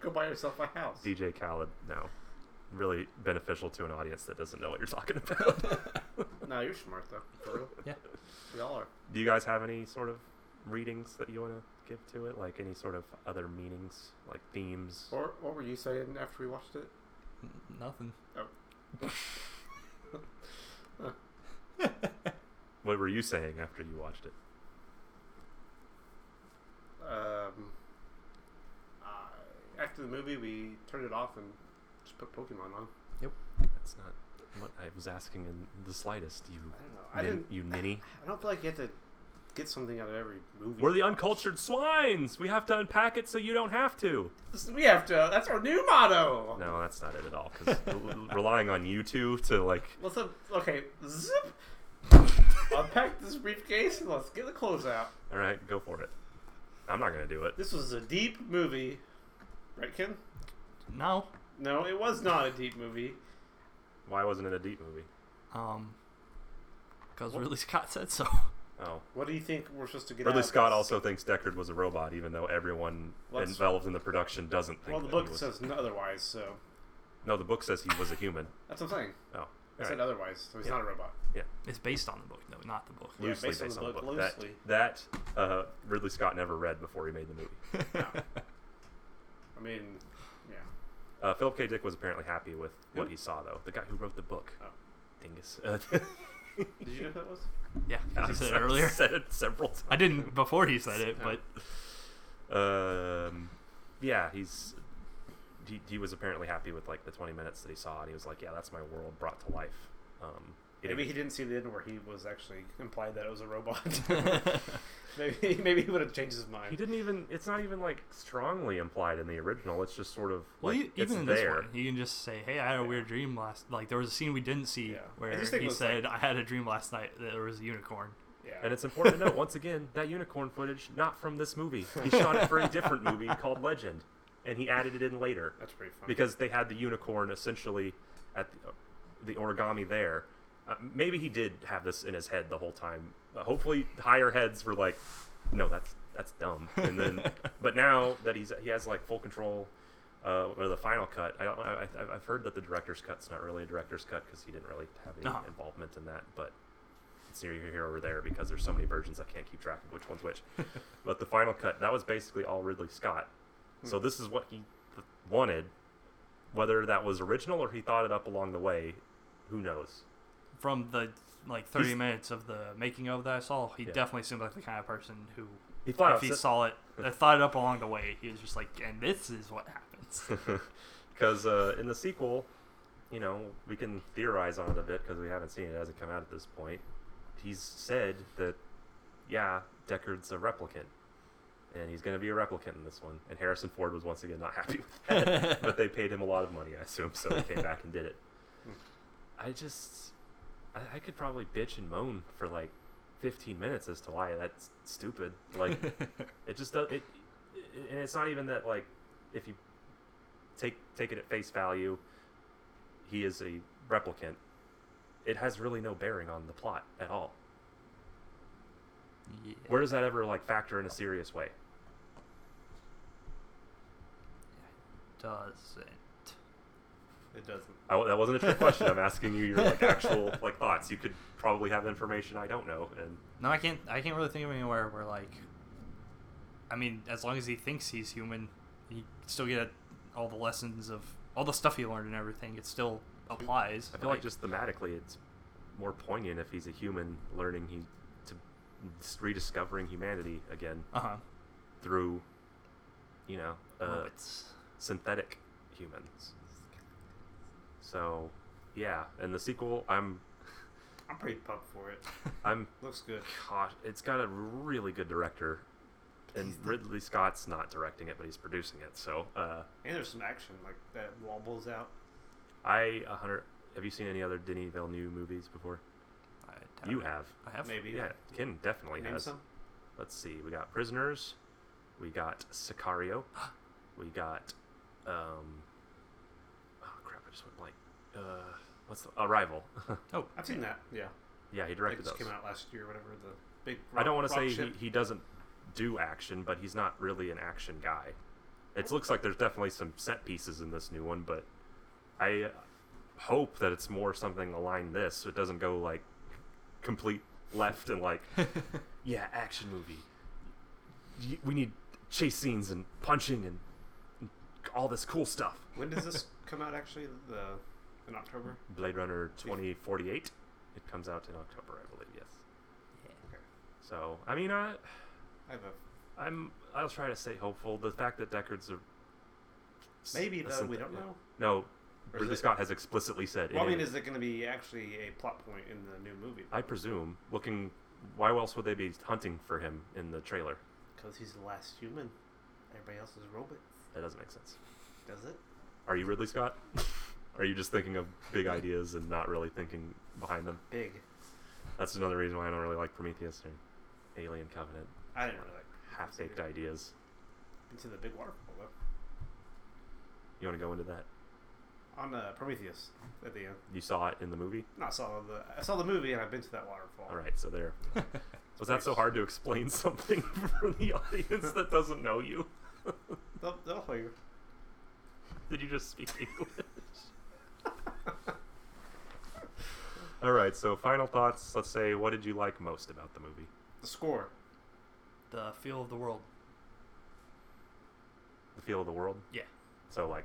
Speaker 1: Go buy yourself a house.
Speaker 3: DJ Khaled now. Really beneficial to an audience that doesn't know what you're talking about.
Speaker 1: No, you're smart though. For real.
Speaker 10: Yeah.
Speaker 1: We all are.
Speaker 3: Do you guys have any sort of readings that you want to give to it? Like any sort of other meanings, like themes?
Speaker 1: Or what were you saying after we watched it?
Speaker 10: N- Nothing.
Speaker 3: What were you saying after you watched it?
Speaker 1: Um, uh, after the movie, we turned it off and just put Pokemon on.
Speaker 3: That's not what I was asking in the slightest. You,
Speaker 1: I don't know. I
Speaker 3: nin-
Speaker 1: didn't.
Speaker 3: you ninny.
Speaker 1: I don't feel like you have to get something out of every movie.
Speaker 3: We're the uncultured swines. We have to unpack it so you don't have to.
Speaker 1: we have to. That's our new motto.
Speaker 3: No, that's not it at all. Because relying on you two to like,
Speaker 1: Let's up, okay. Zip. Unpack this briefcase and let's get the clothes out.
Speaker 3: all right, go for it. I'm not gonna do it.
Speaker 1: This was a deep movie, right, Ken?
Speaker 10: No.
Speaker 1: No, it was not a deep movie.
Speaker 3: Why wasn't it a deep movie?
Speaker 10: Um, because Ridley Scott said so.
Speaker 3: Oh,
Speaker 1: What do you think we're supposed to get? out
Speaker 3: Ridley
Speaker 1: of
Speaker 3: Scott
Speaker 1: this?
Speaker 3: also thinks Deckard was a robot, even though everyone
Speaker 1: Well, that's-
Speaker 3: involved in the production doesn't think.
Speaker 1: Well, the
Speaker 3: that
Speaker 1: book
Speaker 3: he was...
Speaker 1: says n- otherwise, so
Speaker 3: No, the book says he was a human.
Speaker 1: that's what I'm saying.
Speaker 3: Oh, all
Speaker 1: It said
Speaker 3: right.
Speaker 1: otherwise, so he's
Speaker 3: Yeah.
Speaker 1: not a robot.
Speaker 4: It's based on the book, though, not the book.
Speaker 1: Yeah,
Speaker 3: loosely
Speaker 1: based on the book, loosely.
Speaker 3: That, that uh, Ridley Scott never read before he made the movie.
Speaker 1: I mean, yeah.
Speaker 3: Uh, Philip K. Dick was apparently happy with what he saw, though. The guy who wrote the book,
Speaker 1: Oh.
Speaker 3: dingus. Uh,
Speaker 1: Did you know who that was?
Speaker 4: Yeah, as I said
Speaker 3: I've
Speaker 4: earlier.
Speaker 3: said it several times.
Speaker 4: I didn't before he said it, but
Speaker 3: Um, yeah, he's he, he was apparently happy with like the 20 minutes that he saw, and he was like, "Yeah, that's my world brought to life." Um, it-
Speaker 1: Maybe he didn't see the end where he was actually implied that it was a robot. maybe maybe he would have changed his
Speaker 3: He
Speaker 1: mind.
Speaker 3: didn't even. It's not even like strongly implied in the original. It's just sort of
Speaker 4: well,
Speaker 3: like
Speaker 4: you- even
Speaker 3: it's
Speaker 4: in this
Speaker 3: there.
Speaker 4: one, you can just say, "Hey, I had a weird dream last." Like there was a scene we didn't see
Speaker 1: Yeah. I
Speaker 4: where
Speaker 1: just think it
Speaker 4: he
Speaker 1: was,
Speaker 4: said, "I had a dream last night that there was a unicorn."
Speaker 1: Yeah.
Speaker 3: And it's important to note once again that unicorn footage not from this movie. He shot it for a different movie called Legend, and he added it in later
Speaker 1: that's pretty funny.
Speaker 3: because they had the unicorn essentially at the, the origami there. Uh, maybe he did have this in his head the whole time. Uh, hopefully, higher heads were like, "No, that's that's dumb." And then, but now that he's he has like full control. Uh, or the final cut. I don't. I, I- I've heard that the director's cut's not really a director's cut because he didn't really have any
Speaker 4: No.
Speaker 3: involvement in that. But it's neither here or there because there's so many versions I can't keep track of which one's which. but the final cut that was basically all Ridley Scott. So
Speaker 4: Hmm.
Speaker 3: this is what he th- wanted. Whether that was original or he thought it up along the way, who knows?
Speaker 4: from the like 30
Speaker 3: He's-
Speaker 4: minutes of the making of that I saw, he
Speaker 3: Yeah.
Speaker 4: definitely seemed like the kind of person who,
Speaker 3: He thought
Speaker 4: if he saw it, uh, thought it up along the way, he was just like, and this is what happens.
Speaker 3: because uh, in the sequel, you know, we can theorize on it a bit because we haven't seen it. it hasn't come out at this point. He's said that, yeah, Deckard's a replicant, and he's going to be a replicant in this one. And Harrison Ford was once again not happy with that, but they paid him a lot of money, I assume, so he came back and did it. I just, I, I could probably bitch and moan for like 15 minutes as to why that's stupid. Like, it just does. It, it, and it's not even that like, if you take take it at face value, he is a replicant. It has really no bearing on the plot at all.
Speaker 4: yeah.
Speaker 3: Where does that ever like factor in a serious way?
Speaker 4: doesn't.
Speaker 1: It doesn't.
Speaker 3: I, that wasn't a trick question. I'm asking you your like actual like thoughts. You could probably have information I don't know, and
Speaker 4: No, I can't. I can't really think of anywhere where like. I mean, as long as he thinks he's human, he still get all the lessons of all the stuff he learned and everything. It still applies.
Speaker 3: I feel like just thematically, it's more poignant if he's a human learning he to rediscovering humanity again
Speaker 4: uh huh.
Speaker 3: through, you know, uh,
Speaker 4: Robots.
Speaker 3: synthetic humans. So, yeah, and the sequel, I'm
Speaker 1: I'm pretty pumped for it.
Speaker 3: I'm
Speaker 1: Looks good.
Speaker 3: caught. It's got a really good director, and Ridley Scott's not directing it, but he's producing it. So, uh,
Speaker 1: And there's some action like that wobbles out.
Speaker 3: I a hundred. Have you seen any other Denis Villeneuve movies before?
Speaker 4: I
Speaker 3: you
Speaker 4: doubt it.
Speaker 3: have.
Speaker 4: I have.
Speaker 1: Maybe.
Speaker 3: Yeah, Ken definitely
Speaker 1: Name
Speaker 3: has.
Speaker 1: some.
Speaker 3: Let's see. We got Prisoners. We got Sicario. we got, um, oh crap! I just went blank. Uh, what's the Arrival?
Speaker 4: Oh,
Speaker 1: I've seen that. Yeah.
Speaker 3: yeah, he
Speaker 1: It
Speaker 3: directed
Speaker 1: just
Speaker 3: those.
Speaker 1: came out last year, whatever. The big.
Speaker 3: I don't
Speaker 1: rock-
Speaker 3: want to say
Speaker 1: rock
Speaker 3: he,
Speaker 1: ship.
Speaker 3: he doesn't do action, but he's not really an action guy. It looks like there's definitely some set pieces in this new one, but I uh, hope that it's more something aligned this, so it doesn't go like complete left and like, yeah, action movie. Y- We need chase scenes and punching and all this cool stuff.
Speaker 1: When does this come out? Actually, the in October.
Speaker 3: Blade Runner 2048. It comes out in October, I believe. Yes. So I mean, I.
Speaker 1: I have a
Speaker 3: I'm. I'll try to stay hopeful. The fact that Deckard's a
Speaker 1: maybe
Speaker 3: a
Speaker 1: though. We
Speaker 3: synth-
Speaker 1: don't know.
Speaker 3: No,
Speaker 1: Or is
Speaker 3: Ridley
Speaker 1: it-
Speaker 3: Scott has explicitly said.
Speaker 1: Well, I
Speaker 3: in
Speaker 1: mean,
Speaker 3: it-
Speaker 1: is it going to be actually a plot point in the new movie?
Speaker 3: I presume looking. Why else would they be hunting for him in the trailer?
Speaker 1: Because he's the last human. Everybody else is robots.
Speaker 3: That doesn't make sense.
Speaker 1: Does it?
Speaker 3: Are you Ridley Scott? Are you just thinking of big ideas and not really thinking behind them?
Speaker 1: Big.
Speaker 3: That's another reason why I don't really like Prometheus or Alien Covenant.
Speaker 1: I didn't really like.
Speaker 3: Half baked ideas.
Speaker 1: Into the big waterfall though.
Speaker 3: You want to go into that?
Speaker 1: on uh, Prometheus at the end.
Speaker 3: You saw it in the movie.
Speaker 1: No, I saw the I saw the movie and I've been to that waterfall.
Speaker 3: All right, so there. Was that so hard to explain something for the audience that doesn't know you?
Speaker 1: They'll, they'll hear you.
Speaker 3: Did you just speak English? All right, so final thoughts. Let's say, what did you like most about the movie?
Speaker 1: The score.
Speaker 4: the feel of the world.
Speaker 3: The feel of the world.
Speaker 4: Yeah,
Speaker 3: So, like,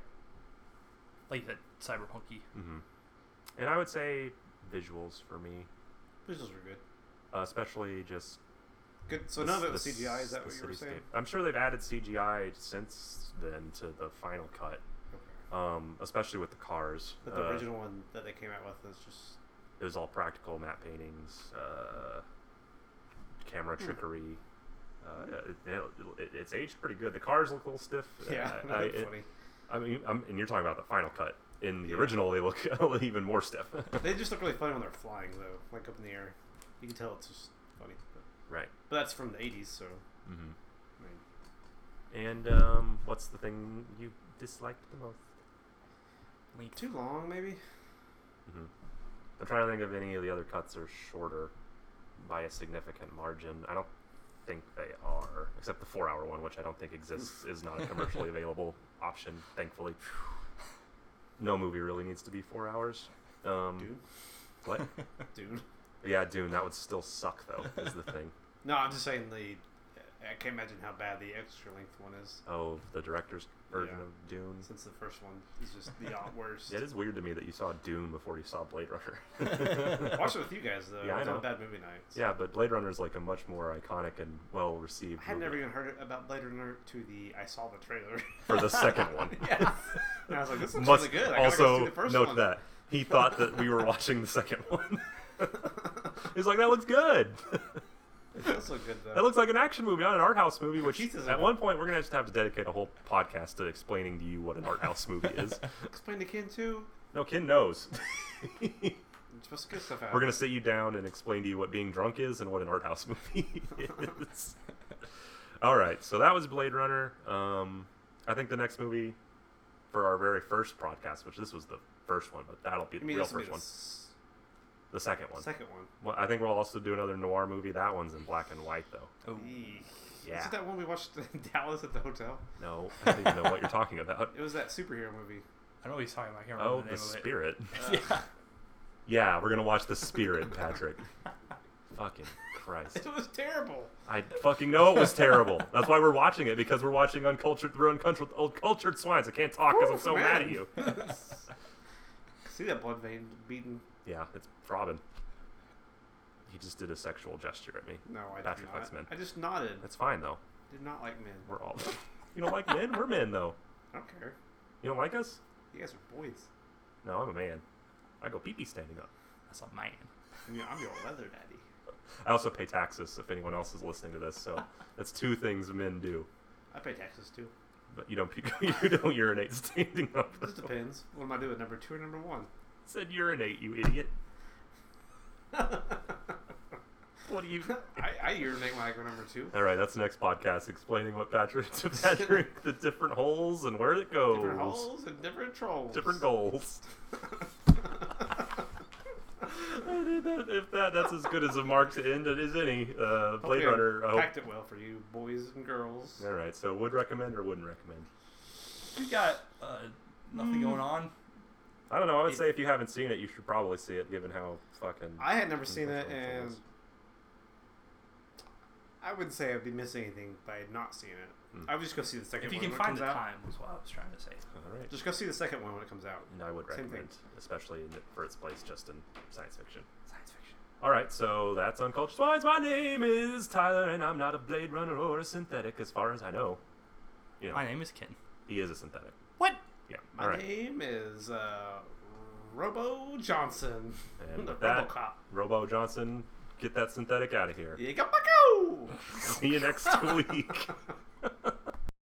Speaker 4: like that cyberpunky.
Speaker 3: hmm and I would say visuals for me,
Speaker 1: Visuals were good.
Speaker 3: uh, especially just.
Speaker 1: Good. So
Speaker 3: the
Speaker 1: none
Speaker 3: s-
Speaker 1: of it was
Speaker 3: the
Speaker 1: CGI. Is
Speaker 3: s-
Speaker 1: that what
Speaker 3: the
Speaker 1: you were saying?
Speaker 3: cityscape. I'm sure they've added CGI since then to the final cut, um, especially with the cars.
Speaker 1: But the
Speaker 3: Uh,
Speaker 1: original one that they came out with is just
Speaker 3: it was all practical matte paintings, uh,
Speaker 1: Hmm.
Speaker 3: camera trickery. Uh, it, it- it- it's aged pretty good. The cars look a little stiff.
Speaker 1: yeah,
Speaker 3: Uh,
Speaker 1: not
Speaker 3: I,
Speaker 1: that funny.
Speaker 3: I mean, I'm, and you're talking about the final cut. In the
Speaker 1: Yeah.
Speaker 3: original, they look even more stiff.
Speaker 1: They just look really funny when they're flying though, like up in the air. You can tell it's just funny. But,
Speaker 3: right.
Speaker 1: but that's from the '80s, so
Speaker 3: hmm
Speaker 1: I mean,
Speaker 3: And um, what's the thing you disliked the most?
Speaker 1: too long maybe.
Speaker 3: hmm I'm trying to think of any of the other cuts that are shorter by a significant margin. I don't think they are, except the four-hour one, which I don't think exists, is not a commercially available option, thankfully. No movie really needs to be four hours. Um,
Speaker 1: Dude,
Speaker 3: What?
Speaker 1: dude.
Speaker 3: yeah, Dune. That would still suck, though. Is the thing.
Speaker 1: No, I'm just saying the. I can't imagine how bad the extra length one is.
Speaker 3: Oh, the director's version
Speaker 1: Yeah.
Speaker 3: of Dune.
Speaker 1: Since the first one is just the uh, worst.
Speaker 3: Yeah, it is weird to me that you saw Dune before you saw Blade
Speaker 1: I
Speaker 3: Runner.
Speaker 1: watched it with you guys though.
Speaker 3: Yeah, I
Speaker 1: it was on
Speaker 3: know.
Speaker 1: Bad Movie Night. so-
Speaker 3: yeah, but Blade Runner is like a much more iconic and well received.
Speaker 1: I had never even heard about Blade Runner to the I saw the trailer.
Speaker 3: for the second one.
Speaker 1: yes. And I was like, this looks
Speaker 3: Must
Speaker 1: really good. I gotta go see
Speaker 3: also
Speaker 1: the first
Speaker 3: note
Speaker 1: one.
Speaker 3: that he thought that we were watching the second one. He's like, that looks good.
Speaker 1: It does look good though.
Speaker 3: That looks like an action movie, not an art house movie. Which
Speaker 1: Jesus,
Speaker 3: at
Speaker 1: I-
Speaker 3: one point we're gonna just have to dedicate a whole podcast to explaining to you what an art house movie is.
Speaker 1: Explain to Ken too.
Speaker 3: No, Ken knows.
Speaker 1: I'm supposed to get stuff out.
Speaker 3: We're gonna sit you down and explain to you what being drunk is and what an art house movie is. All right, so that was Blade Runner. Um, I think the next movie for our very first podcast, which this was the first one, but that'll be
Speaker 1: I
Speaker 3: the
Speaker 1: mean,
Speaker 3: real
Speaker 1: this will be
Speaker 3: first
Speaker 1: the
Speaker 3: one,
Speaker 1: s-
Speaker 3: the second one.
Speaker 1: second one.
Speaker 3: Well, I think we'll also do another noir movie. That one's in black and white though.
Speaker 4: Oh.
Speaker 1: Eek.
Speaker 3: Yeah.
Speaker 1: Is it that one we watched in Dallas at the hotel?
Speaker 3: No, I don't even know what you're talking about.
Speaker 1: It was that superhero movie. Uh,
Speaker 4: I know what he's talking about. I can't remember
Speaker 3: Oh,
Speaker 4: the
Speaker 3: the
Speaker 4: name of it.
Speaker 3: spirit. yeah, we're gonna watch the spirit, Patrick. Fucking Christ.
Speaker 1: It was terrible.
Speaker 3: I fucking know it was terrible. That's why we're watching it because we're watching uncultured, we're uncultured, uncultured swines. I can't talk because I'm so
Speaker 1: man.
Speaker 3: mad at you.
Speaker 1: See that blood vein beaten?
Speaker 3: Yeah, it's Robin. He just did a sexual gesture at me.
Speaker 1: No, I
Speaker 3: Patrick
Speaker 1: did
Speaker 3: likes
Speaker 1: not.
Speaker 3: men.
Speaker 1: I just nodded.
Speaker 3: That's fine though.
Speaker 1: Did not like men.
Speaker 3: We're all. You don't like men? We're men though.
Speaker 1: I don't care.
Speaker 3: You don't like us?
Speaker 1: You guys are boys.
Speaker 3: No, I'm a man. I go pee pee standing up.
Speaker 4: That's a man.
Speaker 1: I mean, I'm your leather daddy.
Speaker 3: I also pay taxes if anyone else is listening to this. So that's two things men do.
Speaker 1: I pay taxes too.
Speaker 3: But you don't pee- you don't urinate standing up.
Speaker 1: This depends. What am I doing? Number two or number one?
Speaker 3: said urinate, you idiot. What do you?
Speaker 1: I, I urinate when I go number two.
Speaker 3: All right, that's the next podcast explaining what Patrick to Patrick the different holes and where it goes.
Speaker 1: Different holes and different trolls.
Speaker 3: Different goals. I did that- if that that's as good as a mark to end it is any. Uh, Blade
Speaker 1: Hope I
Speaker 3: Runner. I hope.
Speaker 1: Packed it well for you, boys and girls.
Speaker 3: All right, so would recommend or wouldn't recommend?
Speaker 10: You got uh,
Speaker 4: Mm.
Speaker 10: nothing going on.
Speaker 3: I don't know. I would say if you haven't seen it, you should probably see it, given how fucking.
Speaker 1: I had never seen it,
Speaker 3: Different
Speaker 1: and
Speaker 3: trolls.
Speaker 1: I wouldn't say I'd be missing anything by not seeing it.
Speaker 3: Hmm.
Speaker 1: I would just go see the second
Speaker 4: If you
Speaker 1: one
Speaker 4: can
Speaker 1: when it
Speaker 4: find
Speaker 1: comes
Speaker 4: the
Speaker 1: out.
Speaker 4: time, was what I was trying to say.
Speaker 3: All right.
Speaker 1: Just go see the second one when it comes out.
Speaker 3: And I would
Speaker 1: Same thing.
Speaker 3: recommend, especially in, for its place just in science fiction.
Speaker 4: Science fiction.
Speaker 3: All right, so that's Uncultured Swines. My name is Tyler, and I'm not a Blade Runner or a synthetic, as far as I know. You know,
Speaker 4: My name is Ken.
Speaker 3: he is a synthetic.
Speaker 4: What?
Speaker 3: Yeah.
Speaker 1: My
Speaker 3: All right.
Speaker 1: name is uh, Robo Johnson.
Speaker 3: And
Speaker 1: the
Speaker 3: with that,
Speaker 1: RoboCop.
Speaker 3: Robo Johnson, get that synthetic out of here.
Speaker 1: Yigga-bucko!
Speaker 3: See you next week.